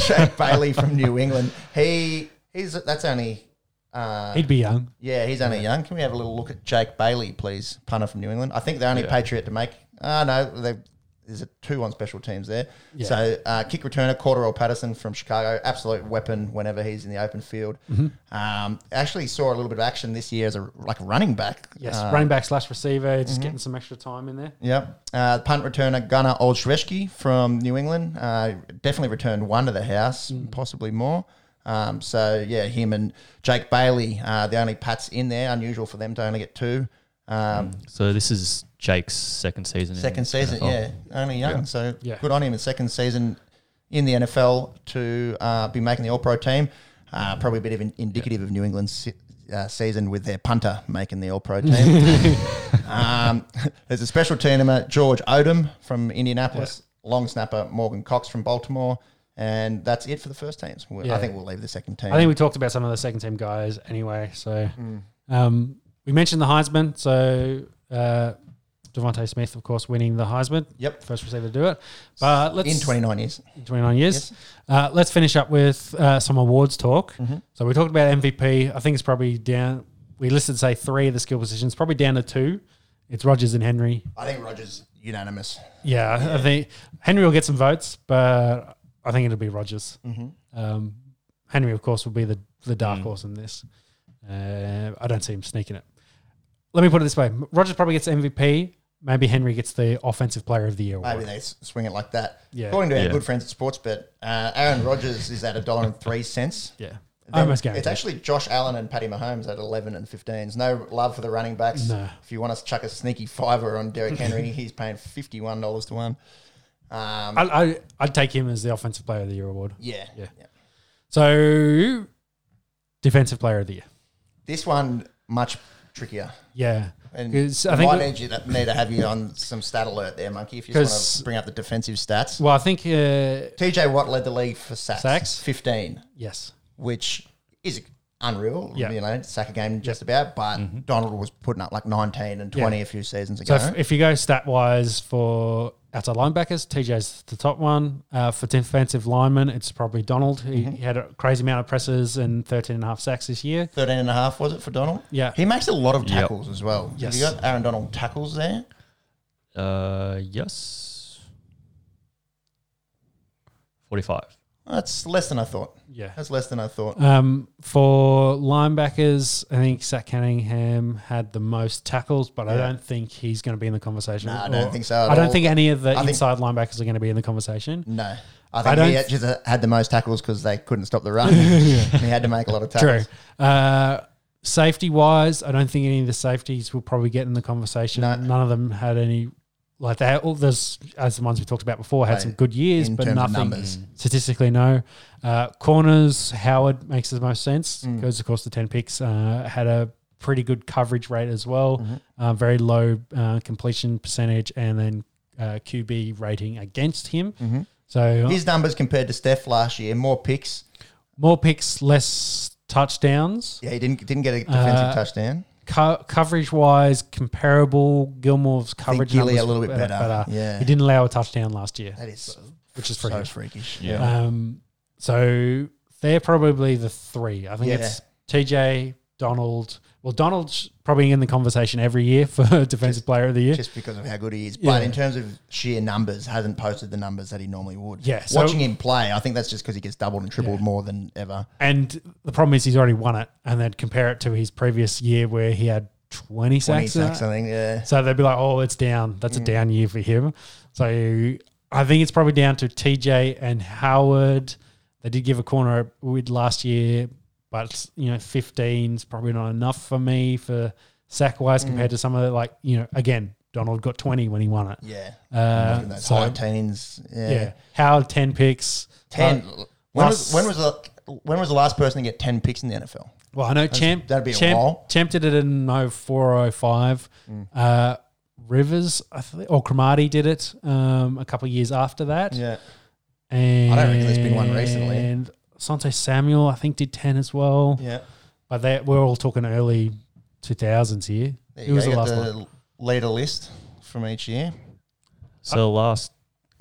S2: Jack Bailey from New England. He he's That's only. Uh,
S1: He'd be young.
S2: Yeah, he's only young. Can we have a little look at Jake Bailey, please? Punter from New England. I think the only Patriot to make. Ah, no, they, there's a two on special teams there.
S1: Yeah.
S2: So uh, kick returner Cordero Patterson from Chicago, absolute weapon whenever he's in the open field.
S1: Mm-hmm.
S2: Um, actually saw a little bit of action this year as a like a running back.
S1: Yes,
S2: Uh,
S1: running back slash receiver, just getting some extra time in there.
S2: Yep. Uh, punt returner Gunnar Olszewski from New England. Uh, definitely returned one to the house, possibly more. Um, so, yeah, him and Jake Bailey, uh, the only Pats in there. Unusual for them to only get two. Um,
S3: So this is Jake's second season. in
S2: Second season,
S3: NFL.
S2: yeah. Only young. So,
S1: Yeah.
S2: good on him. His second season in the NFL to uh, be making the All Pro team. Uh, probably a bit of an indicative of New England's se- uh, season with their punter making the All Pro team. Um, there's a special tournament. George Odom from Indianapolis, long snapper Morgan Cox from Baltimore, and that's it for the first teams. We-
S1: Yeah.
S2: I think we'll leave the second team.
S1: I think we talked about some of the second team guys anyway. So um, we mentioned the Heisman. So uh, Devontae Smith, of course, winning the Heisman.
S2: Yep.
S1: First receiver to do it. But let's
S2: in 29 years.
S1: in 29 years. Uh, let's finish up with uh, some awards talk.
S2: Mm-hmm.
S1: So we talked about MVP. I think it's probably down. We listed say three of the skill positions, probably down to two. It's Rogers and Henry.
S2: I think Rogers unanimous.
S1: Yeah, I- I think Henry will get some votes, but I think it'll be Rogers. Um, Henry, of course, will be the the
S2: Mm.
S1: dark horse in this. Uh, I don't see him sneaking it. Let me put it this way: Rogers probably gets MVP. Maybe Henry gets the offensive player of the year. Award.
S2: Maybe they s- swing it like that.
S1: Yeah.
S2: According to our
S3: Yeah.
S2: good friends at Sportsbet, uh, Aaron Rodgers is at a dollar and three cents.
S1: Yeah, I almost
S2: It's
S1: guarantee. it.
S2: actually Josh Allen and Patty Mahomes at 11 and 15s. No love for the running backs.
S1: No.
S2: If you want to chuck a sneaky fiver on Derrick Henry, he's paying $51 to one. Um,
S1: I, I I'd take him as the offensive player of the year award.
S2: yeah.
S1: Yeah.
S2: yeah.
S1: So, defensive player of the year.
S2: This one much trickier.
S1: Yeah,
S2: And
S1: 'Cause I
S2: I
S1: think
S2: might need you to, need to have you on some stat alert there, monkey. If you just
S1: 'Cause-
S2: want to bring up the defensive stats,
S1: well, I think uh,
S2: TJ Watt led the league for sacks,
S1: Sacks?
S2: fifteen,
S1: yes,
S2: which is unreal.
S1: Yeah. Mm-hmm.
S2: you know, sack a game just about. But Donald was putting up like nineteen and twenty a few seasons
S1: So
S2: ago.
S1: if, if you go stat wise for outside linebackers. TJ's the top one. Uh, for defensive lineman, it's probably Donald. He,
S2: Mm-hmm.
S1: he had a crazy amount of presses and 13 and a half sacks this year.
S2: 13 and a half, was it, for Donald?
S1: Yeah.
S2: He makes a lot of
S3: Yep.
S2: tackles as well. Have you
S1: Yes.
S2: got Aaron Donald tackles there?
S3: Uh, yes. 45.
S2: Uh, That's less than I thought.
S1: Yeah.
S2: That's less than I thought.
S1: Um, for linebackers, I think Zach Cunningham had the most tackles, but I
S2: Yeah.
S1: don't think he's going to be in the conversation.
S2: No, I don't think so at
S1: I don't
S2: all.
S1: think any of the
S2: I think-
S1: inside linebackers are going to be in the conversation.
S2: No. I
S1: I
S2: think
S1: don't-
S2: he actually had the most tackles because they couldn't stop the run. he had to make a lot of tackles.
S1: True. Uh, safety wise, I don't think any of the safeties will probably get in the conversation.
S2: No.
S1: None of them had any like that. All those as the ones we talked about before had
S2: Right.
S1: some good years,
S2: In
S1: but
S2: terms of
S1: nothing Mm.
S2: numbers.
S1: statistically. No uh, corners. Howard makes the most sense.
S2: Mm.
S1: Goes of course the ten picks. Uh, had a pretty good coverage rate as well.
S2: Mm-hmm.
S1: Uh, very low uh, completion percentage, and then uh, QB rating against him.
S2: Mm-hmm.
S1: So
S2: His numbers compared to Steph last year, more picks.
S1: more picks, less touchdowns.
S2: Yeah, he didn't didn't get a defensive
S1: Uh,
S2: touchdown.
S1: co- coverage wise comparable. Gilmore's coverage
S2: Gilly
S1: numbers
S2: a little
S1: were
S2: bit better. Yeah.
S1: he didn't allow a touchdown last year,
S2: That is
S1: which is
S2: so
S1: pretty. good.
S2: freakish.
S3: Yeah.
S1: Um, so they're probably the three. I think
S2: Yeah.
S1: it's TJ Donald. Well, Donald's probably in the conversation every year for defensive player of the year.
S2: Just because of how good he is.
S1: Yeah.
S2: But in terms of sheer numbers, hasn't posted the numbers that he normally would.
S1: Yeah, so-
S2: Watching him play, I think that's just because he gets doubled and tripled more than ever.
S1: and the problem is he's already won it, and then compare it to his previous year where he had twenty
S2: When he
S1: sacks.
S2: sacks, I think, yeah.
S1: So they'd be like, oh, it's down. That's a down year for him. So I think it's probably down to TJ and Howard. They did give a corner with last year, but you know, 15's probably not enough for me for sack wise compared to some of the like, you know, again, Donald got 20 when he won it.
S2: Yeah.
S1: Uh,
S2: Those
S1: so,
S2: high teens. Yeah.
S1: yeah. Howard 10 picks.
S2: Ten.
S1: Uh,
S2: when,
S1: last-
S2: was, when was the when was the last person to get ten picks in the NFL?
S1: Well, I know Champ.
S2: that'd be a
S1: Champ,
S2: while.
S1: Champ did it in 0405.
S2: Mm.
S1: Uh, Rivers, I think, or Cromartie did it um, a couple of years after that.
S2: Yeah.
S1: And
S2: I don't reckon there's been one recently.
S1: And Sante Samuel, I think, did 10 as well.
S2: Yeah.
S1: But they, we're all talking early 2000s here.
S2: There
S1: Who
S2: you
S1: was the
S2: go. You
S1: last
S2: got
S1: one?
S2: leader list from each year.
S3: So the last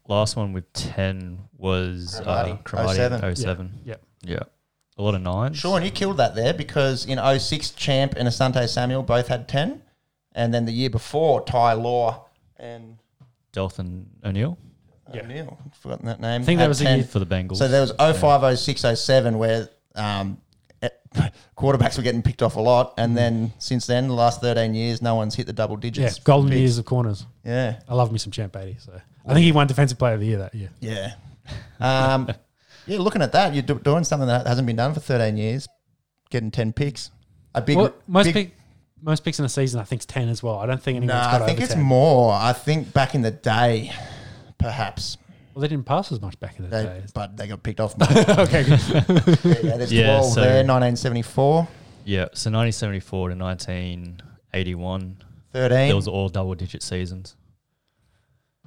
S3: last one with 10 was uh,
S2: Karate.
S3: Karate
S2: 07. Oh, Yeah.
S3: 07. 07.
S1: Yep.
S3: Yeah. A lot of nines.
S2: Sean, you killed that there because in 06, Champ and Asante Samuel both had 10. And then the year before, Ty Law and
S3: Delton O'Neill
S1: Yeah.
S2: O'Neill, I've forgotten that name.
S1: I think that was the year-
S3: for the Bengals.
S2: So there was 05, 06, 07 where um, eh, quarterbacks were getting picked off a lot. And then since then, the last 13 years, no one's hit the double
S1: Mm. Yeah,
S2: digits.
S1: golden
S2: Big-
S1: years of corners.
S2: Yeah.
S1: I love me some Champ 80. So I think he won Defensive Player of the Year that year.
S2: Yeah. Um, yeah, looking at that, you're do- doing something that hasn't been done for 13 years, getting 10 picks. A big,
S1: Well, most
S2: big-
S1: pick, most picks in a season, I think, is 10 as well. I don't think
S2: No,
S1: anyone's got
S2: I think
S1: over
S2: it's
S1: 10.
S2: more. I think back in the day, perhaps
S1: well, they didn't pass as much back in the
S2: they,
S1: day.
S2: but they got picked off. yeah,
S1: okay, good.
S2: there's
S3: Yeah,
S2: 12
S3: so-
S2: there, 1974,
S3: yeah. So 1974 to 1981.
S2: 13,
S3: There was all double digit seasons.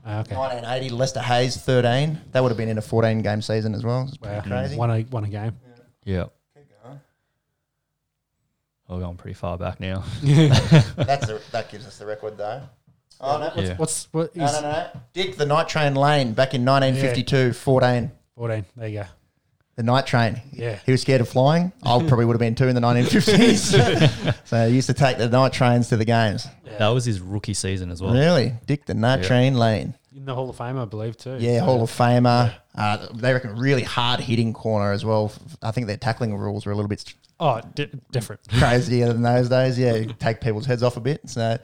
S1: Ah, okay.
S2: 1980, Lester Hayes, 13. That would have been in a 14 game season as well. It's pretty
S1: Wow.
S2: crazy.
S1: Won a, won a game.
S3: Yeah. We're going pretty far back now.
S2: That's a, that gives us the record though. Oh, no,
S3: Yeah.
S1: What's what is
S2: no, no, no. Dick, the Night Train Lane back in 1952, 14.
S1: 14? There you go.
S2: The night train.
S1: Yeah.
S2: He was scared of flying. I probably would have been too in the 1950s. so he used to take the night trains to the games.
S3: That was his rookie season as well.
S2: Really? Dick the Night
S3: Yeah.
S2: Train Lane.
S1: In the Hall of Fame, I believe, too.
S2: Yeah, Hall of Famer. Uh, they reckon really hard hitting corner as well. I think their tackling rules were a little bit
S1: Oh, di- different.
S2: crazier than those days. Yeah, you take people's heads off a bit. So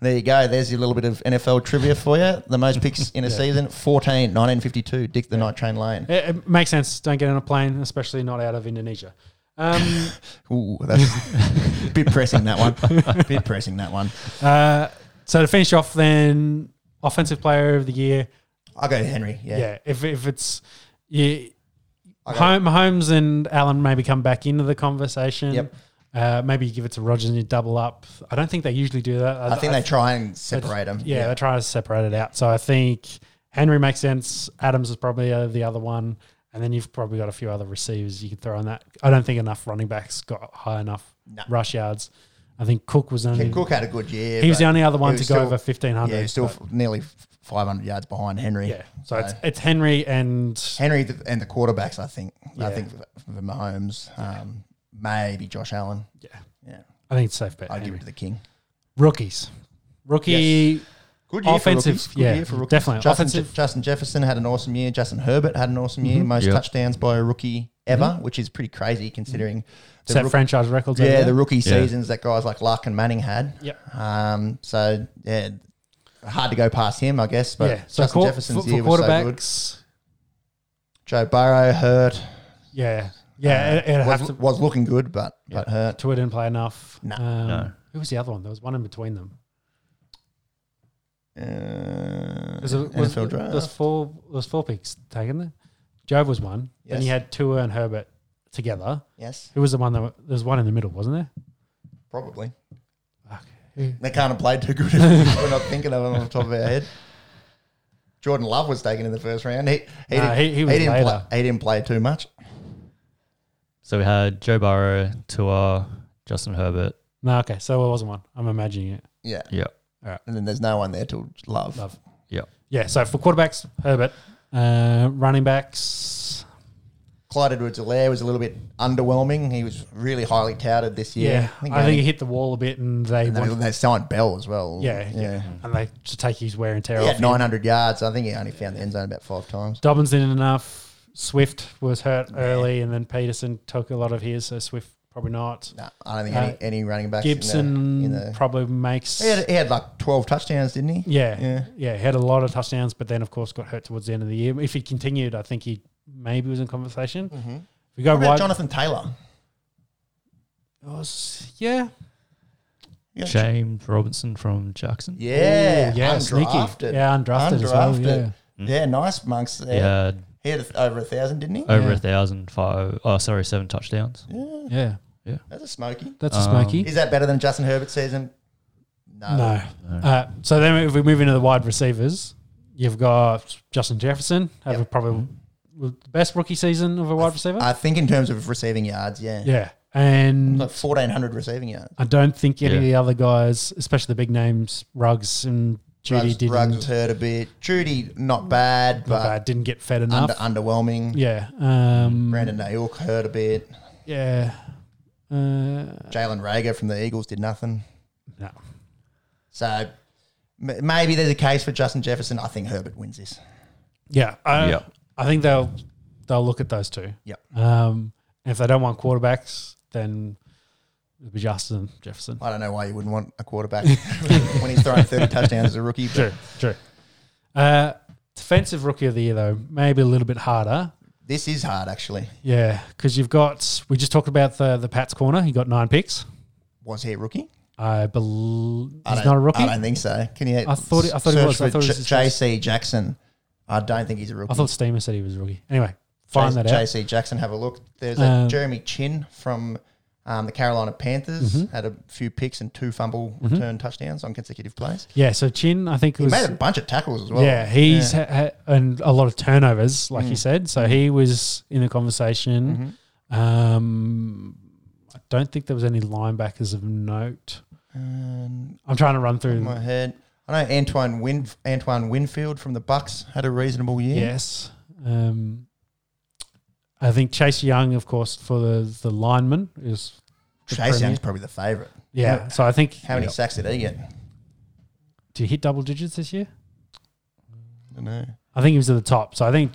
S2: there you go. There's your little bit of NFL trivia for you. The most picks in a season 14, 1952, Dick the Night Train Lane.
S1: It, it makes sense. Don't get on a plane, especially not out of Indonesia. Um,
S2: Ooh, that's a bit pressing that one. bit pressing that one.
S1: uh, so to finish off, then offensive player of the year.
S2: I'll go Henry. Yeah.
S1: Yeah, if if it's yeah,
S2: Okay.
S1: Home, Holmes and Allen maybe come back into the conversation.
S2: Yep.
S1: Uh, maybe you give it to Rogers and you double up. I don't think they usually do that.
S2: I think they try and separate them.
S1: Yeah, they try to separate it out. So I think Henry makes sense. Adams is probably uh, the other one, and then you've probably got a few other receivers you could throw in that. I don't think enough running backs got high enough
S2: No.
S1: rush yards. I think Cook was the only
S2: Cook had a good year.
S1: he was
S2: but
S1: the only other one
S2: he
S1: to
S2: was
S1: go
S2: still-
S1: over fifteen hundred.
S2: Yeah, he's still f- nearly f- 500 yards behind Henry.
S1: Yeah. So it's, it's Henry and
S2: Henry th- and the quarterbacks, I think. I
S1: Yeah.
S2: think for Mahomes, um, maybe Josh Allen.
S1: yeah,
S2: Yeah,
S1: I think it's safe bet.
S2: I'd give
S1: Henry.
S2: it to the King.
S1: Rookies, rookie.
S2: Good
S1: Offensive, yeah, definitely.
S2: Justin,
S1: Offensive. Mm-hmm.
S2: Justin Jefferson had an awesome year. Justin Herbert had an awesome year. Most
S3: Yeah.
S2: touchdowns by a rookie ever, which is pretty crazy considering the
S1: set
S2: rook-
S1: franchise records. over
S2: yeah,
S1: there.
S2: the rookie
S3: Yeah.
S2: seasons that guys like Luck and Manning had.
S1: Yep.
S2: Um, so yeah, hard to go past him, I guess. But
S1: yeah. So
S2: Justin
S1: quar-
S2: Jefferson's
S1: for,
S2: year
S1: for
S2: was so good.
S1: quarterbacks,
S2: Joe Burrow hurt.
S1: yeah,
S2: Uh,
S1: yeah, it, it'd
S2: was,
S1: have to.
S2: was looking good, but but hurt.
S1: Tua didn't play enough.
S2: No.
S1: Um,
S3: No.
S1: Who was the other one? There was one in between them.
S2: Uh,
S1: Was it, was,
S2: NFL
S1: there was
S2: draft.
S1: four. There was four picks taken there. Job was one. Then you
S2: Yes.
S1: had Tua and Herbert together.
S2: Yes,
S1: Who was the one that wa- there was one in the middle, wasn't there?
S2: probably.
S1: Fuck. Who-
S2: They can't have played too good. if We're not thinking of it on the top of our head. Jordan Love was taken in the first round. He he,
S1: Nah,
S2: didn't,
S1: he- he was
S2: didn't play,
S1: later.
S2: he didn't play too much.
S3: So we had Joe Burrow, Tua, Justin Herbert.
S1: No, okay. So it wasn't one. I'm imagining it.
S2: Yeah,
S3: Yeah.
S2: and then there's no one there till Love.
S1: Love.
S3: Yeah.
S1: Yeah. So for quarterbacks, Herbert. Uh, running backs.
S2: Clyde Edwards-Helaire was a little bit underwhelming. He was really highly touted this year.
S1: Yeah, I
S2: only-
S1: think he hit the wall a bit, and they
S2: And they,
S1: wanted,
S2: they signed Bell as well.
S1: Yeah, yeah.
S2: yeah.
S1: and they to take his wear and tear
S2: He
S1: off.
S2: had
S1: him.
S2: 900 yards. I think he only found the end zone about five times.
S1: Dobbins didn't enough. Swift was hurt early, and then Peterson took a lot of his. So Swift probably not.
S2: No, I don't think
S1: Uh,
S2: any, any running backs. in the-
S1: Gibson
S2: in the,
S1: probably makes.
S2: he, had, he had like 12 touchdowns, didn't he?
S1: yeah,
S2: Yeah.
S1: yeah, He had a lot of touchdowns, but then of course got hurt towards the end of the year. If he continued, I think he maybe was in conversation. If we go
S2: What about
S1: wide,
S2: Jonathan Taylor?
S1: it was- yeah,
S2: Yeah.
S3: James Robinson from Jackson.
S2: Yeah,
S1: Ooh, yeah, sneaky.
S2: undrafted.
S1: Yeah, undrafted as well,
S2: Undrafted. Yeah, nice monks there.
S3: He had
S2: He had a- over a thousand, didn't he?
S3: over
S1: Yeah.
S3: a thousand five oh sorry, seven touchdowns.
S2: Yeah,
S1: yeah,
S2: that's a smoky.
S1: that's a
S3: Um,
S1: smoky.
S2: Is that better than Justin Herbert's season? No.
S1: No. Uh, so then, if we move into the wide receivers, you've got Justin Jefferson, have a
S2: Yep. Mm-hmm.
S1: probably the best rookie season of a wide receiver.
S2: I think in terms of receiving yards, yeah,
S1: yeah, and
S2: like fourteen hundred receiving yards.
S1: I don't think any of
S3: Yeah.
S1: the other guys, especially the big names, Ruggs and Judy,
S2: Ruggs,
S1: didn't
S2: Ruggs was hurt a bit. Judy, not bad,
S1: not
S2: but
S1: bad, didn't get fed enough.
S2: under, Mm, underwhelming.
S1: yeah, um,
S2: Brandon Ayuk hurt a bit.
S1: yeah, uh, no,
S2: Jalen Rager from the Eagles did nothing. So m- maybe there's a case for Justin Jefferson. I think Herbert wins this.
S1: yeah, I,
S3: Yeah.
S1: I think they'll they'll look at those two.
S2: Yep.
S1: Um, and if they don't want quarterbacks, then it'll be Justin Jefferson.
S2: I don't know why you wouldn't want a quarterback when he's throwing 30 touchdowns as a rookie. But
S1: True, true. Uh, defensive rookie of the year, though, maybe a little bit harder.
S2: this is hard, actually.
S1: Yeah, because you've got, we just talked about the, the Pats corner. He got nine picks.
S2: Was he a rookie?
S1: I believe
S2: I
S1: he's
S2: don't-
S1: not a rookie.
S2: I don't think so. Can you?
S1: I thought he- I thought he
S2: search
S1: was. I
S2: for
S1: thought he
S2: J-
S1: was a
S2: JC Jackson. I don't think he's a rookie.
S1: I thought Steamer said he was a rookie. Anyway, find
S2: J-
S1: that out.
S2: JC Jackson, have a look. There's
S1: Um,
S2: a Jeremy Chin from um, the Carolina Panthers.
S1: Mm-hmm.
S2: Had a few picks and two fumble return touchdowns on consecutive plays.
S1: Yeah, so Chin, I think it
S2: He
S1: was.
S2: made a bunch of tackles as well. Mm.
S1: yeah, he's Ha- ha- and a lot of turnovers, like you said. So he was in the
S2: Mm-hmm.
S1: conversation. Um, I don't think there was any linebackers of note.
S2: Um,
S1: I'm trying to run through.
S2: my head. I know Antoine Win Antoine Winfield from the Bucks had a reasonable year.
S1: Yes. Um, I think Chase Young, of course, for the, the lineman is. the
S2: Chase
S1: premier.
S2: Young's probably the favourite.
S1: Yeah. So I think.
S2: How many
S3: Yep.
S2: sacks did he get?
S1: Did he hit double digits this year?
S2: I don't know.
S1: I think he was at the top. So I think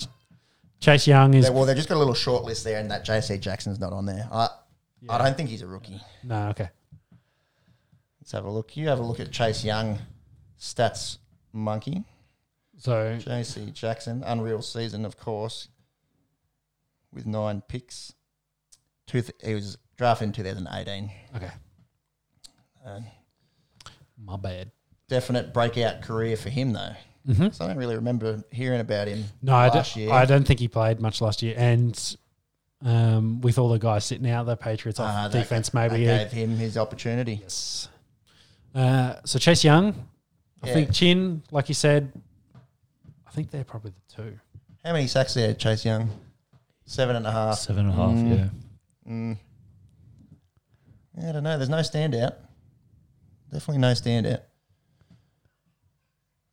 S1: Chase Young is.
S2: They, well, they've just got a little short list there, and that JC Jackson's not on there. I, I don't think he's a rookie.
S1: No, okay.
S2: Let's have a look. You have a look at Chase Young stats monkey.
S1: So
S2: JC Jackson, unreal season, of course, with nine picks. Two th- he was drafted in 2018.
S1: okay,
S2: Uh,
S1: my bad.
S2: definite breakout career for him, though. So I don't really remember hearing about him
S1: Mm-hmm. No, I
S2: last
S1: don't,
S2: year.
S1: I don't think he played much last year, and um, with all the guys sitting out, the Patriots
S2: Ah,
S1: off
S2: that-
S1: defense,
S2: that
S1: maybe.
S2: gave him his opportunity.
S1: Yes. Uh, so Chase Young, I
S2: Yeah.
S1: think Chin, like you said, I think they're probably the two.
S2: How many sacks did he have, Chase Young? Seven and a half.
S3: Seven and a half,
S1: Mm.
S3: yeah.
S2: Mm. Yeah, I don't know. There's no standout. Definitely no standout.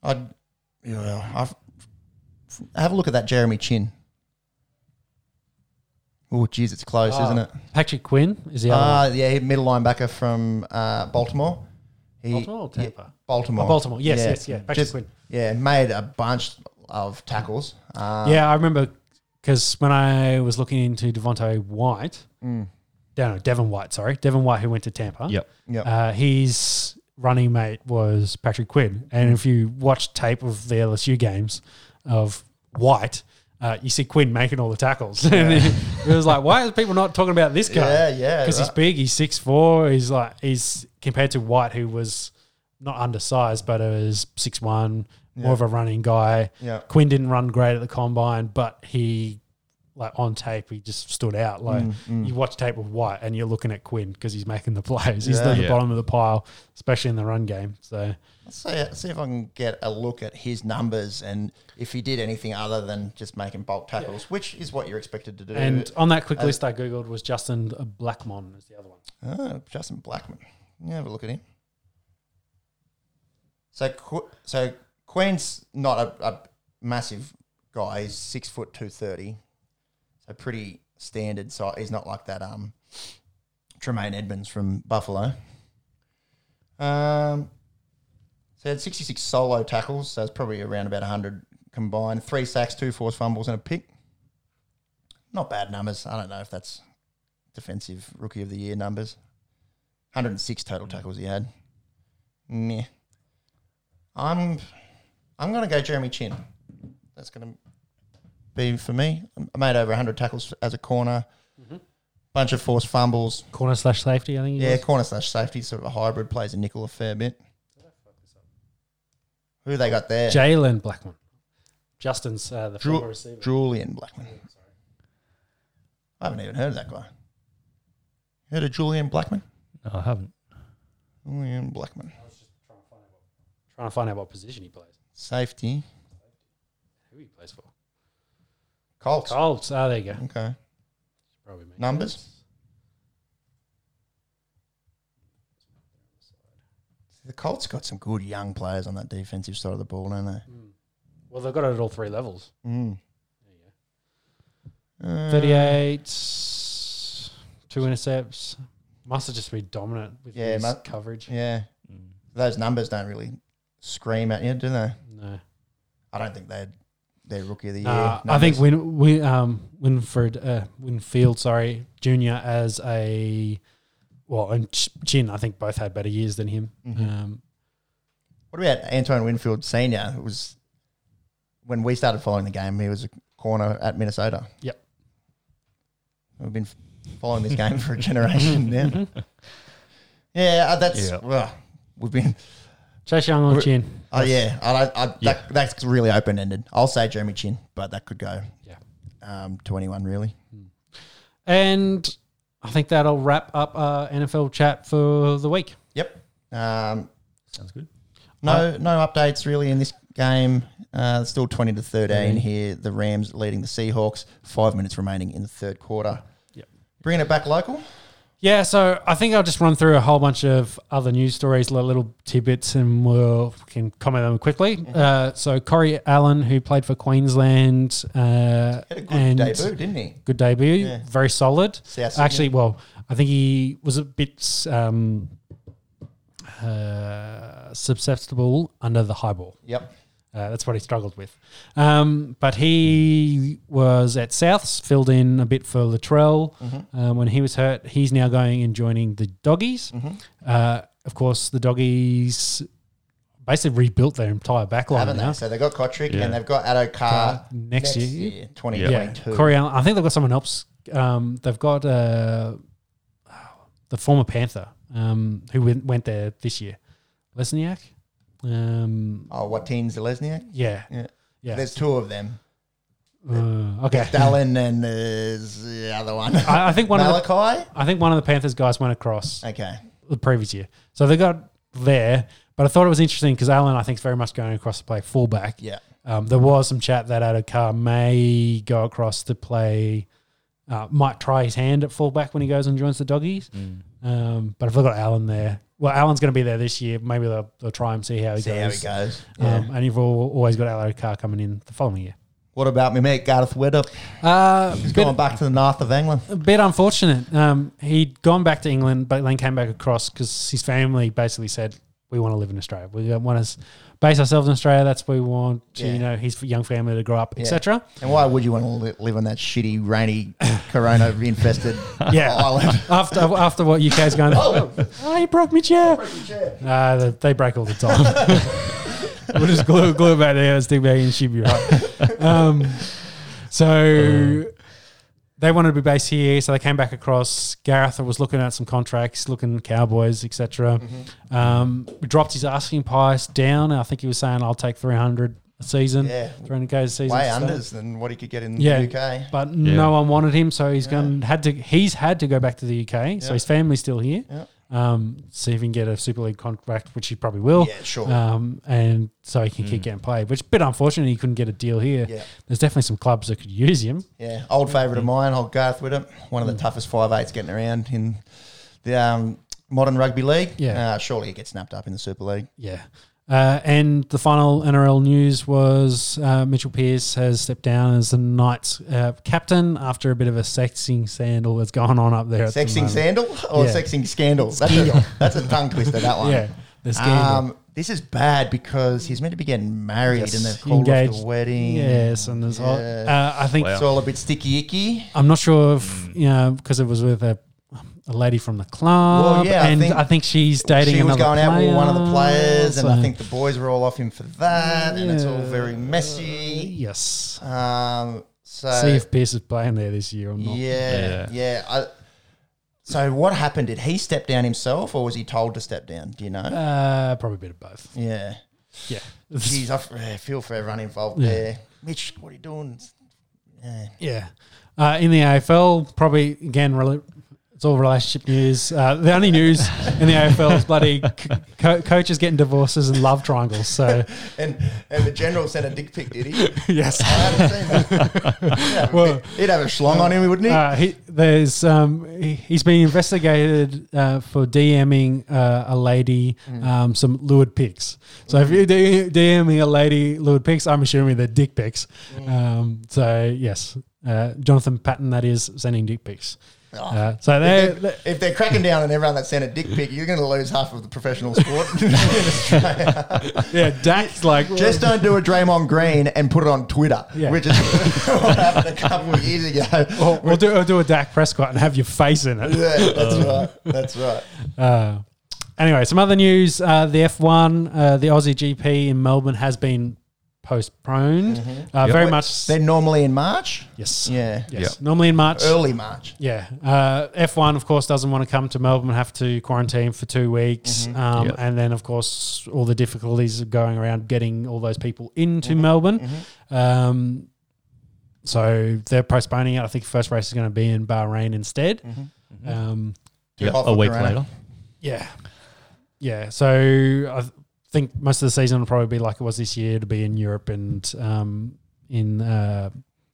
S2: I'd yeah, I've, have a look at that Jeremy Chin. Oh, geez, it's close, isn't it?
S1: Patrick Quinn is Ah, the other
S2: Uh, yeah, middle linebacker from uh, Baltimore. He,
S1: Baltimore or Tampa?
S2: Yeah, Baltimore.
S1: Oh, Baltimore. Yes, yes, yeah. Patrick
S2: Just-
S1: Quinn.
S2: Yeah, made a bunch of tackles. Uh,
S1: one. Yeah, I remember because when I was looking into Devontae White,
S2: Mm.
S1: no, no, Devon White, sorry, Devon White, who went to Tampa.
S3: Yep.
S2: Yep.
S1: Uh, his running mate was Patrick Quinn, and if you watch tape of the LSU games of White. Uh, you see Quinn making all the tackles, and it, was like, why are people not talking about this guy?
S2: Yeah, yeah,
S1: because he's
S2: right.
S1: big. He's six four. He's like he's compared to White, who was not undersized, but was six one, more of a running guy.
S2: Yeah.
S1: Quinn didn't run great at the combine, but he like on tape he just stood
S2: Mm,
S1: out. Like you watch tape of White and you're looking at Quinn because he's making the plays. He's
S2: Yeah.
S1: at the
S3: Yeah.
S1: bottom of the pile, especially in the run game. So
S2: Let's see, see if I can get a look at his numbers and if he did anything other than just making bulk tackles, which is what you're expected to do.
S1: and on that
S2: Uh,
S1: quick list I googled was Justin Blackmon is the other one.
S2: Ah, Justin Blackman. Yeah, have a look at him. So, Qu- so Queen's not a, a massive guy. He's six foot two thirty, so pretty standard size. He's not like that um, Tremaine Edmonds from Buffalo. Um, so he had sixty six solo tackles. So it's probably around about hundred combined. Three sacks, two forced fumbles, and a pick. Not bad numbers. I don't know if that's defensive rookie of the year numbers. 106
S1: Mm.
S2: total tackles he had. Meh. I'm I'm gonna go Jeremy Chin. That's gonna be for me. I made over 100 tackles as a corner. Bunch of forced fumbles.
S1: Corner slash safety, I think. Mm-hmm. he
S2: Yeah,
S1: was.
S2: corner slash safety, sort of a hybrid. Plays a nickel a fair bit. Who they got there?
S1: Jalen Blackmon. Justin's uh, the former
S2: Ju-
S1: receiver.
S2: Julian Blackman. I haven't even heard of that guy. Heard of Julian Blackman?
S3: No, I haven't.
S2: Julian Blackman.
S1: Trying to find out what position he plays.
S2: Safety.
S1: Who he plays for?
S2: Colts.
S1: Colts. Ah, there you go.
S2: Okay.
S1: Probably me.
S2: Numbers. The Colts got some good young players on that defensive side of the ball, don't they?
S1: Hmm. Well, they've got it at all three levels.
S2: Mm. Uh,
S1: Thirty-eight, two intercepts. Must have just been dominant with
S2: Yeah,
S1: his
S2: mate.
S1: coverage.
S2: Yeah.
S3: Mm.
S2: Those numbers don't really scream at you, do they?
S1: No,
S2: I don't think they're, they're rookie of the year.
S1: Nah, I think
S2: numbers.
S1: Win, Win um, Winford uh, Winfield, sorry, Junior as a well, and Ch- Chin. I think both had better years than him.
S2: Mm-hmm.
S1: Um,
S2: What about Antoine Winfield Senior? It was when we started following the game. He was a corner at Minnesota.
S1: Yep.
S2: we've been f- following this game for a generation now. Yeah, uh, that's
S3: Yeah.
S2: well, we've been.
S1: Chase Young or
S2: We're-
S1: Chin?
S2: Oh yeah, I, I, I,
S3: Yeah.
S2: That, that's really open ended. I'll say Jeremy Chin, but that could go
S1: Yeah.
S2: um, to anyone really.
S1: And I think that'll wrap up our NFL chat for the week.
S2: Yep. Um,
S3: Sounds good.
S2: No, no updates really in this game. Uh, it's still twenty to thirteen here. The Rams leading the Seahawks. Five minutes remaining in the third quarter.
S1: Yep.
S2: Bringing it back local.
S1: Yeah, so I think I'll just run through a whole bunch of other news stories, li- little tidbits, and we'll we can comment on them quickly. Uh, so Corey Allen, who played for Queensland, uh,
S2: Had a good
S1: and
S2: debut, didn't he?
S1: good debut,
S2: Yeah.
S1: very solid.
S2: South Sydney.
S1: Actually, well, I think he was a bit um, uh, susceptible under the high ball.
S2: Yep.
S1: Uh, that's what he struggled with. Um, but he was at Souths, filled in a bit for Latrell
S2: Mm-hmm.
S1: uh, when he was hurt. He's now going and joining the Doggies.
S2: Mm-hmm.
S1: Uh, of course, the Doggies basically rebuilt their entire backline
S2: Haven't
S1: now.
S2: they? So they've got Kotrick
S3: Yeah.
S2: and they've got Addo Carr
S1: Next year.
S2: twenty
S1: Yeah,
S2: twenty two.
S1: Corey Allen. I think they've got someone else. Um, they've got uh, the former Panther um, who went, went there this year, Lesniak. Um,
S2: Oh, what team's the Lesniak?
S1: yeah,
S2: Yeah.
S1: yeah.
S2: There's two of them.
S1: Uh, okay.
S2: Dallin and there's the other one.
S1: I, I think one of the,
S2: Malachi.
S1: I think one of the Panthers guys went across
S2: okay.
S1: the previous year, so they got there. But I thought it was interesting because Allen, I think, is very much going across to play fullback.
S2: Yeah.
S1: Um, there was some chat that Adokar may go across to play, Mm. uh, might try his hand at fullback when he goes and joins the doggies. Um, but if they've got Allen there, well, Alan's going to be there this year. Maybe they'll, they'll try and see how he
S2: See how
S1: goes.
S2: it goes.
S1: Um, and you've all, always got Aloe Carr coming in the following year.
S2: What about me mate Gareth Wedder?
S1: Uh,
S2: He's
S1: bit,
S2: going back to the north of England.
S1: a bit unfortunate. Um, he'd gone back to England, but then came back across because his family basically said, "We want to live in Australia. We don't want to s- base ourselves in Australia. That's where we want to,
S2: Yeah.
S1: you know his young family to grow up,
S2: Yeah.
S1: etc."
S2: And why would you want to li- live on that shitty, rainy, corona-infested
S1: Yeah.
S2: island?
S1: after after what UK's going, oh, you broke my chair. Nah, they, they break all the time. we'll just glue, glue it back together, stick back in, she'll be right. Uh. Um, so they wanted to be based here, so they came back across. Gareth was looking at some contracts, looking Cowboys, etc. Um, we dropped his asking price down. I think he was saying, "I'll take three hundred a season,
S2: Yeah.
S1: three hundred k a season."
S2: Way
S1: So-
S2: unders than what he could get in
S1: Yeah.
S2: the UK.
S1: but
S3: Yeah.
S1: no one wanted him, so he's gone had to he's had to go back to the UK. So
S2: Yeah.
S1: his family's still here.
S2: Yeah.
S1: Um, see if he can get a Super League contract, which he probably will.
S2: Yeah, sure. Hmm.
S1: Um, and so he can keep getting played, which is a bit unfortunate he couldn't get a deal here.
S2: Yeah.
S1: There's definitely some clubs that could use him.
S2: Yeah, old favourite of mine, old Garth Widham, one
S1: Mm.
S2: of the toughest five eights getting around in the um, modern rugby league.
S1: Yeah.
S2: uh, surely he gets snapped up in the Super League.
S1: Yeah. Uh, and the final NRL news was uh, Mitchell Pearce has stepped down as the Knights uh, captain after a bit of a sexing scandal that's going on up there. at the
S2: Sexing
S1: moment.
S2: sandal or
S1: Yeah.
S2: sexing scandal? That's a, that's a tongue twister. That one.
S1: Yeah, the scandal.
S2: Um, this is bad because he's meant to be getting married and they've
S1: Yes,
S2: called off
S1: engaged.
S2: the wedding.
S1: Yes, and there's all-
S2: Yeah. Hmm.
S1: uh, I think
S3: Wow.
S2: It's all a bit sticky icky.
S1: I'm not sure if you know because it was with a, a lady from the club.
S2: Well, yeah, I
S1: and I think,
S2: think
S1: she's dating.
S2: she was
S1: another
S2: going out with one of the players, and
S1: so-
S2: I think the boys were all off him for that, and it's all
S1: Yeah.
S2: very messy.
S1: yes.
S2: Um, so
S1: See if Pierce is playing there this year or not.
S2: Yeah, yeah.
S3: Yeah.
S2: I, so what happened? Did he step down himself, or was he told to step down? Do you know?
S1: Uh, probably a bit of both.
S2: yeah.
S1: Yeah,
S2: Jeez, I f- eh, feel for everyone involved
S1: Yeah.
S2: there. Mitch, what are you doing? Yeah.
S1: yeah. Uh, in the AFL, probably again, rela- it's all relationship news. Uh, the only news in the AFL is bloody co- co- coaches getting divorces and love triangles. So
S2: And and the general sent a dick pic, did he?
S1: yes.
S2: I haven't seen that. He'd have, a
S1: Well-
S2: bit- he'd have a schlong on him, wouldn't he?
S1: Uh, he, there's um, he, he's been investigated uh, for DMing uh, a lady
S2: Mm.
S1: um, some lured pics. So if you're D- DMing a lady lured pics, I'm assuming they're dick pics.
S2: Mm.
S1: Um, so yes, uh, Jonathan Patton that is sending dick pics.
S2: Oh.
S1: Uh, so they,
S2: if,
S1: they
S2: they're, if they're cracking down on everyone that sent a dick pic, you're going to lose half of the professional sport. in Australia.
S1: yeah, Dak's like
S2: Just don't do a Draymond Green and put it on Twitter,
S1: Yeah. Oh.
S2: which is what happened a couple of years ago.
S1: or, or do or do a Dak Prescott and have your face in it.
S2: Yeah, that's right. That's right.
S1: Uh, anyway, some other news: uh, the F1, uh, the Aussie GP in Melbourne has been postponed.
S2: Mm-hmm.
S1: Uh, Very much.
S2: They're normally in March.
S1: Yes.
S2: Yeah.
S1: Yes.
S3: Yep.
S1: Normally in March.
S2: Early March.
S1: Yeah. Uh, F1, of course, doesn't want to come to Melbourne, have to quarantine for two weeks.
S2: Mm-hmm.
S1: Um,
S3: Yep.
S1: And then, of course, all the difficulties of going around getting all those people into
S2: Mm-hmm.
S1: Melbourne. Um, so they're postponing it. I think the first race is going to be in Bahrain instead.
S2: Mm-hmm.
S1: Um,
S3: Yeah,
S2: Hot
S3: a
S2: for
S3: week
S2: Corona.
S3: later.
S1: yeah. Yeah. So I th- think most of the season will probably be like it was this year to be in Europe and um, in uh,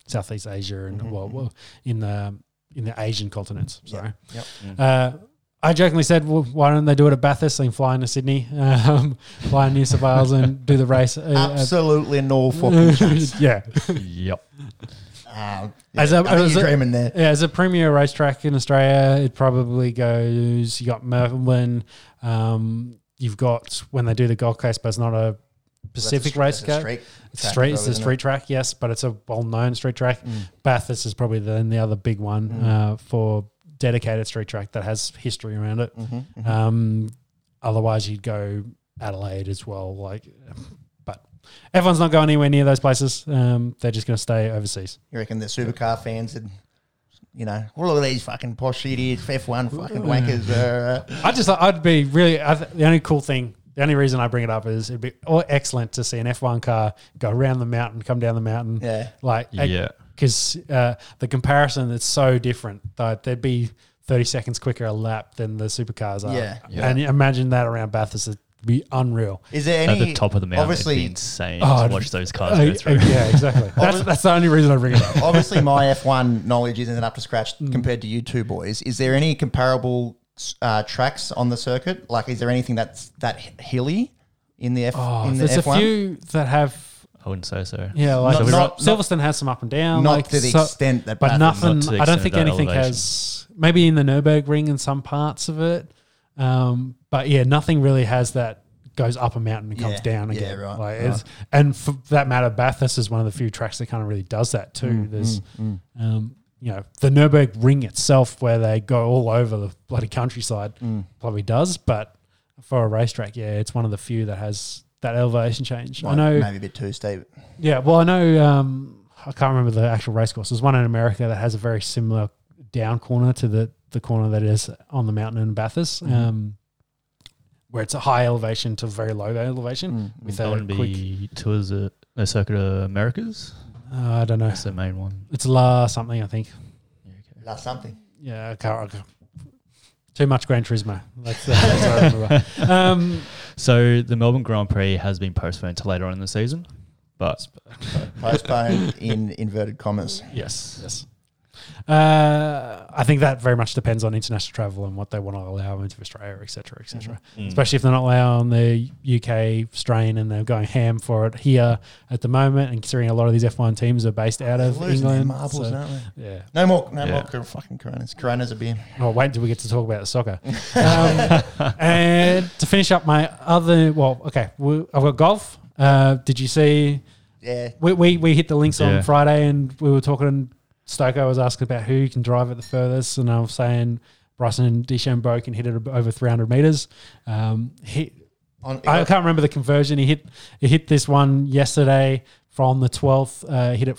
S1: Southeast Asia and well, well, in the in the Asian continents. Sorry.
S2: Mm-hmm, Yep.
S1: Uh, I jokingly said, well, why don't they do it at Bathurst and fly into Sydney, um, fly in New South Wales and do the race? uh, uh,
S2: Absolutely no
S1: Mm.
S2: fucking chance.
S1: yeah.
S3: yep.
S2: Um, yeah,
S1: As a-
S2: I think
S1: as
S2: you're
S1: a-
S2: dreaming there.
S1: Yeah, as a premier racetrack in Australia, it probably goes. You got Melbourne. Um, you've got when they do the Gold Coast, but it's not a Pacific race
S2: That's
S1: track.
S2: a street
S1: It's
S2: track
S1: street.
S2: though,
S1: It's a
S2: isn't it? Mm.
S1: street track, yes, but it's a well-known street track. Bathurst is probably then the other big one uh, for dedicated street track that has history around it.
S2: Mm-hmm, Mm.
S1: Um, otherwise, you'd go Adelaide as well. Like, but everyone's not going anywhere near those places. Um, they're just going to stay overseas.
S2: You reckon the supercar fans and you know, well, look at these fucking posh idiots, F1 fucking wankers. Are, uh,
S1: I just I'd be really I th- the only cool thing. The only reason I bring it up is it'd be all excellent to see an F1 car go around the mountain, come down the mountain.
S2: Yeah.
S1: Like,
S3: Yeah.
S1: Because uh, the comparison is so different that there'd be 30 seconds quicker a lap than the supercars are.
S2: Yeah.
S1: And imagine that around Bathurst. It'd be unreal.
S2: is there
S3: At
S2: any
S3: the top of the mountain, obviously, it'd be
S2: Obviously,
S3: insane
S1: Oh,
S3: to watch those cars
S1: Uh,
S3: go through.
S1: yeah, exactly. that's, that's the only reason I bring it up. Hmm.
S2: obviously, my F1 knowledge isn't up to scratch compared to you two boys. Is there any comparable uh, tracks on the circuit? Like, is there anything that's that h- hilly in the F
S1: Oh,
S2: in the
S1: there's a
S2: F one?
S1: few that have
S3: I wouldn't say so.
S1: yeah, like
S2: Not-
S1: Sil-
S2: not-
S1: Silverstone has some up and down,
S2: Not
S1: like,
S2: to the
S1: so-
S2: extent that,
S1: but
S2: Bathurst-
S1: nothing.
S3: Not to the
S1: I don't
S3: extent of
S1: think
S3: that
S1: anything
S3: elevation.
S1: has. Maybe in the Nurburgring and some parts of it, um, but yeah, nothing really has that goes up a mountain and comes
S2: Yeah,
S1: down
S2: yeah,
S1: again.
S2: right,
S1: like It's, and for that matter, Bathurst is one of the few tracks that kind of really does that too. There's, Um, you know, the Nurburgring itself, where they go all over the bloody countryside, probably does. But for a racetrack, yeah, it's one of the few that has that elevation change. I
S2: Like,
S1: know
S2: maybe a bit too steep.
S1: yeah, well, I know. Um, I can't remember the actual race course. There's one in America that has a very similar down corner to the the corner that is on the mountain in Bathurst, um, where it's a high elevation to very low elevation with
S3: That
S1: a
S3: wouldn't
S1: quick.
S3: be tours of the Circuit of Americas.
S1: uh, I don't know.
S3: That's the main one.
S1: It's La something, I think.
S2: That's something.
S1: Yeah, I can't. I can't- Too much Gran Turismo. That's, that's what I remember. Um,
S3: So the Melbourne Grand Prix has been postponed to later on in the season, but
S2: Postponed in inverted commas.
S1: Yes. Yes. Uh, I think that very much depends on international travel and what they want to allow into Australia, et cetera, et cetera. Especially if they're not allowing the UK strain and they're going ham for it here at the moment. And considering a lot of these F1 teams are based out of
S2: Losing their
S1: England.
S2: marbles,
S1: so-
S2: aren't they?
S1: yeah.
S2: No more, no
S3: Yeah.
S2: more cor- fucking Coronas. Coronas are beer.
S1: Oh, wait until we get to talk about the soccer. Um, and to finish up my other, well, okay, we, I've got golf. Uh, did you see
S2: Yeah,
S1: we, we, we hit the links
S3: Yeah.
S1: on Friday and we were talking. Stoko was asking about who can drive it the furthest, and I was saying Bryson and DeChambeau can hit it ab- over 300 meters. Um, he,
S2: on, it
S1: I
S2: got-
S1: can't remember the conversion. He hit he hit this one yesterday from the 12th, uh, hit it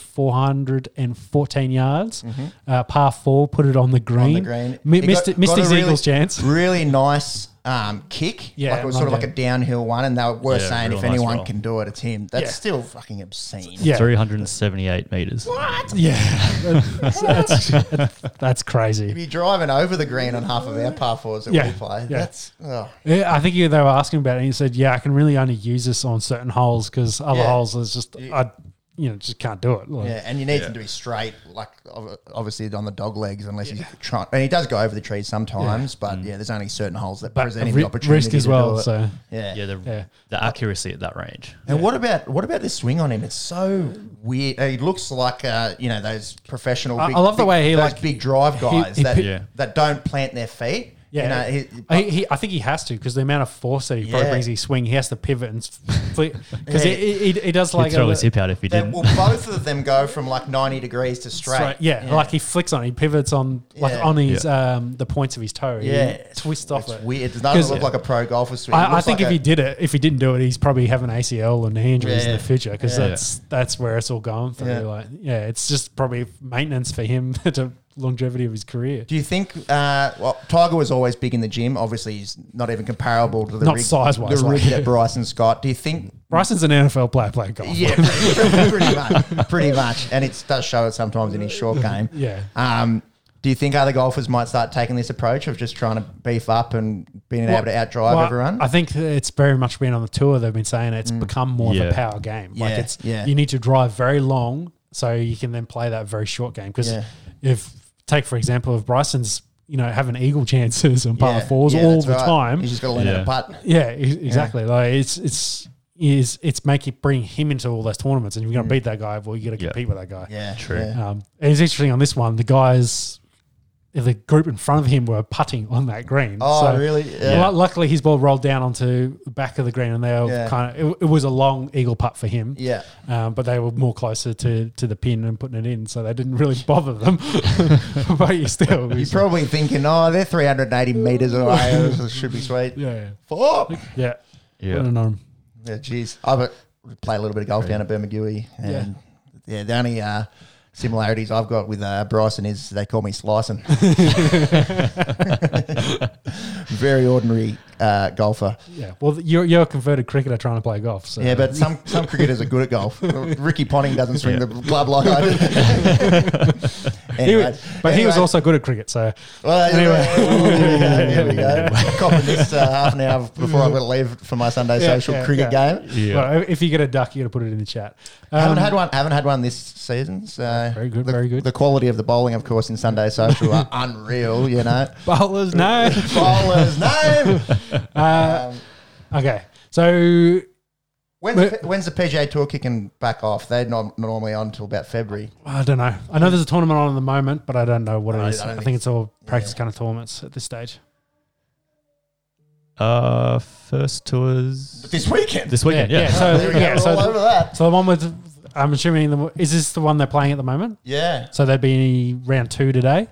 S1: 414 yards, uh, par four, put it on the green.
S2: Mm-hmm. on the green.
S1: Mi-
S2: It
S1: missed
S2: got-
S1: it- missed
S2: got a
S1: his
S2: really-
S1: Eagles chance.
S2: Really nice um, kick.
S1: Yeah,
S2: like it was sort of
S1: like
S2: like a downhill one, and they were
S3: Yeah,
S2: saying
S3: real
S2: if
S3: nice
S2: anyone
S3: roll.
S2: can do it, it's him. That's
S1: Yeah.
S2: still fucking obscene.
S1: Yeah.
S3: 378 meters.
S1: Yeah. that's, that's, that's crazy.
S2: If you're driving over the green on half of our par fours that
S1: Yeah,
S2: we play,
S1: yeah.
S2: that's oh,
S1: Yeah, I think you, they were asking about it, and he said, "Yeah, I can really only use this on certain holes because other
S2: Yeah.
S1: holes is just I, you know, just can't do it." Like,
S2: yeah, and you need them to be straight, like ob- obviously on the dog legs, unless he's trying. And he does go over the trees sometimes, but yeah, there's only certain holes that
S1: Mm. but
S2: present him
S1: ri-
S2: the opportunity
S1: risk as
S2: to
S1: well.
S2: Do it.
S1: So
S2: yeah,
S3: Yeah, the,
S1: Yeah.
S3: the accuracy at that range.
S2: And what about what about this swing on him? It's so weird. He looks like uh, you know those professional.
S1: I- I love the way he,
S2: those
S1: like,
S2: big drive guys
S1: he
S2: that
S1: pick-
S3: Yeah.
S2: that don't plant their feet.
S1: yeah,
S2: you know, he,
S1: I, he, I think he has to because the amount of force that he probably
S2: Yeah.
S1: brings his swing, he has to pivot and flip because
S2: Yeah.
S1: he, he, he does
S3: He'd
S1: like
S3: throw
S1: a-
S3: his hip out if he
S2: they,
S3: didn't.
S2: well, both of them go from like ninety degrees to straight.
S1: straight- yeah, like he flicks on, he pivots on like
S2: Yeah.
S1: on his um the points of his toe, he
S2: yeah,
S1: twists off
S2: it's
S1: it.
S2: Weird. It doesn't
S1: 'Cause-
S2: look like a pro golfer swing. It
S1: I, I
S2: looks
S1: think
S2: like
S1: if
S2: a-
S1: he did it, if he didn't do it, he's probably having ACL and knee injuries in
S2: Yeah.
S1: the future because
S2: Yeah.
S1: that's that's where it's all going through.
S2: Yeah.
S1: Like, yeah, it's just probably maintenance for him to longevity of his career.
S2: Do you think? Uh, well, Tiger was always big in the gym. Obviously, he's not even comparable to the
S1: Not
S2: rig,
S1: size-wise,
S2: The rig
S1: like-
S2: that Bryson Scott. Do you think?
S1: Bryson's an NFL player playing golf.
S2: Yeah, pretty, pretty much, pretty much, and it does show it sometimes in his short game.
S1: Yeah.
S2: Um, do you think other golfers might start taking this approach of just trying to beef up and being able to outdrive
S1: Well,
S2: everyone? Mm.
S1: I think it's very much been on the tour. They've been saying it's become more of
S3: Yeah.
S1: a power game. Like
S2: Yeah,
S1: it's
S2: yeah.
S1: you need to drive very long so you can then play that very short game. Because
S2: Yeah.
S1: if take for example, if Bryson's you know having eagle chances and par
S2: Yeah,
S1: fours
S2: yeah,
S1: all
S2: that's
S1: the
S2: right.
S1: time,
S2: He's just got to learn how
S3: Yeah.
S2: to putt.
S1: Yeah, e- exactly. Like it's it's is it's make it bring him into all those tournaments, and you're going to beat that guy. Well, you got to
S3: Yeah.
S1: compete with that guy.
S2: Mm. Yeah,
S3: True.
S2: yeah.
S1: Um, and it's interesting on this one. The guys, the group in front of him were putting on that green.
S2: Oh, really? Yeah.
S1: lu- Luckily, his ball rolled down onto the back of the green, and they were
S2: Yeah.
S1: kind of. It, it was a long eagle putt for him.
S2: Yeah.
S1: Um, but they were more closer to, to the pin and putting it in, so they didn't really bother them. but you still,
S2: You're probably thinking, oh, they're 380 meters away. This should be sweet.
S1: yeah,
S2: Four.
S1: yeah,
S3: Yeah.
S1: Putting it on.
S2: Yeah, jeez. I have played a little bit of golf down at Bermagui, and yeah, the only uh, similarities I've got with uh, Bryson is they call me Slicing. Very ordinary uh, golfer.
S1: Yeah. Well, you're, you're a converted cricketer trying to play golf. So.
S2: Yeah, but some some cricketers are good at golf. Ricky Ponting doesn't swing the club like I do.
S1: He was-
S2: Anyway.
S1: but he was
S2: Anyway.
S1: also good at cricket, so
S2: Well,
S1: Anyway.
S2: anyway. here we go. Copping this uh, half an hour before I've got to leave for my Sunday
S1: Yeah,
S2: social
S1: yeah,
S2: cricket
S1: yeah.
S2: game.
S3: Yeah.
S1: Well, if you get a duck, you got to put it in the chat. Um,
S2: haven't had one. Haven't had one this season. So
S1: Very good,
S2: The,
S1: very good.
S2: The quality of the bowling, of course, in Sunday social are unreal. You know,
S1: bowlers, no.
S2: bowlers. No.
S1: Uh,
S2: Um,
S1: okay, so
S2: when's, the, when's the PGA Tour kicking back off? They're not normally on until about February.
S1: I don't know. I know there's a tournament on at the moment, but I don't know what
S2: I-
S1: it is.
S2: I
S1: I,
S2: don't
S1: think,
S2: think
S1: it's all practice kind of tournaments at this stage.
S3: Uh, first tours
S2: This weekend.
S3: this weekend. Yeah.
S1: yeah. So
S2: there we go.
S1: yeah, so
S2: all over that.
S1: So the one with, I'm assuming the is this the one they're playing at the moment?
S2: Yeah.
S1: So that'd be round two today.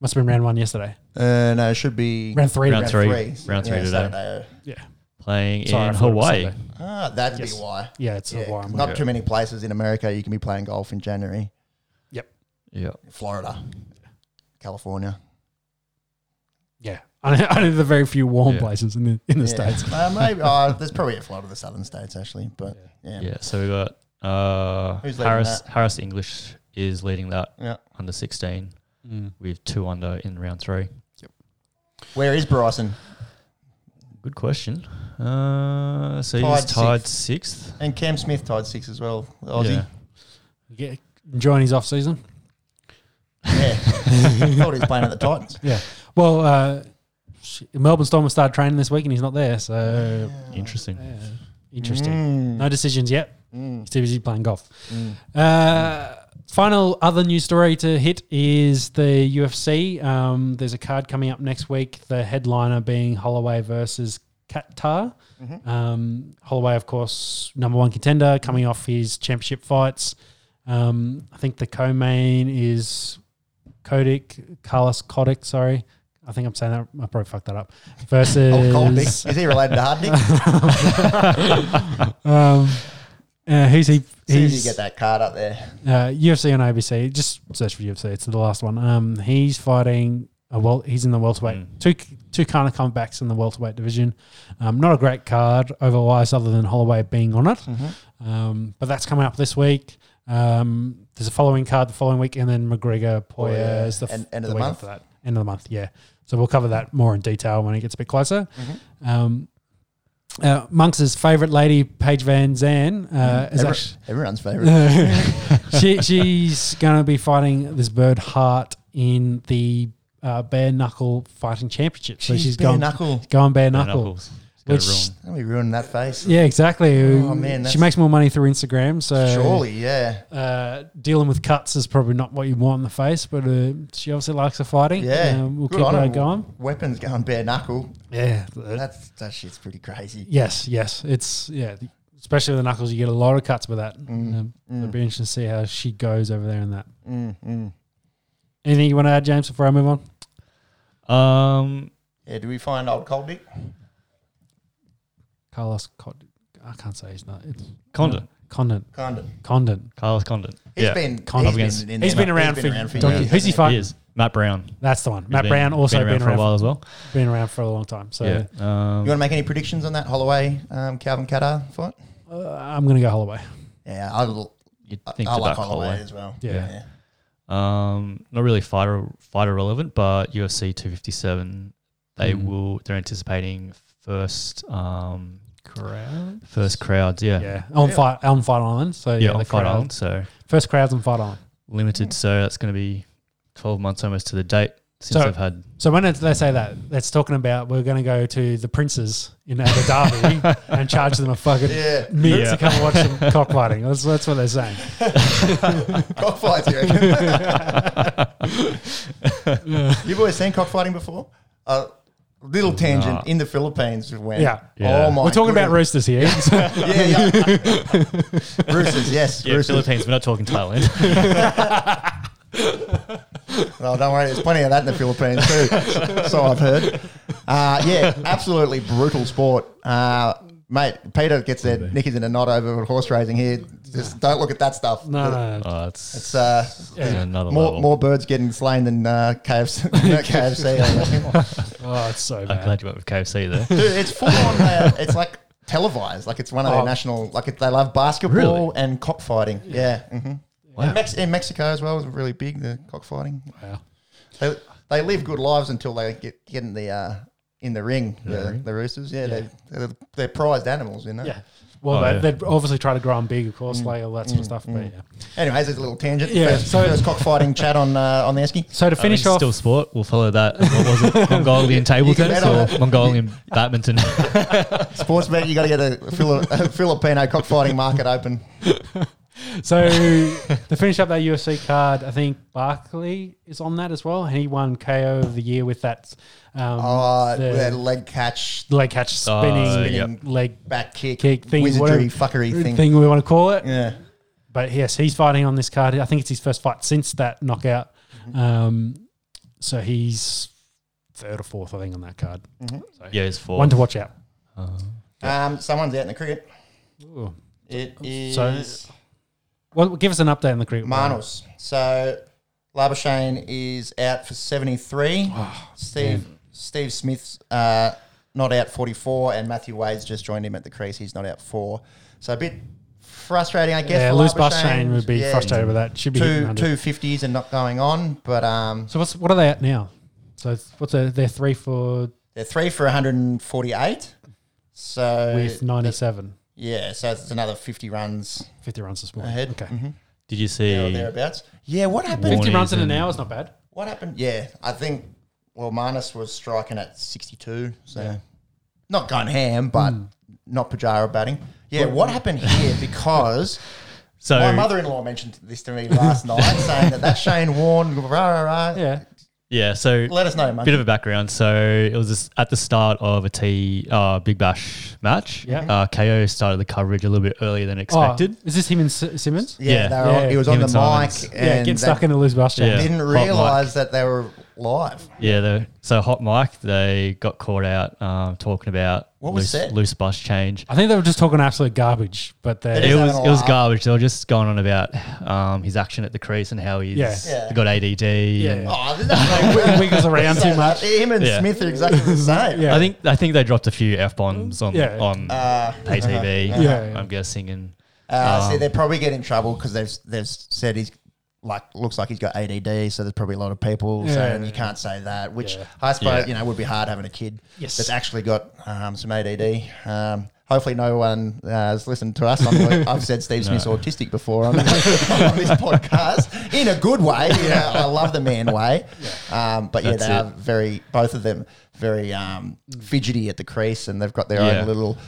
S1: Must have been round one yesterday.
S2: Uh, no, it should be
S1: Round three.
S3: Round
S1: today.
S3: three. Round three
S2: Yeah,
S3: today.
S2: Saturday.
S1: Yeah.
S3: Playing
S1: Sorry, I
S3: in
S1: thought it was
S3: Hawaii.
S1: Sunday.
S2: Ah, that'd
S1: Yes.
S2: be why.
S1: Yeah, it's
S2: Yeah,
S1: a while.
S2: 'cause not too many places in America you can be playing golf in January.
S1: Yep.
S3: Yeah.
S2: Florida, California,
S1: Yeah. Only only the very few warm
S3: Yeah.
S1: places in the in the
S2: Yeah.
S1: states.
S2: Uh, maybe oh, there's probably a lot of the southern states actually, but yeah,
S3: Yeah. So we got uh,
S2: Who's leading
S3: Harris. Harris English is leading that
S2: Yeah.
S3: under sixteen
S1: Mm.
S3: with two under in round three.
S2: Where is Bryson?
S3: Good question. Uh, so he's
S2: Tied
S3: tied sixth.
S2: And Cam Smith tied six as well. the Aussie.
S1: Yeah. Enjoying his off season.
S2: Yeah, thought he was playing at the Titans.
S1: Yeah. Well, uh, sh- Melbourne Storm will start training this week, and he's not there. So
S3: Interesting.
S1: yeah. Uh, interesting.
S2: Mm.
S1: No decisions yet.
S2: Mm.
S1: He's too busy playing golf.
S2: Mm.
S1: Uh, final other news story to hit is the UFC. Um, there's a card coming up next week. The headliner being Holloway versus Qatar.
S2: Mm-hmm.
S1: Um, Holloway, of course, number one contender, coming off his championship fights. Um, I think the co-main is Kodik, Carlos Kodik. Sorry, I think I'm saying that. I probably fucked that up.
S2: Oh,
S1: Versus
S2: Cold Nick. Is he related to Hard Nick?
S1: um, uh, who's he?
S2: See if
S1: he's-
S2: you get that card up there.
S1: uh, UFC on ABC. Just search for UFC. It's the last one. Um, he's fighting. A well, he's in the welterweight.
S2: Mm.
S1: Two two kind of comebacks in the welterweight division. Um, not a great card otherwise, other than Holloway being on it. Um, but that's coming up this week. Um, there's a following card the following week, and then McGregor Poirier
S2: Poirier.
S1: is the f-
S2: Oh, End- end of the
S1: week
S2: month?
S1: after that. End of the month, yeah. So we'll cover that more in detail when it gets a bit closer.
S2: Mm-hmm.
S1: Um, uh, Monks' favorite lady, Paige Van Zandt, uh, is
S2: Every-
S1: actually
S2: everyone's favorite.
S1: she, she's going to be fighting this bird Hart in the uh, bare knuckle fighting championship. So
S2: Jeez,
S1: she's,
S2: bare
S1: going
S2: knuckle.
S1: going bare
S3: Bare
S1: knuckle.
S3: knuckles. It's
S1: Which-
S3: got it wrong.
S2: Let me ruin that face.
S1: Yeah, exactly.
S2: Oh, man,
S1: she
S2: that's-
S1: makes more money through Instagram. So
S2: Surely, yeah,
S1: Uh, dealing with cuts is probably not what you want in the face, but uh, she obviously likes her fighting.
S2: yeah.
S1: um, we'll
S2: Good
S1: keep
S2: on
S1: her
S2: him.
S1: going.
S2: Weapons going bare knuckle.
S1: Yeah,
S2: That's that shit's pretty crazy.
S1: Yes, yes. It's yeah, the- especially with the knuckles, you get a lot of cuts with that.
S2: Mm,
S1: Um, It'll be interesting to see how she goes over there in that.
S2: Mm,
S1: Anything you want to add, James, before I move on?
S3: Um,
S2: Yeah, do we find old Cold Nick?
S1: Carlos Cod- I can't say he's not. It's
S3: Condon.
S1: Condon.
S2: Kind of.
S1: Condon.
S3: Carlos Condon.
S2: He's
S3: yeah.
S2: been, he's
S3: Condon.
S2: been,
S3: Against-
S2: in
S1: He's
S2: there.
S1: been around for- donkey-
S2: years,
S1: who's he
S2: hasn't
S1: fighting?
S3: He is. Matt Brown.
S1: That's the one.
S3: He's
S1: Matt
S3: been-
S1: Brown also been around,
S3: for a while as well.
S1: Been around for a long time. So
S3: Yeah. Um,
S2: You want to make any predictions on that Holloway um, Calvin Qatar fight?
S1: uh, I'm going to go Holloway.
S2: Yeah, I, l-
S3: you'd
S2: I,
S3: think
S2: I like
S3: about
S2: Holloway,
S3: Holloway.
S2: as well.
S1: Yeah.
S3: Um, not really fighter fighter relevant, but UFC 257. They
S1: Mm.
S3: will. They're anticipating first um,
S1: Crowd.
S3: first crowds. Yeah.
S1: Yeah. On
S2: Yeah.
S1: fight on Fight Island. So
S3: Yeah,
S1: yeah,
S3: on
S1: the
S3: Fight
S1: crowd.
S3: Island. So
S1: First crowds on Fight Island.
S3: limited. So that's going to be 12 months almost to the date since
S1: So-
S3: they've had.
S1: So when it's- they say that, that's talking about we're going to go to the princes in Abu Dhabi and charge them a fucking
S2: Yeah.
S1: meat
S3: Yeah.
S1: to come watch some cockfighting. That's, that's what they're saying.
S2: Cockfights, you reckon? You've always seen cockfighting before? Uh, little tangent
S3: Nah.
S2: in the Philippines when.
S1: Yeah.
S3: Yeah.
S2: Oh my
S1: We're talking about
S2: goodness.
S1: roosters here.
S2: Yeah, yeah. roosters, yes.
S3: Yeah,
S2: roosters.
S3: Philippines. We're not talking Thailand.
S2: Oh, don't worry, there's plenty of that in the Philippines too. so I've heard. Uh, yeah, absolutely brutal sport. Uh, mate, Peter gets their knickers in a knot over horse racing here. Just don't look at that stuff.
S1: no, no, no.
S3: oh, it's,
S2: It's uh,
S1: yeah.
S3: another
S2: more,
S3: level.
S2: more birds getting slain than uh, KFC. KFC I reckon.
S1: Oh, it's so
S3: I'm
S1: bad.
S3: glad you went with KFC there.
S2: Dude, it's full on. Uh, it's like televised. Like it's one of
S1: Oh.
S2: their national. Like it, they love basketball
S3: Really?
S2: and cockfighting. Yeah. hmm
S3: Wow.
S2: In, Mex- in Mexico as well, it was really big, the cockfighting.
S1: Wow.
S2: They, they live good lives until they get, get in the uh, in the ring, the, the roosters. Yeah, They, they're, they're prized animals, you know.
S1: Yeah. Well,
S3: Oh,
S1: they,
S3: yeah.
S1: they'd obviously try to grow them big, of course,
S2: Mm.
S1: like all that sort of stuff. But yeah.
S2: Anyways, there's a little tangent.
S1: Yeah,
S2: First,
S1: so-
S2: first cockfighting chat on uh, on the Esky.
S1: So to finish
S3: I mean,
S1: off,
S3: Still sport. We'll follow that. What was it? Mongolian table
S2: You can bet
S3: tennis
S2: on
S3: or
S2: that.
S3: Mongolian badminton?
S2: Sports bet, you got to get a, Fili- a Filipino cockfighting market open.
S1: so to finish up that UFC card, I think Barkley is on that as well, and he won KO of the year with that um,
S2: Oh,
S1: the
S2: that leg catch,
S1: leg catch spinning,
S3: Uh,
S2: yeah.
S1: leg
S2: back kick,
S1: kick thing,
S2: wizardry,
S1: whatever
S2: fuckery thing.
S1: thing. we want to call it.
S2: Yeah.
S1: But yes, he's fighting on this card. I think it's his first fight since that knockout.
S2: Mm-hmm.
S1: Um, so he's third or fourth, I think, on that card. So
S3: yeah, it's four.
S1: one to watch out.
S2: Um, someone's out in the cricket.
S1: Ooh.
S2: It is
S1: So- Well, give us an update on the cricket. Brian.
S2: Manos. So Labuschagne is out for 73.
S1: Ah,
S2: Steve Steve Smith's uh, not out 44, and Matthew Wade's just joined him at the crease. He's not out four. So a bit frustrating, I guess.
S1: Yeah,
S2: for
S1: loose bus
S2: Labuschagne.
S1: chain would be
S2: Yeah,
S1: frustrated with that. Should be hitting
S2: Two
S1: 100.
S2: two fifties and not going on, but um,
S1: So what's what are they at now? So it's- what's their, their three for
S2: they're three for 148. So
S1: with 97,
S2: yeah, so it's another 50 runs
S1: 50 runs this morning.
S2: ahead. Mm-hmm.
S1: Okay,
S3: Did you
S2: there or
S3: see?
S2: thereabouts. Yeah, what happened?
S1: 50 runs in an
S3: Warnies and-
S1: hour is not bad.
S2: What happened? Yeah, I think. Well, Marnus was striking at sixty-two, so not going ham, but
S1: Hmm.
S2: not Pajara batting. Yeah, what happened here? Because
S3: So
S2: my mother-in-law mentioned this to me last night, saying that that Shane Warne, rah rah rah.
S1: Yeah,
S3: yeah, so
S2: Let us know,
S3: bit
S2: mate.
S3: of a background. So it was this- at the start of a T uh, Big Bash match.
S1: Yeah.
S3: Uh, KO started the coverage a little bit earlier than
S1: Oh,
S3: expected.
S1: is this him and S- Simmons?
S2: Yeah,
S3: yeah.
S2: they were,
S1: Yeah,
S2: he was on
S3: him
S2: the
S3: and Simons.
S2: mic, and
S1: Yeah, get stuck
S2: they
S1: in the loose bus chain.
S3: Yeah.
S2: didn't
S3: Hot
S2: realise that they were live.
S3: Yeah, the, so Hot Mike, they got caught out um, talking about
S2: What
S3: loose,
S2: was said?
S3: loose bus change.
S1: I think they were just talking absolute garbage, but
S2: It
S1: they
S3: It
S2: is
S3: was
S2: having a
S3: it was
S2: laugh.
S3: garbage. They were just going on about um, his action at the crease and how he's
S1: Yeah.
S2: Yeah.
S3: got ADD. and-
S2: Oh, there's no way-
S1: it wiggles around too much.
S2: Him and
S3: Yeah.
S2: Smith are exactly the same.
S1: Yeah. Mm-hmm.
S3: I think I think they dropped a few f bombs on
S1: Yeah.
S3: on
S2: Uh,
S3: pay TV.
S1: uh-huh. Yeah.
S3: I'm guessing and
S2: Uh,
S3: Um,
S2: see, they probably get in trouble because they've they've said he's like looks like he's got ADD, so there's probably a lot of people
S1: Yeah.
S2: saying you can't say that, which I suppose
S3: Yeah.
S2: you know would be hard having a kid
S1: Yes.
S2: that's actually got um, some ADD. Um, hopefully, no one uh, has listened to us. I'm, I've said Steve Smith's autistic before on, on this podcast in a good way. You know, I love the man way, um, but
S3: That's
S2: yeah, they
S3: it.
S2: are very both of them very um, fidgety at the crease, and they've got their
S3: Yeah.
S2: own little.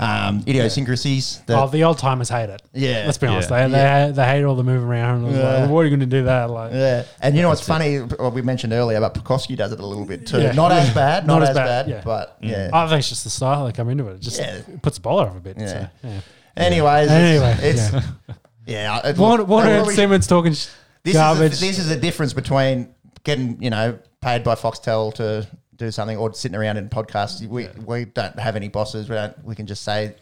S2: Um, idiosyncrasies that
S1: Oh, the old timers hate it.
S2: Yeah.
S1: let's be honest. They, they they hate all the moving around. It was
S2: Yeah.
S1: like, what are you going to do that? Like,
S2: Yeah, and you know what's funny? Well, we mentioned earlier, but Pekowski does it a little bit too.
S1: Yeah.
S2: Not
S1: Yeah.
S2: as bad, not, as bad,
S1: yeah.
S2: but yeah.
S1: I think it's just the style they come into it. It just
S2: Yeah.
S1: it puts a bowler off a bit.
S2: Yeah.
S1: So, yeah.
S2: Anyways,
S1: Anyway,
S2: it's, it's yeah. it-
S1: Warner,
S2: look,
S1: Warner
S2: they
S1: and
S2: probably-
S1: Simmons talking sh-
S2: This
S1: garbage.
S2: is the, this is the difference between getting you know paid by Foxtel to do something or sitting around in podcasts. We we don't have any bosses. We don't. We can just say.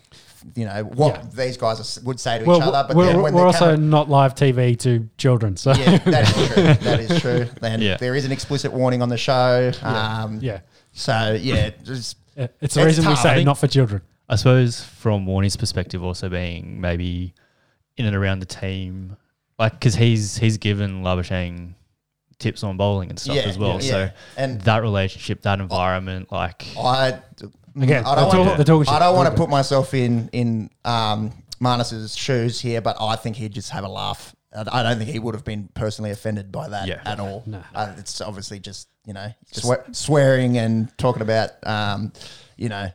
S2: You know what these guys are- would say to
S1: well,
S2: each other, but
S1: we're,
S2: then when
S1: we're
S2: the
S1: also
S2: camera-
S1: not live TV to children. So
S2: yeah, that is true. That is true. And
S3: Yeah.
S2: there is an explicit warning on the show. Um,
S1: yeah.
S2: So yeah, just
S1: It- It's the
S2: It's
S1: reason we
S2: tough, I
S1: say
S2: think.
S1: not for children.
S3: I suppose from Warney's perspective, also being maybe in and around the team, like because he's he's given Labuschagne tips on bowling and stuff
S2: Yeah,
S3: as well.
S2: yeah,
S3: so
S2: yeah. And-
S3: that relationship, that environment, like
S2: I
S1: Again,
S2: I
S1: they're talk-
S2: don't want
S1: they're talking
S2: to. I
S1: shit.
S2: don't want
S1: Okay.
S2: to put myself in in um, Marnus's shoes here, but I think he'd just have a laugh. I I don't think he would have been personally offended by that
S3: Yeah.
S2: at all. Uh, it's obviously just you know swe- swearing and talking about um, you know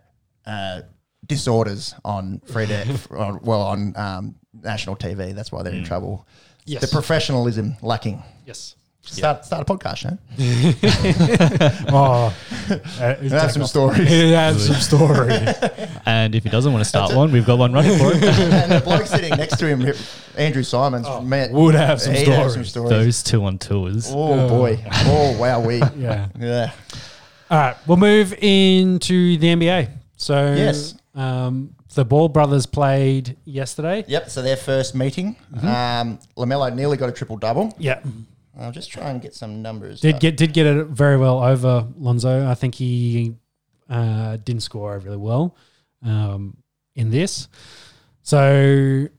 S2: uh, disorders on free to, on- well on um, national TV. That's why they're
S3: Mm.
S2: in trouble.
S1: Yes.
S2: The professionalism lacking.
S1: Yes.
S2: Start, start a podcast, no?
S1: Oh, uh, it's
S2: Have
S1: like-
S2: some stories.
S1: yeah, that's some story.
S2: Oh.
S3: and if he doesn't want to start one, we've got one running for him.
S2: and the bloke sitting next to him, Andrew Simons, man,
S1: Oh. would have some
S2: he'd have
S1: stories.
S3: Those two on tours.
S2: Oh boy! Oh wow! We
S1: Yeah.
S2: yeah.
S1: All right, we'll move into the NBA. So
S2: Yes.
S1: um, the Ball brothers played yesterday.
S2: Yep. So their first meeting,
S1: Mm-hmm.
S2: um, Lamelo nearly got a triple double.
S1: Yeah,
S2: I'll just try and get some numbers.
S1: did
S2: up.
S1: get did get it very well over Lonzo. I think he uh, didn't score really well um, in this. So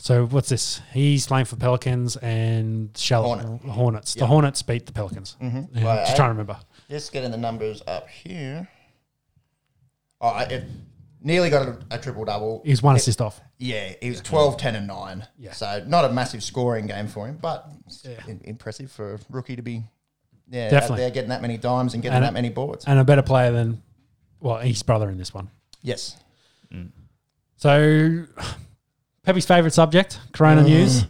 S1: So what's this? He's playing for Pelicans and Shall
S2: Hornet.
S1: Hornets. The Hornets beat the Pelicans. Yeah,
S2: By
S1: just
S2: eight.
S1: trying to remember.
S2: Just getting the numbers up here. Oh, I- it nearly got a, a triple double.
S1: He's one assist off.
S2: Yeah, he was 12, 10, and 9.
S1: Yeah.
S2: So not a massive scoring game for him, but it's im- impressive for a rookie to be yeah, out
S1: Definitely.
S2: there getting that many dimes and getting
S1: And-
S2: that many boards.
S1: and a better player than well his brother in this one.
S2: yes.
S1: So Pepe's favourite subject, Corona news.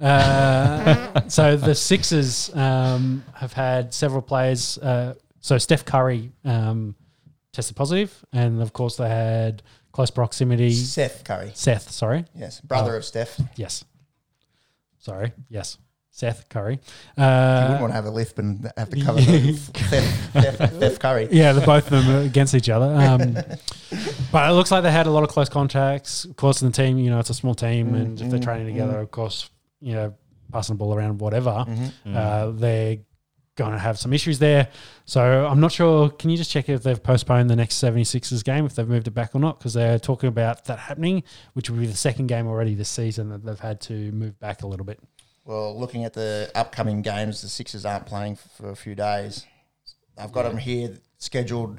S1: Uh, so the Sixers um, have had several players. Uh, so Steph Curry um, tested positive, and of course they had close proximity.
S2: Seth Curry.
S1: Seth, sorry,
S2: Yes, brother
S1: Oh.
S2: of Steph. You
S1: yes, sorry, yes, Seth Curry.
S2: wouldn't
S1: Uh,
S2: want to have a lift and have to cover the Steph, Steph, Steph Curry.
S1: yeah, the both of them are against each other. Um, but it looks like they had a lot of close contacts. Of course, in the team, you know, it's a small team, and if they're training together, of course, you know, passing the ball around, whatever, uh, they're going to have some issues there. So I'm not sure. Can you just check if they've postponed the next 76ers game, if they've moved it back or not? Because they're talking about that happening, which would be the second game already this season that they've had to move back a little bit.
S2: Well, looking at the upcoming games, the Sixers aren't playing f- for a few days. I've got them here scheduled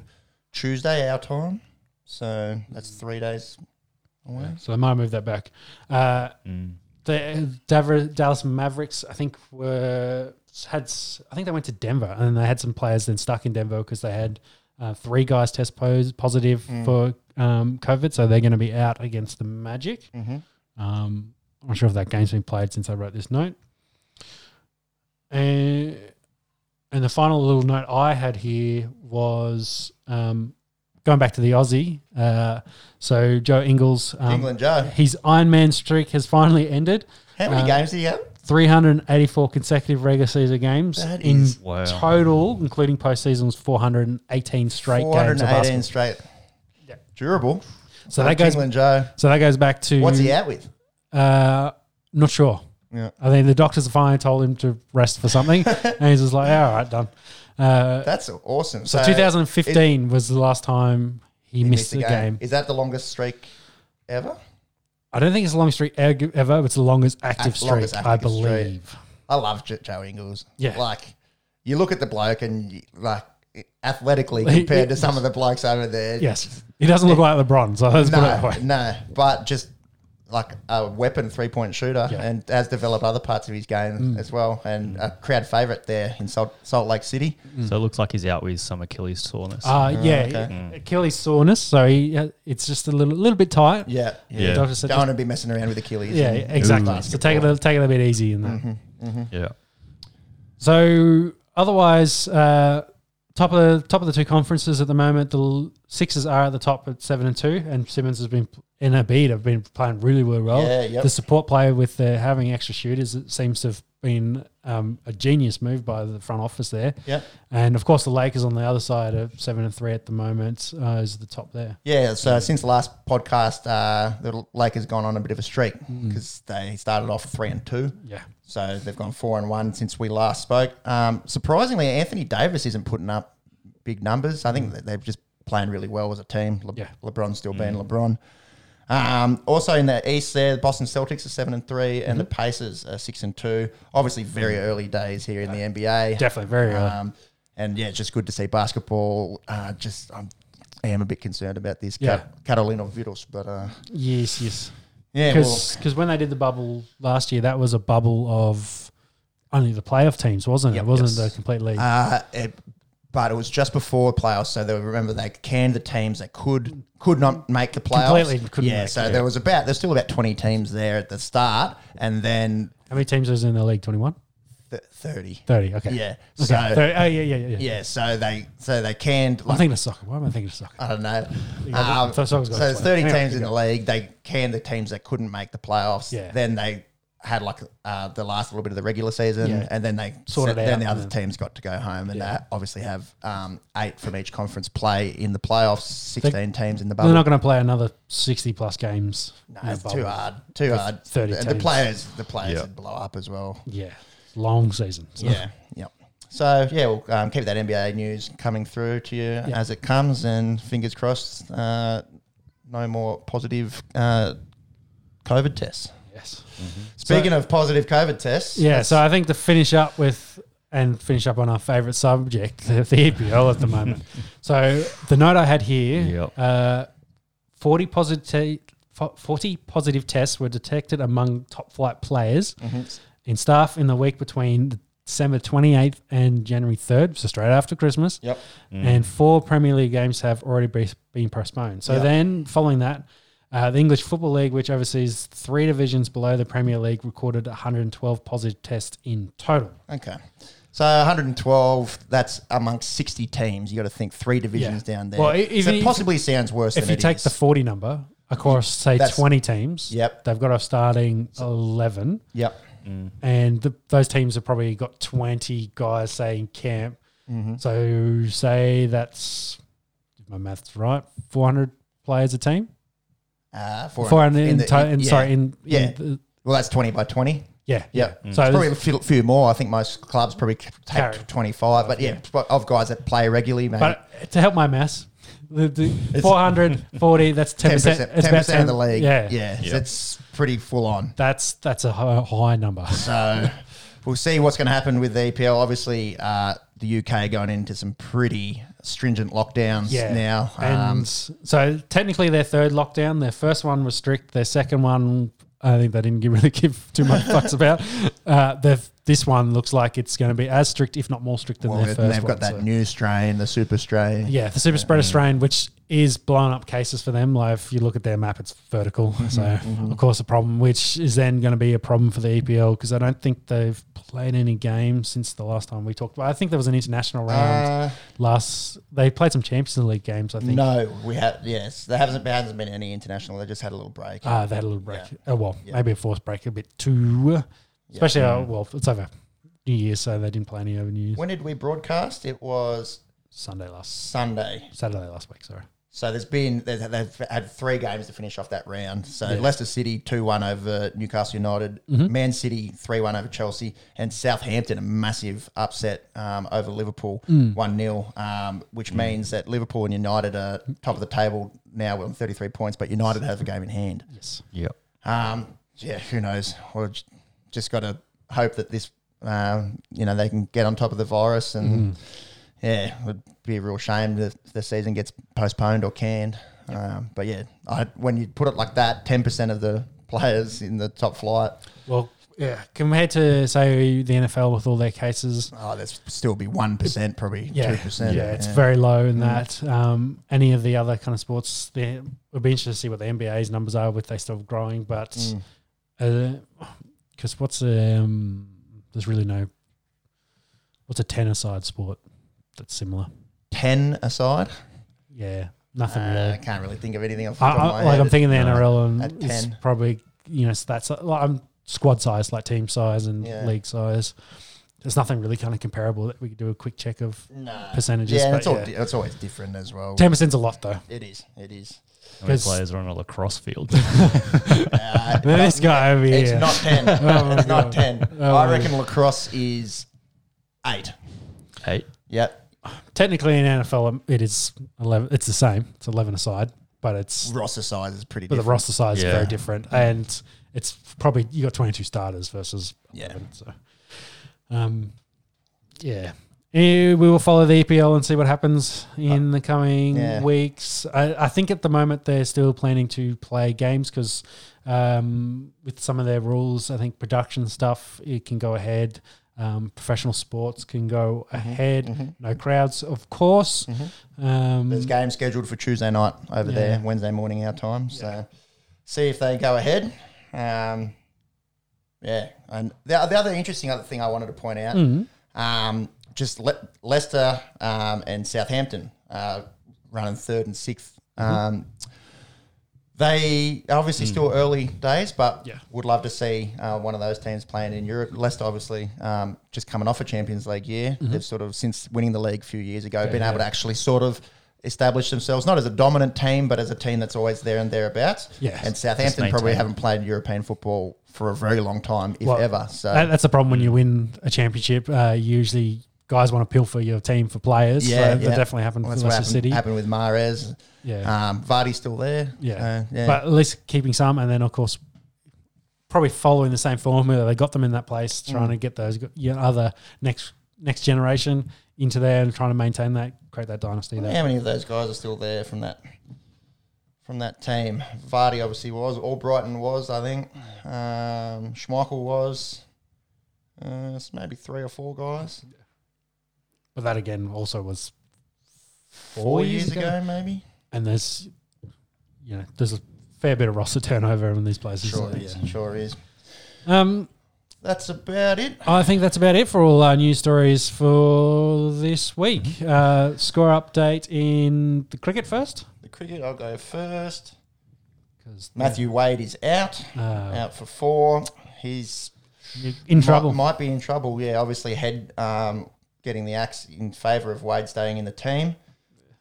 S2: Tuesday, our time. So that's three days away.
S1: So they might move that back. Uh, the Dav- Dallas Mavericks, I think, were had. s- I think they went to Denver, and they had some players then stuck in Denver because they had uh, three guys test pos- positive for um, COVID, so they're going to be out against the Magic. Um, I'm not sure if that game's been played since I wrote this note. And and the final little note I had here was um, going back to the Aussie. Uh, so Joe Ingles, um,
S2: England Joe.
S1: his Iron Man streak has finally ended.
S2: How many
S1: uh,
S2: games do you have?
S1: 384 consecutive regular season games
S2: That
S1: in
S2: is-
S3: Wow.
S1: total, including postseasons, 418 straight games. Of
S2: 418
S1: basketball.
S2: straight. Durable.
S1: so
S2: Like
S1: that goes.
S2: England Joe.
S1: So that goes back to.
S2: What's he out with?
S1: Uh, not sure.
S2: Yeah.
S1: I think the doctors finally told him to rest for something, and he's just like, "Yeah, "All right, done." Uh,
S2: That's awesome.
S1: so 2015 was the last time he, missed, the game.
S2: Is that the longest streak ever?
S1: I don't think it's the longest streak eg- ever. but It's the longest active
S2: Act-
S1: streak,
S2: longest
S1: I
S2: active streak.
S1: believe.
S2: I love Jo- Joe Ingles.
S1: Yeah.
S2: Like, you look at the bloke and, you, like, athletically
S1: He-
S2: compared
S1: he-
S2: to some of the blokes over there.
S1: Yes, he doesn't look like LeBron. So let's put it that
S2: No,
S1: way.
S2: no, but just like a weapon three point shooter
S1: Yeah. Mm.
S2: and has developed other parts of his game as well. And a crowd favourite there in Salt, Salt Lake City.
S1: Mm.
S3: So it looks like he's out with some Achilles soreness.
S1: Uh, yeah,
S2: Oh, okay. Mm.
S1: Achilles soreness. So he, uh, it's just a little little bit tight.
S2: Yeah.
S3: Yeah.
S1: Doctor said
S2: Don't want to be messing around with Achilles.
S1: yeah,
S2: and-
S1: exactly.
S2: Ooh. Mm-hmm.
S1: So take it a, take it a bit easy in that.
S3: yeah.
S1: So otherwise, uh, top of the top of the two conferences at the moment, the L- Sixers are at the top at seven and two, and Simmons has been in a beat. Have been playing really really well.
S2: Yeah, yep.
S1: The support play with the, having extra shooters it seems to have been um, a genius move by the front office there.
S2: Yeah.
S1: And of course, the Lakers on the other side are seven and three at the moment uh, is the top there.
S2: Yeah, so since the last podcast, uh, the Lakers gone on a bit of a streak
S1: Mm.
S2: because they started off three and two.
S1: Yeah.
S2: So they've gone four and one since we last spoke. Um, surprisingly, Anthony Davis isn't putting up big numbers. I think that they're just playing really well as a team. Le-
S1: Yeah. Mm.
S2: LeBron's still being LeBron. Um, also in the East, there, the Boston Celtics are seven and three, and the
S1: Mm-hmm.
S2: Pacers are six and two. Obviously, very early days here in the NBA.
S1: Mm. Uh, Definitely, very early.
S2: Um, and yeah, it's just good to see basketball. Uh, just I'm, I am a bit concerned about this
S1: Yeah.
S2: yeah. Carolina Vittles, but uh,
S1: Yes, yes.
S2: yeah, well,
S1: Because when they did the bubble last year, that was a bubble of only the playoff teams, wasn't it?
S2: Yep,
S1: it wasn't
S2: yes.
S1: the complete league.
S2: uh, it, but it was just before playoffs, so they remember they canned the teams that could could not make the playoffs.
S1: Completely couldn't
S2: yeah,
S1: make
S2: so
S1: it.
S2: there was about there's still about twenty teams there at the start, and then
S1: How many teams was in the league? 21?
S2: th- thirty.
S1: 30, okay.
S2: Yeah,
S1: Okay.
S2: so
S1: 30 oh, yeah, yeah, yeah. yeah.
S2: yeah, so they so they canned.
S1: I'm
S2: Like,
S1: thinking of soccer. Why am I thinking of soccer?
S2: I don't know.
S1: I
S2: Um,
S1: thought
S2: so
S1: someone was
S2: there's
S1: gonna explain.
S2: 30
S1: Anyway,
S2: teams in
S1: keep
S2: the league. They canned the teams that couldn't make the playoffs.
S1: Yeah.
S2: Then they had like uh, the last little bit of the regular season,
S1: Yeah.
S2: and then they
S1: Sorted
S2: then
S1: out,
S2: the other
S1: yeah.
S2: teams got to go home, and they obviously have um, eight from each conference play in the playoffs. 16 teams in the bubble.
S1: They're not going to play another 60 plus games.
S2: No,
S1: in the
S2: Uh, it's
S1: bubble.
S2: too hard. Too hard.
S1: 30
S2: and the
S1: teams.
S2: players, the players
S3: Yeah.
S2: would blow up as well.
S1: Yeah. Long season. So.
S2: Yeah. Yep. So yeah, we'll um, keep that NBA news coming through to you as it comes, and fingers crossed, uh, no more positive uh, COVID tests.
S1: Yeah. Yes.
S2: Speaking of positive COVID tests,
S1: Yeah, so I think to finish up with and finish up on our favourite subject, the, the EPL at the moment. so the note I had here,
S3: Yep.
S1: uh, 40, positive, 40 positive tests were detected among top flight players
S2: Mm-hmm.
S1: in staff in the week between December 28th and January 3rd, so straight after Christmas.
S2: Yep. Mm.
S1: And four Premier League games have already be, been postponed. So
S2: Yep.
S1: then following that, uh, the English Football League, which oversees three divisions below the Premier League, recorded 112 positive tests in total.
S2: Okay. So 112, that's amongst 60 teams. you got to think three divisions
S1: Yeah.
S2: down there.
S1: Well, i- if
S2: so
S1: you-
S2: it possibly sounds worse
S1: If
S2: than
S1: you
S2: it
S1: take
S2: is.
S1: the 40 number across, say,
S2: That's-
S1: 20 teams,
S2: Yep.
S1: they've got a starting 11,
S2: Yep.
S1: and the, those teams have probably got 20 guys, say, in camp.
S2: Mm-hmm.
S1: So, say that's, if my math's right, 400 players a team.
S2: Uh, 400,
S1: 400 in,
S2: the-
S1: to- in-
S2: yeah.
S1: sorry, in,
S2: Yeah.
S1: in the,
S2: Well, that's 20 by 20.
S1: yeah,
S2: Yeah.
S1: So,
S2: Probably
S1: there's-
S2: a few, few more. I think most clubs probably c- take
S1: Carry.
S2: 25. But yeah, but of guys that play regularly, mate.
S1: but to help my maths, the, the 440, that's 10%,
S2: 10%, 10%,
S1: it's about
S2: of the league.
S1: Yeah.
S2: Yeah. so It's pretty full on.
S1: That's, that's a hi- high number.
S2: So we'll see what's going to happen with the EPL. Obviously, uh, the UK going into some pretty stringent lockdowns
S1: yeah.
S2: now. um,
S1: and so technically their third lockdown, their first one was strict. Their second one, I think they didn't give, really give too much fucks about. Uh, the- this one looks like it's going to be as strict, if not more strict than
S2: Well,
S1: their
S2: and
S1: first
S2: they've
S1: one.
S2: got that
S1: so-
S2: new strain, the super strain.
S1: yeah, the super spreader strain, which is blowing up cases for them. Like if you look at their map, it's vertical,
S2: Mm-hmm,
S1: so of course a problem, which is then going to be a problem for the E EPL because I don't think they've played any games since the last time we talked. Well, I think there was an international round
S2: Uh,
S1: last. They played some Champions League games, I think.
S2: no, we have. Yes, there hasn't, there hasn't been any international. They just had a little break.
S1: Uh, they had a little break. Oh well,
S2: Yeah.
S1: maybe a forced break a bit too, especially uh, well, it's over New Year, so they didn't play any over New Year's
S2: when did we broadcast? It was
S1: Sunday last
S2: Sunday.
S1: Saturday last week. Sorry.
S2: So there's been they've, they've had three games to finish off that round. So
S1: Yeah.
S2: Leicester City two one over Newcastle United, Man City three one over Chelsea, and Southampton a massive upset um, over Liverpool one 0 um, which means that Liverpool and United are top of the table now on thirty three points, but United have a game in hand.
S1: Yes.
S3: Yep.
S2: Um, yeah, who knows? Or j- just got to hope that this, um, you know, they can get on top of the virus, and
S1: Mm-hmm.
S2: yeah, it would be a real shame that the season gets postponed or canned. Um, but yeah, I, when you put it like that, ten percent of the players in the top flight,
S1: Well, yeah. Compared to say the NFL with all their cases,
S2: oh, that's still be one percent, probably two
S1: yeah,
S2: percent. Mm.
S1: Yeah, it's very low in that. Um, any of the other kind of sports, there it would be interesting to see what the NBA's numbers are, if they still growing. But
S2: Mm.
S1: because what's um, there's really no what's a tennis side sport that's similar.
S2: ten aside.
S1: Yeah, nothing
S2: Uh, I
S1: really.
S2: can't really think of anything off the
S1: I,
S2: top of
S1: I,
S2: my
S1: like
S2: head.
S1: I'm thinking the NRL
S2: At
S1: and it's
S2: 10.
S1: probably you know stats like I'm squad size, like team size and
S2: Yeah.
S1: league size. There's nothing really kind of comparable that we could do a quick check of
S2: Nah.
S1: percentages.
S2: yeah,
S1: but
S2: it's, all, di- it's always different as well.
S1: Ten percent's a lot though.
S2: It is. It is.
S3: How many
S1: 'Cause-
S3: players are on a lacrosse field?
S2: Uh,
S1: Then this guy over
S2: It's
S1: here.
S2: not ten. it's not ten.
S1: Oh
S2: I
S1: my
S2: reckon lacrosse is eight.
S3: Eight.
S2: Yep.
S1: Technically, in NFL, um, it is eleven. It's the same. It's eleven aside, but it's
S2: Roster size is pretty.
S1: but the
S2: different.
S1: roster size is very
S3: Yeah.
S1: different, and it's probably you got twenty two starters versus
S2: Yeah.
S1: 11, so, um, yeah. Eh, We will follow the EPL and see what happens in the coming
S2: Uh, yeah.
S1: weeks. I, I think at the moment they're still planning to play games because um, with some of their rules, I think production stuff it can go ahead. Um, professional sports can go
S2: Mm-hmm.
S1: ahead. No crowds, of course. Um,
S2: There's games scheduled for Tuesday night over
S1: Yeah.
S2: there, Wednesday morning our time. So see if they go ahead. Um, yeah. And the, the other interesting other thing I wanted to point out,
S1: Mm-hmm.
S2: um, just Le- Leicester um, and Southampton uh, running third and sixth.
S1: Mm-hmm.
S2: Um, they obviously still early days, but
S1: Mm. Yeah.
S2: would love to see uh, one of those teams playing in Europe. Leicester, obviously, um, just coming off a Champions League year.
S1: Mm-hmm.
S2: They've sort of, since winning the league a few years ago, been able to actually sort of establish themselves, not as a dominant team, but as a team that's always there and thereabouts.
S1: Yes.
S2: And Southampton probably
S3: maintain.
S2: haven't played European football for a very long time, if
S1: Well,
S2: ever. So
S1: That, that's the problem when you win a championship. Uh, usually, guys want to pilfer your team for players. so that definitely happened
S2: Well,
S1: for
S2: that's what
S1: Leicester
S2: happened,
S1: City.
S2: happened with Mares.
S1: Yeah.
S2: Um, Vardy's still there.
S1: Yeah.
S2: Uh, yeah.
S1: but at least keeping some, and then of course, probably following the same formula. They got them in that place,
S2: Mm.
S1: trying to get those you know, other next next generation into there and trying to maintain that, create that dynasty there.
S2: How many of those guys are still there from that from that team? Vardy obviously was. Albrighton was, I think. Um, Schmeichel was. Uh, it's maybe three or four guys.
S1: But that again also was
S2: Four, years, ago, maybe.
S1: and there's you know there's a fair bit of roster turnover in these places.
S2: Sure
S1: so,
S2: is. Sure is.
S1: Um,
S2: That's about it.
S1: I think that's about it for all our news stories for this week.
S2: Mm-hmm.
S1: Uh, score update in the cricket first,
S2: The cricket, I'll go first.
S1: because
S2: Matthew Wade is out,
S1: uh,
S2: out for four. He's
S1: you're in trouble.
S2: Might, might be in trouble. Yeah, obviously head um, getting the axe in favour of Wade staying in the team.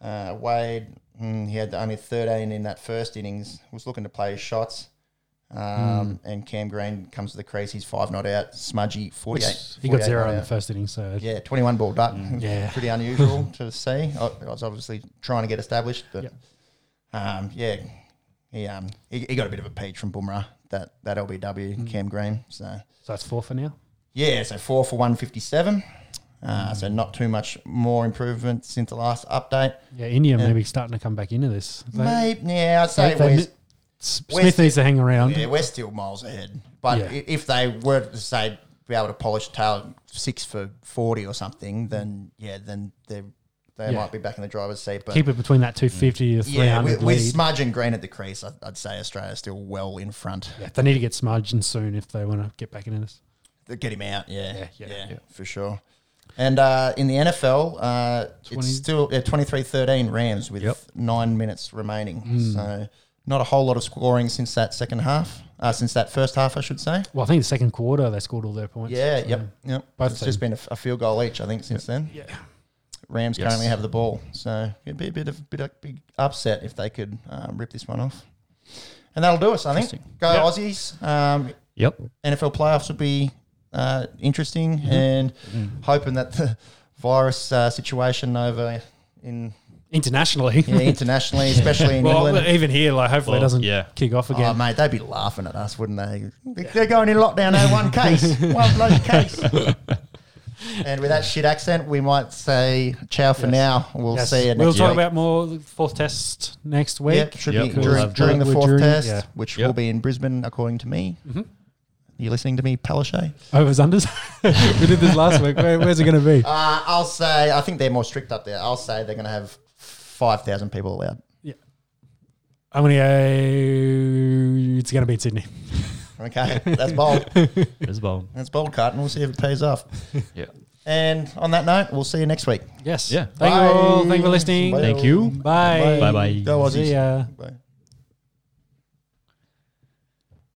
S2: Uh, Wade, mm, he had only 13 in that first innings. Was looking to play his shots. Um,
S1: Hmm.
S2: And Cam Green comes to the crease. He's five not out. Smudgy, 48.
S1: he got
S2: 48
S1: zero
S2: not
S1: in the
S2: out.
S1: first inning, so
S2: Yeah, 21 ball duck.
S1: Mm, Yeah.
S2: Pretty unusual to see. I, I was obviously trying to get established, but
S1: Yep.
S2: um, yeah, he, um, he, he got a bit of a peach from Boomerah, that, that LBW,
S1: Mm.
S2: Cam Green. So.
S1: so that's four for now.
S2: Yeah, so four for 157.
S1: Mm.
S2: Uh, so not too much more improvement since the last update.
S1: Yeah, India maybe starting to come back into this. They-
S2: Maybe, yeah, I'd say
S1: they- they-
S2: we're,
S1: S-
S2: West-
S1: Smith needs to hang around.
S2: yeah, we're still miles ahead. But
S1: Yeah.
S2: i if they were to say be able to polish tail six for 40 or something, then yeah, then they they
S1: Yeah.
S2: might be back in the driver's seat. But
S1: Keep it between that 250 to
S2: Mm. yeah,
S1: 300
S2: with,
S1: lead.
S2: with Smudge and Green at the crease, I, I'd say Australia's still well in front.
S1: Yeah, they need to get smudged and soon if they want to get back into this.
S2: Get him out, yeah, yeah,
S1: Yeah, yeah, yeah.
S2: for sure. And uh, in the NFL, uh,
S1: 20.
S2: it's still yeah, 23-13 Rams with
S3: Yep.
S2: nine minutes remaining. So not a whole lot of scoring since that second half, uh, since that first half, I should say.
S1: Well, I think the second quarter they scored all their points.
S2: Yeah,
S1: so-
S2: yep, yep.
S1: Both
S2: it's just been a, f- a field goal each, I think, since then.
S1: Yeah.
S2: Rams
S3: Yes.
S2: currently have the ball, so it'd be a bit of bit of big upset if they could um, rip this one off. And that'll do us, I think.
S3: Interesting.
S2: Go
S1: Yep.
S2: Aussies! Um,
S3: Yep.
S2: NFL playoffs will be uh, interesting,
S1: Mm-hmm.
S2: and hoping that the virus uh, situation over in
S1: Internationally.
S2: yeah, internationally, especially in
S1: well,
S2: England.
S1: even here, like hopefully
S3: Well,
S1: it doesn't
S3: yeah.
S1: kick off
S2: Oh,
S1: again.
S2: mate, they'd be laughing at us, wouldn't they? They- They're going in lockdown over one case, one bloody case. and with that shit accent, we might say ciao for
S1: Yes.
S2: now. We'll
S1: Yes.
S2: see you next
S1: We'll talk
S2: week.
S1: about more the fourth test next week.
S2: yeah, should
S3: Yep,
S2: be
S3: we'll
S2: during,
S3: have uh,
S2: during
S1: that.
S2: the fourth
S1: During-
S2: test,
S1: yeah. Mm-hmm.
S2: which
S3: Yep.
S2: will be in Brisbane, according to me. You listening to me, Palaszczuk?
S1: Overs unders. we did this last week. Where, where's it going to be?
S2: Uh, I'll say I think they're more strict up there. I'll say they're going to have five thousand people allowed.
S1: I'm going to go. It's going to be in Sydney.
S2: Okay, that's bold.
S3: As well.
S2: That's bold, Carton. We'll see if it pays off.
S3: Yeah.
S2: And on that note, we'll see you next week.
S1: Yes.
S3: Yeah.
S1: Thank you all. Thank you for
S2: Bye.
S1: listening.
S2: Bye.
S3: Thank you.
S1: Bye.
S3: Bye bye.
S2: Go Aussies.
S1: See ya.
S2: Bye.